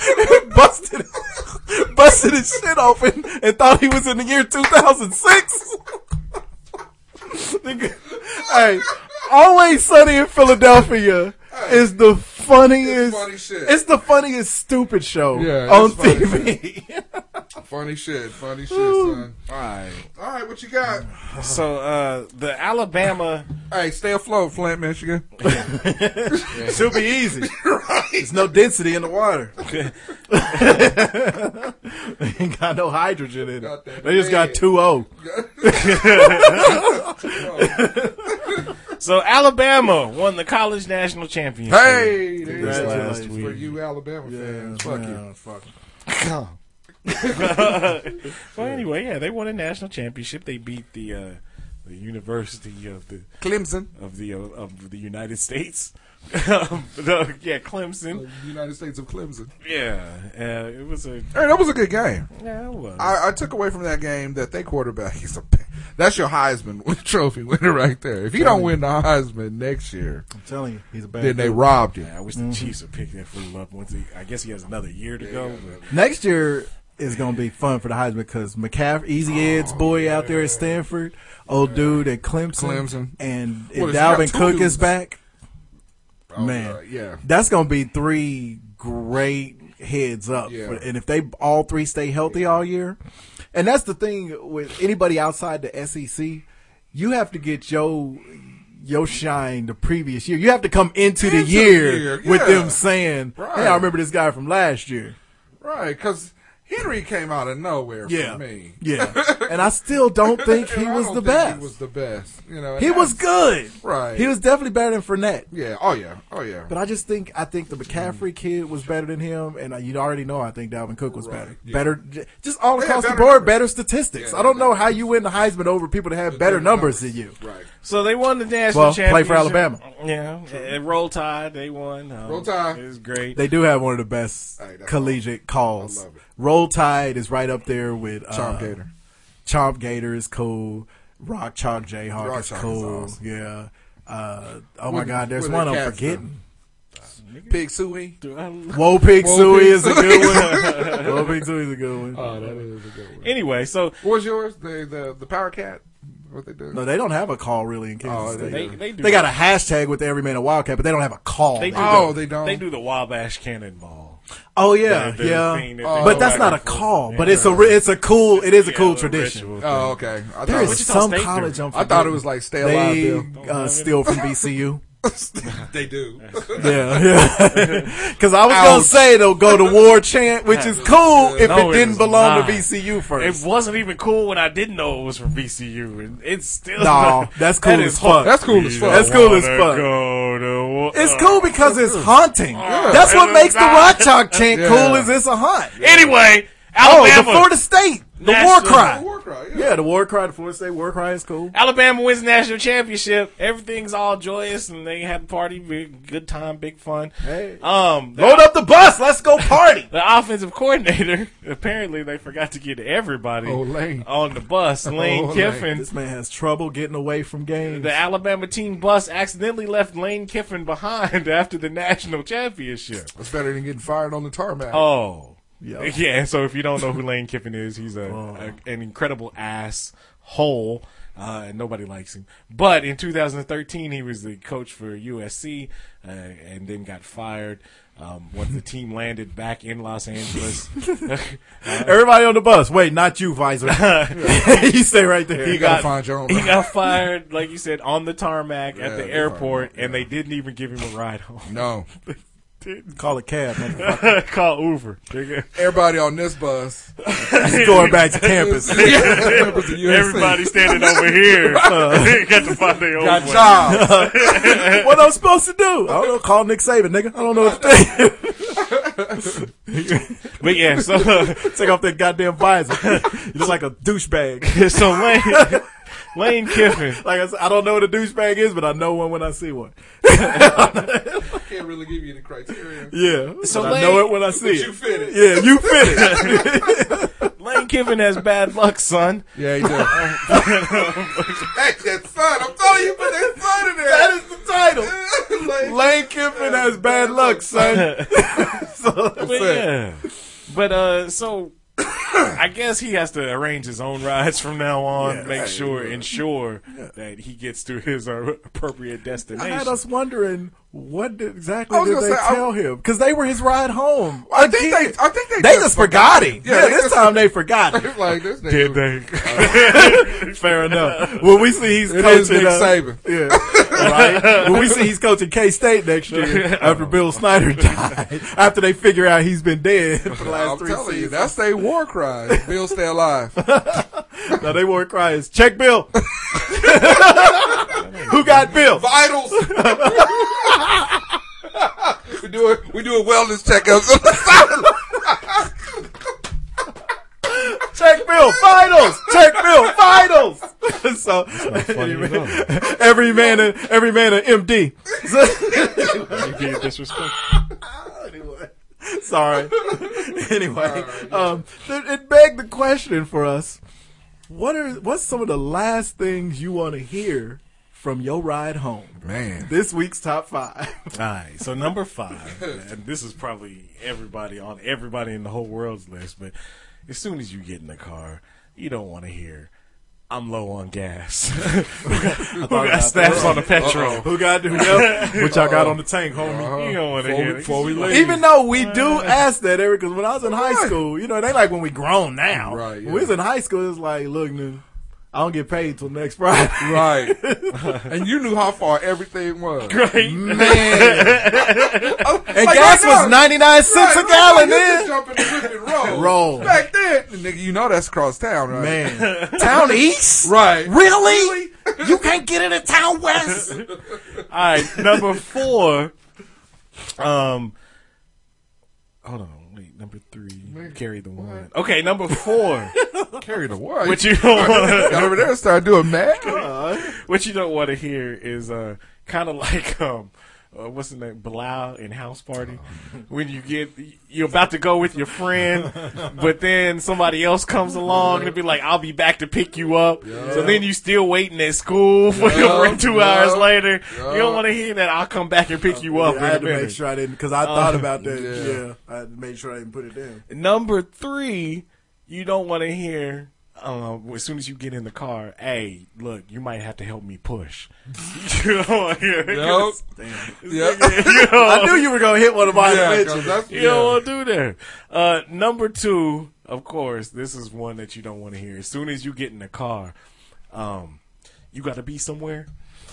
Speaker 8: and (laughs) busted, (laughs) busted his shit open and thought he was in the year 2006. (laughs) Nigga. hey, Always Sunny in Philadelphia is the funniest. It's,
Speaker 7: funny shit.
Speaker 8: the funniest stupid show
Speaker 7: Yeah, it's
Speaker 8: on
Speaker 7: funny
Speaker 8: TV. (laughs)
Speaker 7: Funny shit, funny shit, son. All right, all right, what you got?
Speaker 9: So uh, the Alabama
Speaker 7: Hey, stay afloat, Flint, Michigan.
Speaker 8: Should be easy.
Speaker 7: (laughs)
Speaker 8: There's no density in the water. (laughs) Ain't got no hydrogen in
Speaker 7: Got
Speaker 8: it.
Speaker 7: that
Speaker 8: They just got
Speaker 7: lead.
Speaker 8: two O.
Speaker 9: so Alabama won the college national championship.
Speaker 7: Hey, there you
Speaker 9: This
Speaker 7: go.
Speaker 9: last
Speaker 7: for
Speaker 9: week.
Speaker 7: you Alabama fans. Fuck you.
Speaker 8: fuck.
Speaker 9: (laughs) Well, anyway, yeah, they won a national championship. They beat the uh, the University of the
Speaker 7: Clemson,
Speaker 9: of the uh, of the United States. Um, the-
Speaker 8: (laughs)
Speaker 9: yeah, Clemson.
Speaker 7: United States of Clemson.
Speaker 9: Yeah, uh, it was a
Speaker 7: Hey, that was a good game.
Speaker 9: yeah, it was.
Speaker 7: I, I took away from that game that they quarterback is a. p- That's your Heisman (laughs) trophy winner right there. If you don't win the Heisman next year,
Speaker 8: I'm telling you, he's a bad.
Speaker 7: then they
Speaker 8: dude.
Speaker 7: robbed you.
Speaker 9: I wish
Speaker 8: Mm-hmm.
Speaker 9: the Chiefs would pick that fool up once. He, I guess he has another year to go. But
Speaker 8: Next year is gonna be fun for the Heisman because McCaff, Easy Ed's boy out there at Stanford, old dude at Clemson,
Speaker 7: Clemson.
Speaker 8: and if
Speaker 7: What, it's got
Speaker 8: Dalvin
Speaker 7: two
Speaker 8: Cook
Speaker 7: dudes.
Speaker 8: is back.
Speaker 7: Oh,
Speaker 8: man,
Speaker 7: uh, yeah.
Speaker 8: that's gonna be three great heads up.
Speaker 7: Yeah.
Speaker 8: For- And if they all three stay healthy all year, and that's the thing with anybody outside the SEC, you have to get your your shine the previous year. You have to come into, the
Speaker 7: Into the
Speaker 8: year,
Speaker 7: year,
Speaker 8: with
Speaker 7: yeah.
Speaker 8: them saying, "Hey,
Speaker 7: Right.
Speaker 8: I remember this guy from last year."
Speaker 7: Right, because Henry came out of nowhere
Speaker 8: Yeah.
Speaker 7: for me.
Speaker 8: Yeah.
Speaker 7: (laughs)
Speaker 8: and I still don't think he
Speaker 7: And I
Speaker 8: was
Speaker 7: don't
Speaker 8: the
Speaker 7: think
Speaker 8: best.
Speaker 7: He was the best. You know, and that's-
Speaker 8: good.
Speaker 7: Right.
Speaker 8: He was definitely better than Fournette.
Speaker 7: Yeah. Oh yeah. Oh yeah.
Speaker 8: But I just think I think the McCaffrey kid was better than him, and uh, you already know I think Dalvin Cook was better. Better, j- just all
Speaker 7: Yeah,
Speaker 8: across the
Speaker 7: better
Speaker 8: board,
Speaker 7: numbers.
Speaker 8: better statistics.
Speaker 7: Yeah,
Speaker 8: I don't
Speaker 7: better
Speaker 8: know how you win the Heisman over people that have better numbers than you.
Speaker 7: right.
Speaker 9: so they won the national
Speaker 8: Well, play
Speaker 9: championship.
Speaker 8: for Alabama.
Speaker 9: Yeah, and Roll Tide. They won. Um,
Speaker 7: Roll Tide.
Speaker 9: It was great.
Speaker 8: They do have one of the best
Speaker 7: Hey, that's
Speaker 8: collegiate
Speaker 7: I
Speaker 8: calls.
Speaker 7: love it.
Speaker 8: Roll Tide is right up there with uh,
Speaker 7: Tom Gator.
Speaker 8: Chomp Gator is cool. Rock Chalk Jayhawk
Speaker 7: Rock
Speaker 8: is
Speaker 7: Chalk is
Speaker 8: cool.
Speaker 7: awesome.
Speaker 8: Yeah. Uh, oh my
Speaker 7: What-
Speaker 8: God, there's
Speaker 7: what
Speaker 8: one
Speaker 7: are
Speaker 8: I'm
Speaker 7: cats,
Speaker 8: forgetting.
Speaker 7: Pig Suey.
Speaker 8: Woe Pig
Speaker 7: Woe
Speaker 8: Suey
Speaker 7: Pig Oh.
Speaker 8: is a good
Speaker 7: (laughs)
Speaker 8: one. Woe Pig Suey is a good one.
Speaker 7: that is a good one.
Speaker 9: Anyway, so
Speaker 7: What was yours? The the the Power Cat. What they do?
Speaker 8: no, they don't have a call really in Kansas
Speaker 7: Oh,
Speaker 8: State.
Speaker 9: they
Speaker 8: They,
Speaker 9: they do
Speaker 8: got a hashtag with every man a Wildcat, but they don't have a call.
Speaker 9: They do
Speaker 7: Oh,
Speaker 9: the,
Speaker 7: they don't.
Speaker 9: They do the Wabash Cannonball.
Speaker 8: oh yeah,
Speaker 9: The
Speaker 8: yeah. Uh,
Speaker 9: thing that they
Speaker 7: Oh,
Speaker 8: But
Speaker 9: go
Speaker 8: that's
Speaker 9: back
Speaker 8: not a
Speaker 9: and forth.
Speaker 8: call.
Speaker 9: Yeah.
Speaker 8: But it's a re- it's a cool it is a
Speaker 9: Yeah,
Speaker 8: cool
Speaker 9: the
Speaker 8: tradition.
Speaker 9: ritual
Speaker 7: Oh, okay. I
Speaker 8: There
Speaker 7: thought,
Speaker 8: is
Speaker 9: Wichita
Speaker 8: some
Speaker 9: State
Speaker 8: college.
Speaker 9: do.
Speaker 8: I'm
Speaker 7: I thought it was like stay alive.
Speaker 8: they
Speaker 7: Bill.
Speaker 8: uh, steal from BCU.
Speaker 7: (laughs) They do.
Speaker 9: (laughs)
Speaker 8: Yeah, yeah. Because I was
Speaker 7: Ouch.
Speaker 8: gonna say they'll go to war chant, which is cool if it
Speaker 9: No, it
Speaker 8: didn't
Speaker 9: is
Speaker 8: belong
Speaker 9: not.
Speaker 8: to VCU
Speaker 9: It
Speaker 8: first.
Speaker 9: wasn't even cool when I didn't know it was from VCU, and it's still.
Speaker 8: Nah,
Speaker 9: (laughs)
Speaker 8: that's cool
Speaker 9: That
Speaker 8: as
Speaker 9: is
Speaker 8: fuck.
Speaker 7: That's cool as fuck.
Speaker 8: That's cool as
Speaker 9: Wanna
Speaker 8: fuck.
Speaker 9: go to wa-
Speaker 8: It's
Speaker 9: uh,
Speaker 8: cool because it's haunting. That's what
Speaker 9: It
Speaker 8: makes the
Speaker 9: is
Speaker 8: Rock
Speaker 9: not.
Speaker 8: Chalk chant
Speaker 7: Yeah.
Speaker 8: cool. Is it's a haunt?
Speaker 9: Anyway,
Speaker 8: Oh, the
Speaker 9: Alabama.
Speaker 8: Florida State, the
Speaker 9: National-
Speaker 8: war cry.
Speaker 7: War cry, yeah.
Speaker 8: Yeah, the war cry, the Florida State war cry is cool.
Speaker 9: Alabama wins the national championship. Everything's all joyous, and they have a party, big, good time, big fun.
Speaker 8: Hey.
Speaker 9: Um, the,
Speaker 8: Load up the bus, let's go
Speaker 9: (laughs)
Speaker 8: party.
Speaker 9: the offensive coordinator (laughs) apparently they forgot to get everybody
Speaker 7: Oh, Lane.
Speaker 9: on the bus. Lane
Speaker 7: Lane.
Speaker 9: Kiffin,
Speaker 8: Oh, this man has trouble getting away from games.
Speaker 9: The Alabama team bus accidentally left Lane Kiffin behind (laughs) after the national championship.
Speaker 7: It's better than getting fired on the tarmac.
Speaker 9: Oh.
Speaker 8: Yo.
Speaker 9: (laughs) Yeah, so if you don't know who Lane Kiffin is, he's a, a- an incredible ass hole. Uh, and nobody likes him. But in 2013, he was the coach for USC uh, and then got fired. Um, once the team landed back in
Speaker 7: (laughs)
Speaker 9: Los Angeles, (laughs)
Speaker 8: Everybody on the bus. Wait, not you, Visor.
Speaker 9: (laughs)
Speaker 8: (laughs) you stay right there.
Speaker 9: he
Speaker 7: gotta
Speaker 9: got
Speaker 7: find your own
Speaker 9: he
Speaker 7: route.
Speaker 9: got fired, like you said, on the tarmac at the
Speaker 7: they
Speaker 9: airport, and they didn't even give him a ride
Speaker 7: (laughs)
Speaker 9: home.
Speaker 7: No.
Speaker 8: Call a cab. motherfucker.
Speaker 9: (laughs) Call Uber. nigga.
Speaker 7: Everybody on this
Speaker 9: (laughs)
Speaker 7: bus.
Speaker 8: Going back to
Speaker 7: (laughs)
Speaker 8: campus.
Speaker 7: Members of USC.
Speaker 9: Everybody standing
Speaker 7: (laughs)
Speaker 9: over here (laughs) got to find their own
Speaker 7: got
Speaker 9: way. (laughs)
Speaker 7: jobs.
Speaker 8: what I'm supposed to do? I don't know. Call Nick Saban, nigga. I don't know what to do.
Speaker 9: But yeah, so
Speaker 8: (laughs)
Speaker 9: (laughs) (laughs)
Speaker 8: Take off that goddamn visor. You look like a douchebag.
Speaker 9: so Lane Lane Kiffin.
Speaker 8: Like I said, I don't know what a douchebag is, but I know one when I see one.
Speaker 7: I can't really give you the criteria.
Speaker 8: Yeah.
Speaker 9: So
Speaker 8: So
Speaker 9: Lane-
Speaker 8: I know it when I see
Speaker 7: But
Speaker 8: it.
Speaker 7: you fit it.
Speaker 8: (laughs) Yeah, you fit it.
Speaker 9: (laughs) Lane Kiffin has bad luck,
Speaker 8: (laughs)
Speaker 9: son.
Speaker 7: Yeah,
Speaker 9: (laughs)
Speaker 7: you do. hey, that son, I'm telling you, put that son in there.
Speaker 8: that is the title.
Speaker 7: (laughs) like,
Speaker 8: Lane Kiffin has bad luck, son. so,
Speaker 9: But, yeah. but uh, so (coughs) I guess he has to arrange his own rides from now on. make sure, ensure that he gets to his uh, appropriate
Speaker 8: I
Speaker 9: destination.
Speaker 8: had
Speaker 9: (laughs)
Speaker 8: us wondering what did,
Speaker 7: I
Speaker 8: exactly
Speaker 7: was
Speaker 8: did
Speaker 7: gonna
Speaker 8: they
Speaker 7: say, I-
Speaker 8: tell him because they were his ride home.
Speaker 7: I think
Speaker 8: Again.
Speaker 7: they, I think they,
Speaker 8: They just forgot him.
Speaker 7: Yeah,
Speaker 8: Yeah,
Speaker 7: they
Speaker 8: this
Speaker 7: just-
Speaker 8: time they forgot
Speaker 7: (laughs)
Speaker 8: him.
Speaker 7: like this. Nigga.
Speaker 9: Did they?
Speaker 8: Fair enough. (laughs) When we see he's
Speaker 7: It
Speaker 8: coaching,
Speaker 7: is Nick
Speaker 8: uh,
Speaker 7: Saban.
Speaker 8: Yeah, (laughs) right. When we see he's coaching K State next year
Speaker 7: (laughs)
Speaker 8: after Bill Snyder (laughs) died, after they figure out he's been dead for the last
Speaker 7: I'm
Speaker 8: three
Speaker 7: telling
Speaker 8: seasons.
Speaker 7: you, that's their war cry. Bill stay
Speaker 8: (laughs)
Speaker 7: alive.
Speaker 8: No, they were crying. Check Bill. (laughs) Who got Bill?
Speaker 7: Vitals. (laughs) we do it. We do a wellness (laughs) checkups on the side.
Speaker 8: Check Bill. Finals. Check Bill. Finals. (laughs) so every man, every man, a- every man, an MD.
Speaker 9: Being disrespectful.
Speaker 8: (laughs) Sorry. anyway, um, th- it begged the question for us: What are what's some of the last things you want to hear from your ride home?
Speaker 7: Man,
Speaker 8: This week's top five. (laughs)
Speaker 9: All right, so number five, and this is probably everybody on everybody in the whole world's list, but as soon as you get in the car, you don't want to hear. I'm low on gas. (laughs) Who got- who got stats on the petrol?
Speaker 8: Who got who else? What y'all got on the tank, homie?
Speaker 9: You don't want to
Speaker 7: Before we-
Speaker 9: hear. it.
Speaker 7: before we
Speaker 9: You
Speaker 7: leave.
Speaker 8: Even though we do ask that, Eric, because when I was in high
Speaker 7: Right.
Speaker 8: school, you know, they like when we grown now.
Speaker 7: Right, yeah.
Speaker 8: When we was in high school, it's like, look, nigga, I don't get paid till next (laughs) Friday.
Speaker 7: right? (laughs) and you knew how far everything
Speaker 8: (laughs)
Speaker 7: was.
Speaker 9: Right.
Speaker 7: Man,
Speaker 8: And gas was 99 cents a gallon then.
Speaker 7: Jumping the whip and roll.
Speaker 8: (laughs) Roll.
Speaker 7: Back then, nigga, you know that's cross town, right?
Speaker 8: (laughs) Man. town East?
Speaker 7: Right.
Speaker 8: Really? you can't get it in Town (laughs) West?
Speaker 9: All right, number four. Um, hold on, wait. Number three, carry the one. Okay, number four.
Speaker 7: Carry the what?
Speaker 9: what you don't
Speaker 7: (laughs)
Speaker 9: want to,
Speaker 7: got over there and started doing
Speaker 8: (laughs)
Speaker 7: mad. (laughs)
Speaker 9: what you don't want to hear is uh, kind of like um. Uh, what's the name? Bilal in House Party. When you get, you're about to go with your friend, but then somebody else comes along and be like, I'll be back to pick you up. So then you still waiting at school (laughs) for your friend two
Speaker 7: Yeah.
Speaker 9: hours later. You don't want to hear that. I'll come back and pick you up.
Speaker 8: I
Speaker 9: in a
Speaker 8: had to
Speaker 9: minute.
Speaker 8: make sure I didn't, because I thought (laughs) about that.
Speaker 7: yeah.
Speaker 8: Yeah. I had to make sure I didn't put it in.
Speaker 9: Number three, you don't want to hear. Um, as soon as you get in the car, hey, look, you might have to help me push. (laughs) you don't want to hear.
Speaker 7: Yep. Yep.
Speaker 9: You
Speaker 8: I
Speaker 9: don't,
Speaker 8: knew (laughs) you were going to hit one of mine
Speaker 7: Yeah, 'cause
Speaker 8: eventually.
Speaker 7: that's-
Speaker 9: you
Speaker 7: yeah.
Speaker 9: don't want to do that. Uh, number two, of course, this is one that you don't want to hear. As soon as you get in the car, um, you got to be somewhere.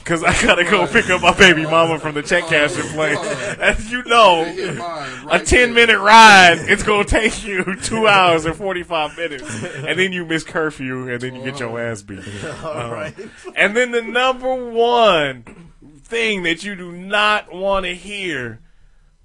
Speaker 9: Cause I gotta go pick up my baby mama from the check cashing place. As you know, a 10 minute ride, it's going to take you (laughs) two hours and 45 minutes. And then you miss curfew and then you get your ass beat. (laughs) All right. And then the number one thing that you do not want to hear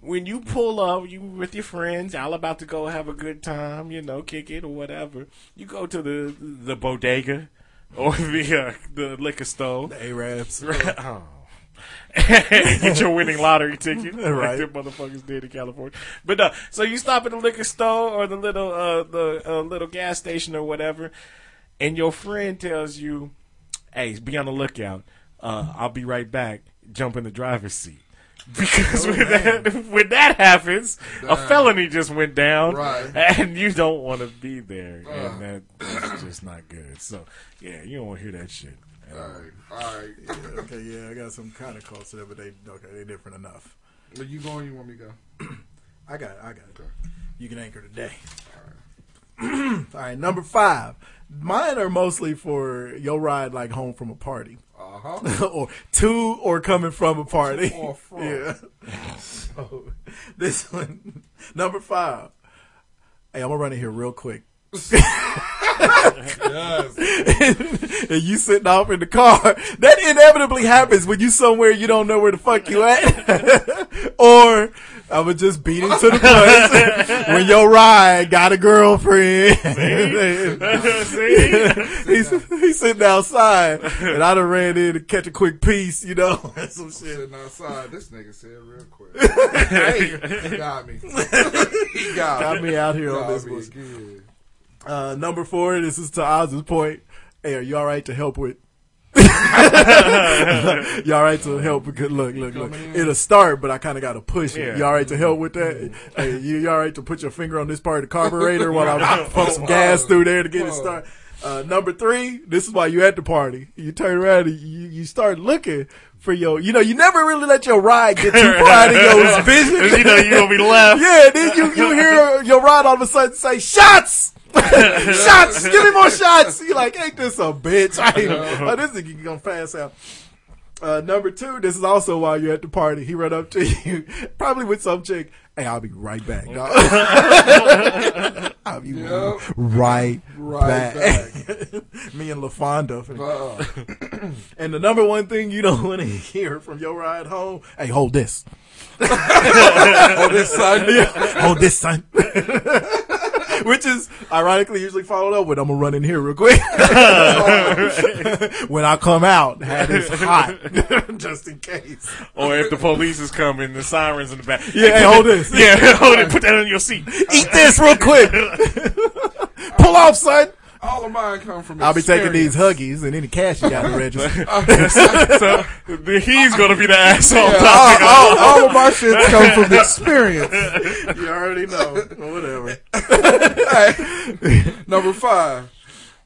Speaker 9: when you pull up, you with your friends, y'all about to go have a good time, you know, kick it or whatever. You go to the the bodega or (laughs) the uh, the liquor store.
Speaker 8: (laughs) A-Rabs.
Speaker 9: Oh. (laughs) Get your winning lottery ticket,
Speaker 8: Right.
Speaker 9: like them motherfuckers did in California. But no, so you stop at the liquor store or the little uh, the uh, little gas station or whatever, and your friend tells you, "Hey, be on the lookout. Uh, I'll be right back. Jump in the driver's seat." (laughs) Because when, that, when that happens, a felony just went down,
Speaker 7: Right.
Speaker 9: and you don't want to be there, and that, that's just not good. So, yeah, you don't want to hear that shit. (laughs) at all.
Speaker 7: Alright.
Speaker 8: Okay, yeah, I got some kind of close to that, but they, okay, they're different enough.
Speaker 7: Are you going? You want me to go?
Speaker 8: I got it. I got it. You can anchor today. (clears throat) All right. number five. Mine are mostly for your ride, like home from a party,
Speaker 7: Uh huh.
Speaker 8: (laughs) or to or coming from a party.
Speaker 7: or from.
Speaker 8: (laughs) Yeah. so this one, (laughs) number five. Hey, I'm gonna run it here
Speaker 7: (laughs)
Speaker 8: real quick. (laughs) and you sitting off in the car. That inevitably happens when you somewhere you don't know where the fuck you at. (laughs) or I would just beat him to the punch (laughs) when your ride got a girlfriend. (laughs) he's, he's sitting outside, and I'd have ran in to catch a quick piece, you know. (laughs) Some shit.
Speaker 7: Sitting outside, this nigga said real quick.
Speaker 8: (laughs)
Speaker 7: hey, got me. he got,
Speaker 8: Got me out here on
Speaker 7: Got
Speaker 8: this
Speaker 7: me
Speaker 8: one.
Speaker 7: good.
Speaker 8: Uh, number four, this is to Oz's point. Hey, are you all right to help with? (laughs) you all right to help with good look, look, look. It'll start, but I kind of got to push it.
Speaker 9: Yeah. Mm-hmm.
Speaker 8: You all right to help with that? Hey, you, you all right to put your finger on this part of the carburetor while
Speaker 9: (laughs)
Speaker 8: I pump some gas through there to get it started? Uh, number three, this is why you at the party. You turn around and you, you start looking for your, you know, you never really let your ride get
Speaker 9: (laughs)
Speaker 8: too far out of your vision.
Speaker 9: you know you're gonna be left.
Speaker 8: Yeah, then you, you hear your rod all of a sudden say, shots! (laughs) shots! Give me more shots! You're like, ain't this a bitch? (laughs) I ain't, oh, this nigga gonna pass out. Uh, number two, this is also while you're at the party. He run up to (laughs) you, probably with some chick. Hey, I'll be right back, dog. I'll be right,
Speaker 7: Right
Speaker 8: back. (laughs) Me and LaFonda. finna-
Speaker 7: Uh,
Speaker 8: and the number one thing you don't (laughs) want to hear from your ride home, hey, hold this. (laughs) hold this, (laughs) son. hold this, son. (laughs) Which is ironically usually followed up with, I'm going to run in here real quick. (laughs) when I come out, have this hot, (laughs) just in case.
Speaker 9: Or if the police is coming, the sirens in the back.
Speaker 8: Yeah, hey, hold this.
Speaker 9: (laughs) Yeah, hold it. Put that on your seat.
Speaker 8: Eat this real quick. (laughs) Pull off, son.
Speaker 7: all of mine come from.
Speaker 8: I'll be taking
Speaker 7: experience.
Speaker 8: these huggies and any cash you got in the (laughs) register. Uh,
Speaker 9: So he's gonna be the asshole.
Speaker 7: All,
Speaker 8: uh,
Speaker 7: all, all of my shit come from
Speaker 8: oh,
Speaker 7: experience.
Speaker 8: (laughs) you already know. Whatever.
Speaker 7: Number five.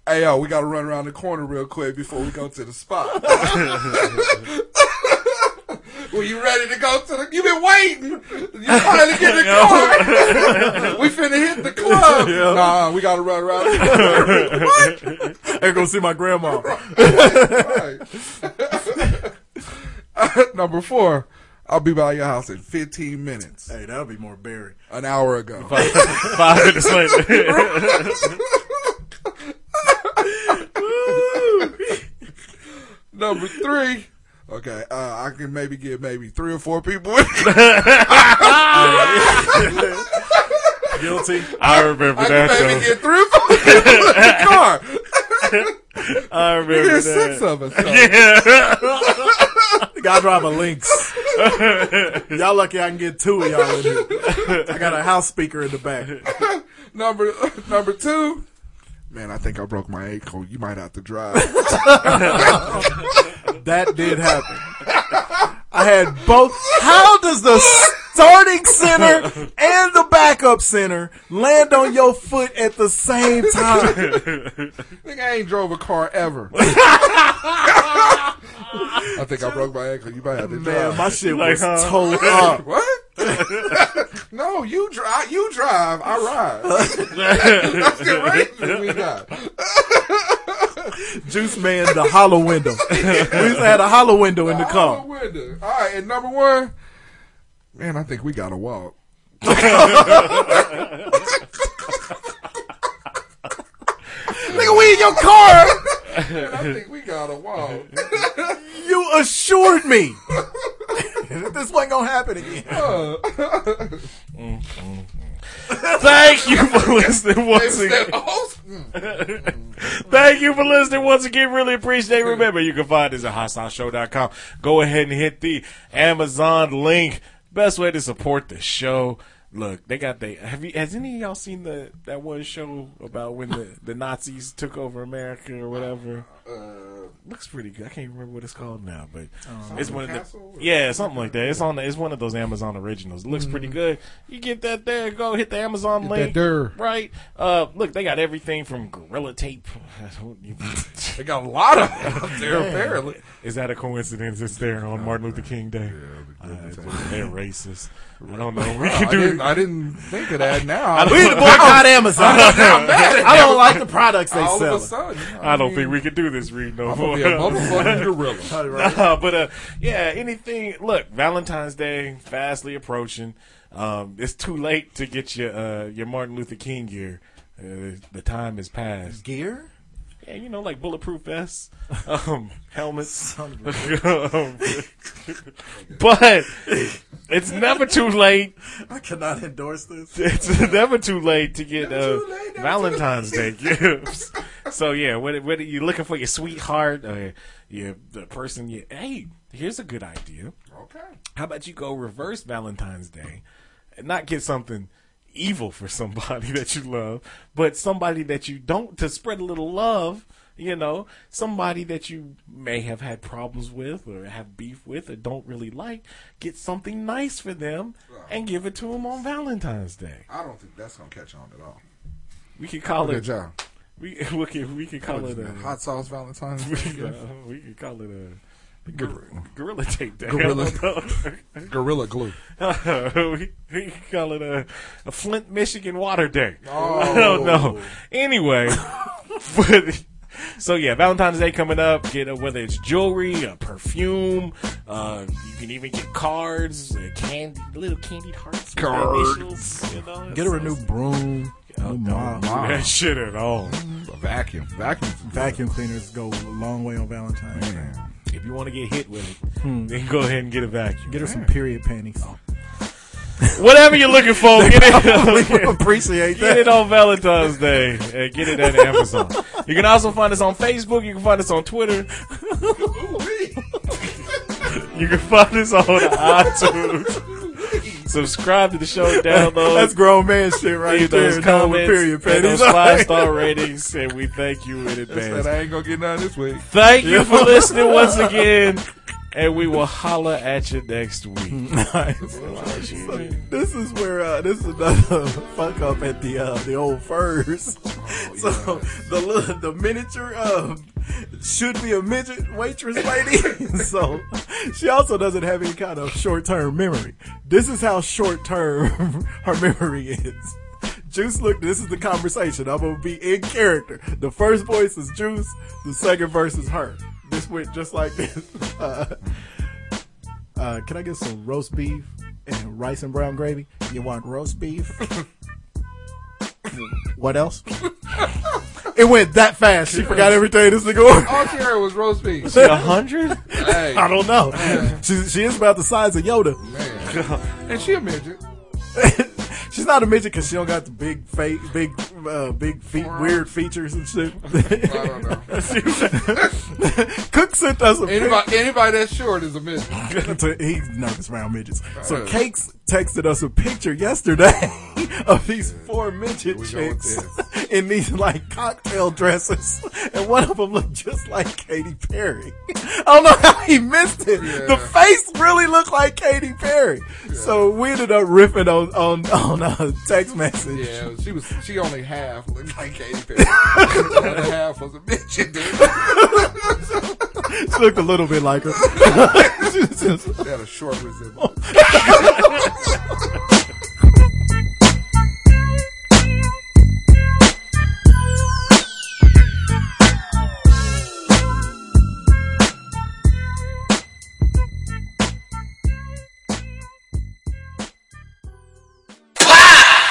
Speaker 7: Hey yo, we gotta run around the corner real quick before we go to the
Speaker 8: (laughs)
Speaker 7: spot. Were you ready to go to the? You've been waiting. You finally get
Speaker 8: (laughs)
Speaker 7: in the car. (laughs) we finna hit the club. Nah, we gotta run around. The corner.
Speaker 8: I go see my grandma.
Speaker 7: Right. (laughs) Number four, I'll be by your house in 15 minutes.
Speaker 8: Hey, that'll be more Barry.
Speaker 7: An hour ago.
Speaker 9: Five
Speaker 8: (laughs)
Speaker 9: minutes later.
Speaker 7: (laughs) Number three. Okay, uh, I can maybe get maybe three or four people.
Speaker 8: Guilty.
Speaker 9: I remember
Speaker 7: I
Speaker 9: that.
Speaker 7: can (laughs) maybe
Speaker 9: though.
Speaker 7: get three or four people in the car.
Speaker 9: I remember
Speaker 7: There's
Speaker 9: that.
Speaker 7: six of us. though.
Speaker 8: Gotta drive a
Speaker 9: (laughs)
Speaker 8: Lynx. y'all lucky I can get two of y'all in here. I got a house speaker in the back.
Speaker 7: Number (laughs) number two. Man, I think I broke my ankle. You might have to drive.
Speaker 8: That did happen. I had both. How does the starting center and the backup center land on your foot at the same time?
Speaker 7: Nigga, I ain't drove a car ever. I think I broke my ankle. You might have to
Speaker 8: Man,
Speaker 7: drive.
Speaker 8: my shit
Speaker 9: Like,
Speaker 8: was
Speaker 9: huh?
Speaker 8: towed up.
Speaker 9: (laughs)
Speaker 7: what? no, you drive. You drive. I
Speaker 9: (laughs)
Speaker 7: ride. That's the arrangement we got.
Speaker 8: Juice man, the hollow window. We used to have a hollow window in the
Speaker 7: Out
Speaker 8: car.
Speaker 7: the window. All right, and number one, man, I think we gotta walk.
Speaker 8: Nigga, we in your car.
Speaker 7: Man, I think we gotta
Speaker 9: (laughs)
Speaker 7: walk. (laughs)
Speaker 8: You assured me (laughs) this wasn't gonna happen again.
Speaker 9: (laughs) Thank you for listening once again.
Speaker 7: "Oh,
Speaker 9: Thank you for listening once again. Really appreciate it. Remember, you can find us at hotsauceshow.com. Go ahead and hit the Amazon link. Best way to support the show. Look, they got they. Have you? Has any of y'all seen the that one show about when the, the Nazis took over America or whatever?
Speaker 7: Uh,
Speaker 9: Looks pretty good. I can't remember what it's called now, but it's one of the
Speaker 7: Castle?
Speaker 9: yeah, something like that. It's on. The, it's one of those Amazon originals. It looks pretty good. You get that there. Go hit the Amazon
Speaker 7: Mm. Get
Speaker 9: link.
Speaker 7: that there.
Speaker 9: Right. Uh, look, they got everything from Gorilla Tape. I don't even-
Speaker 7: They got a lot of them out there, apparently.
Speaker 9: (laughs) Is that a coincidence? It's there on Martin Luther King Day. Uh, they're racist. I
Speaker 7: (laughs)
Speaker 9: don't know. We
Speaker 7: I
Speaker 9: can
Speaker 7: didn't,
Speaker 9: do.
Speaker 7: I didn't think of that
Speaker 9: (laughs)
Speaker 7: now.
Speaker 8: We need to
Speaker 7: (laughs)
Speaker 8: boycott Amazon. I don't like the products they
Speaker 7: All
Speaker 8: sell.
Speaker 7: of a sudden,
Speaker 9: I don't think we can do this read no
Speaker 7: I'm gonna
Speaker 9: more.
Speaker 7: be
Speaker 9: (laughs)
Speaker 7: a motherfucking gorilla.
Speaker 9: Nah, but uh, yeah, anything. Look, Valentine's Day fastly approaching. Um, it's too late to get your uh, your Martin Luther King gear. Uh, the time has passed.
Speaker 8: Gear?
Speaker 9: Yeah, you know, like bulletproof vests, (laughs) um, helmets. (laughs) but it's never too late.
Speaker 8: I cannot endorse this.
Speaker 9: It's (laughs) never too late to get uh, Valentine's Day gifts. (laughs) So yeah, whether, whether you're looking for your sweetheart or your the person you hey, here's a good idea.
Speaker 7: Okay.
Speaker 9: How about you go reverse Valentine's Day and not get something evil for somebody (laughs) that you love, but somebody that you don't to spread a little love, you know, somebody that you may have had problems with or have beef with or don't really like, get something nice for them and give it to them on Valentine's Day.
Speaker 7: I don't think that's gonna catch on at all.
Speaker 9: We could call
Speaker 7: Good
Speaker 9: it
Speaker 7: job.
Speaker 9: We, (laughs) we could we could call it a
Speaker 7: hot sauce Valentine's
Speaker 9: we, (laughs)
Speaker 7: Day
Speaker 9: could,
Speaker 7: gift.
Speaker 9: uh, we could call it a gor- gorilla tape day. (laughs)
Speaker 7: Gorilla- gorilla glue.
Speaker 9: we, we could call it a, a Flint, Michigan water day.
Speaker 7: Oh.
Speaker 9: (laughs) I don't know. Anyway, (laughs) but, so yeah, Valentine's Day coming up. Get uh, whether it's jewelry, uh, perfume. Uh, you can even get cards, uh, candy, little candied hearts, with their
Speaker 8: Cards.
Speaker 9: initials, You know,
Speaker 8: (laughs) Get her a new broom. new mop.
Speaker 9: do that (laughs) shit at all.
Speaker 7: A vacuum. Vacuums.
Speaker 8: Vacuum cleaners go a long way on Valentine's Day.
Speaker 9: If you want to get hit with it, then go ahead and get a vacuum.
Speaker 8: Hmm. Get her some period panties.
Speaker 9: Whatever you're
Speaker 8: (laughs)
Speaker 9: looking for, get (laughs) it.
Speaker 8: (laughs) Appreciate
Speaker 9: Get
Speaker 8: that.
Speaker 9: it on Valentine's Day. Uh, get it at Amazon. You can also find us on Facebook. You can find us on Twitter. You can find us on iTunes. Subscribe to the show. Download.
Speaker 8: That's grown man shit right
Speaker 9: Leave
Speaker 8: there.
Speaker 9: those
Speaker 8: down with
Speaker 9: comments.
Speaker 8: period
Speaker 9: leave
Speaker 8: panties.
Speaker 9: those five star ratings, and we thank you in advance.
Speaker 7: Said I ain't gonna get none this week.
Speaker 9: Thank you for listening once again, and we will holler at you
Speaker 8: (laughs)
Speaker 9: next week.
Speaker 8: This is where uh, this is another (laughs) fuck up at the uh, the old furs. (laughs) so the little, the miniature uh, should be a midget waitress lady. (laughs) so she also doesn't have any kind of short term memory. This is how short term (laughs) her memory is. Juice, look, this is the conversation. I'm gonna be in character. The first voice is Juice. The second verse is her. This went just like this. (laughs) Uh, uh, can I get some roast beef and rice and brown gravy? You want roast
Speaker 7: (laughs)
Speaker 8: beef? what else? it went that fast. She forgot everything. This nigga ordered.
Speaker 7: All she heard Oh, was roast beef. (laughs)
Speaker 9: A
Speaker 8: (laughs)
Speaker 9: hundred?
Speaker 7: Hey,
Speaker 8: I don't know. She, she is about the size of Yoda.
Speaker 7: (laughs)
Speaker 8: (laughs)
Speaker 7: and she a midget.
Speaker 8: She's not a midget because she don't got the big face, big, uh, big feet, weird features and shit.
Speaker 7: I don't know.
Speaker 8: (laughs) Cook sent us a pic-
Speaker 7: Anybody, anybody that's short is a midget.
Speaker 8: (laughs) to- he's nervous around midgets. So Cakes texted us a picture yesterday (laughs) of these four midget
Speaker 7: we go with
Speaker 8: chicks (laughs) in these like cocktail dresses, (laughs) and one of them looked just like Katy Perry. (laughs) I don't know how he missed it. The
Speaker 7: Yeah.
Speaker 8: face really looked like Katy Perry. So we ended up riffing on on on a text message. (laughs)
Speaker 7: Yeah, she was. She only half looked like Katy (laughs) Perry. the other half was a midget. Dude.
Speaker 8: She looked a (laughs) little bit like her.
Speaker 7: She had a short resemblance.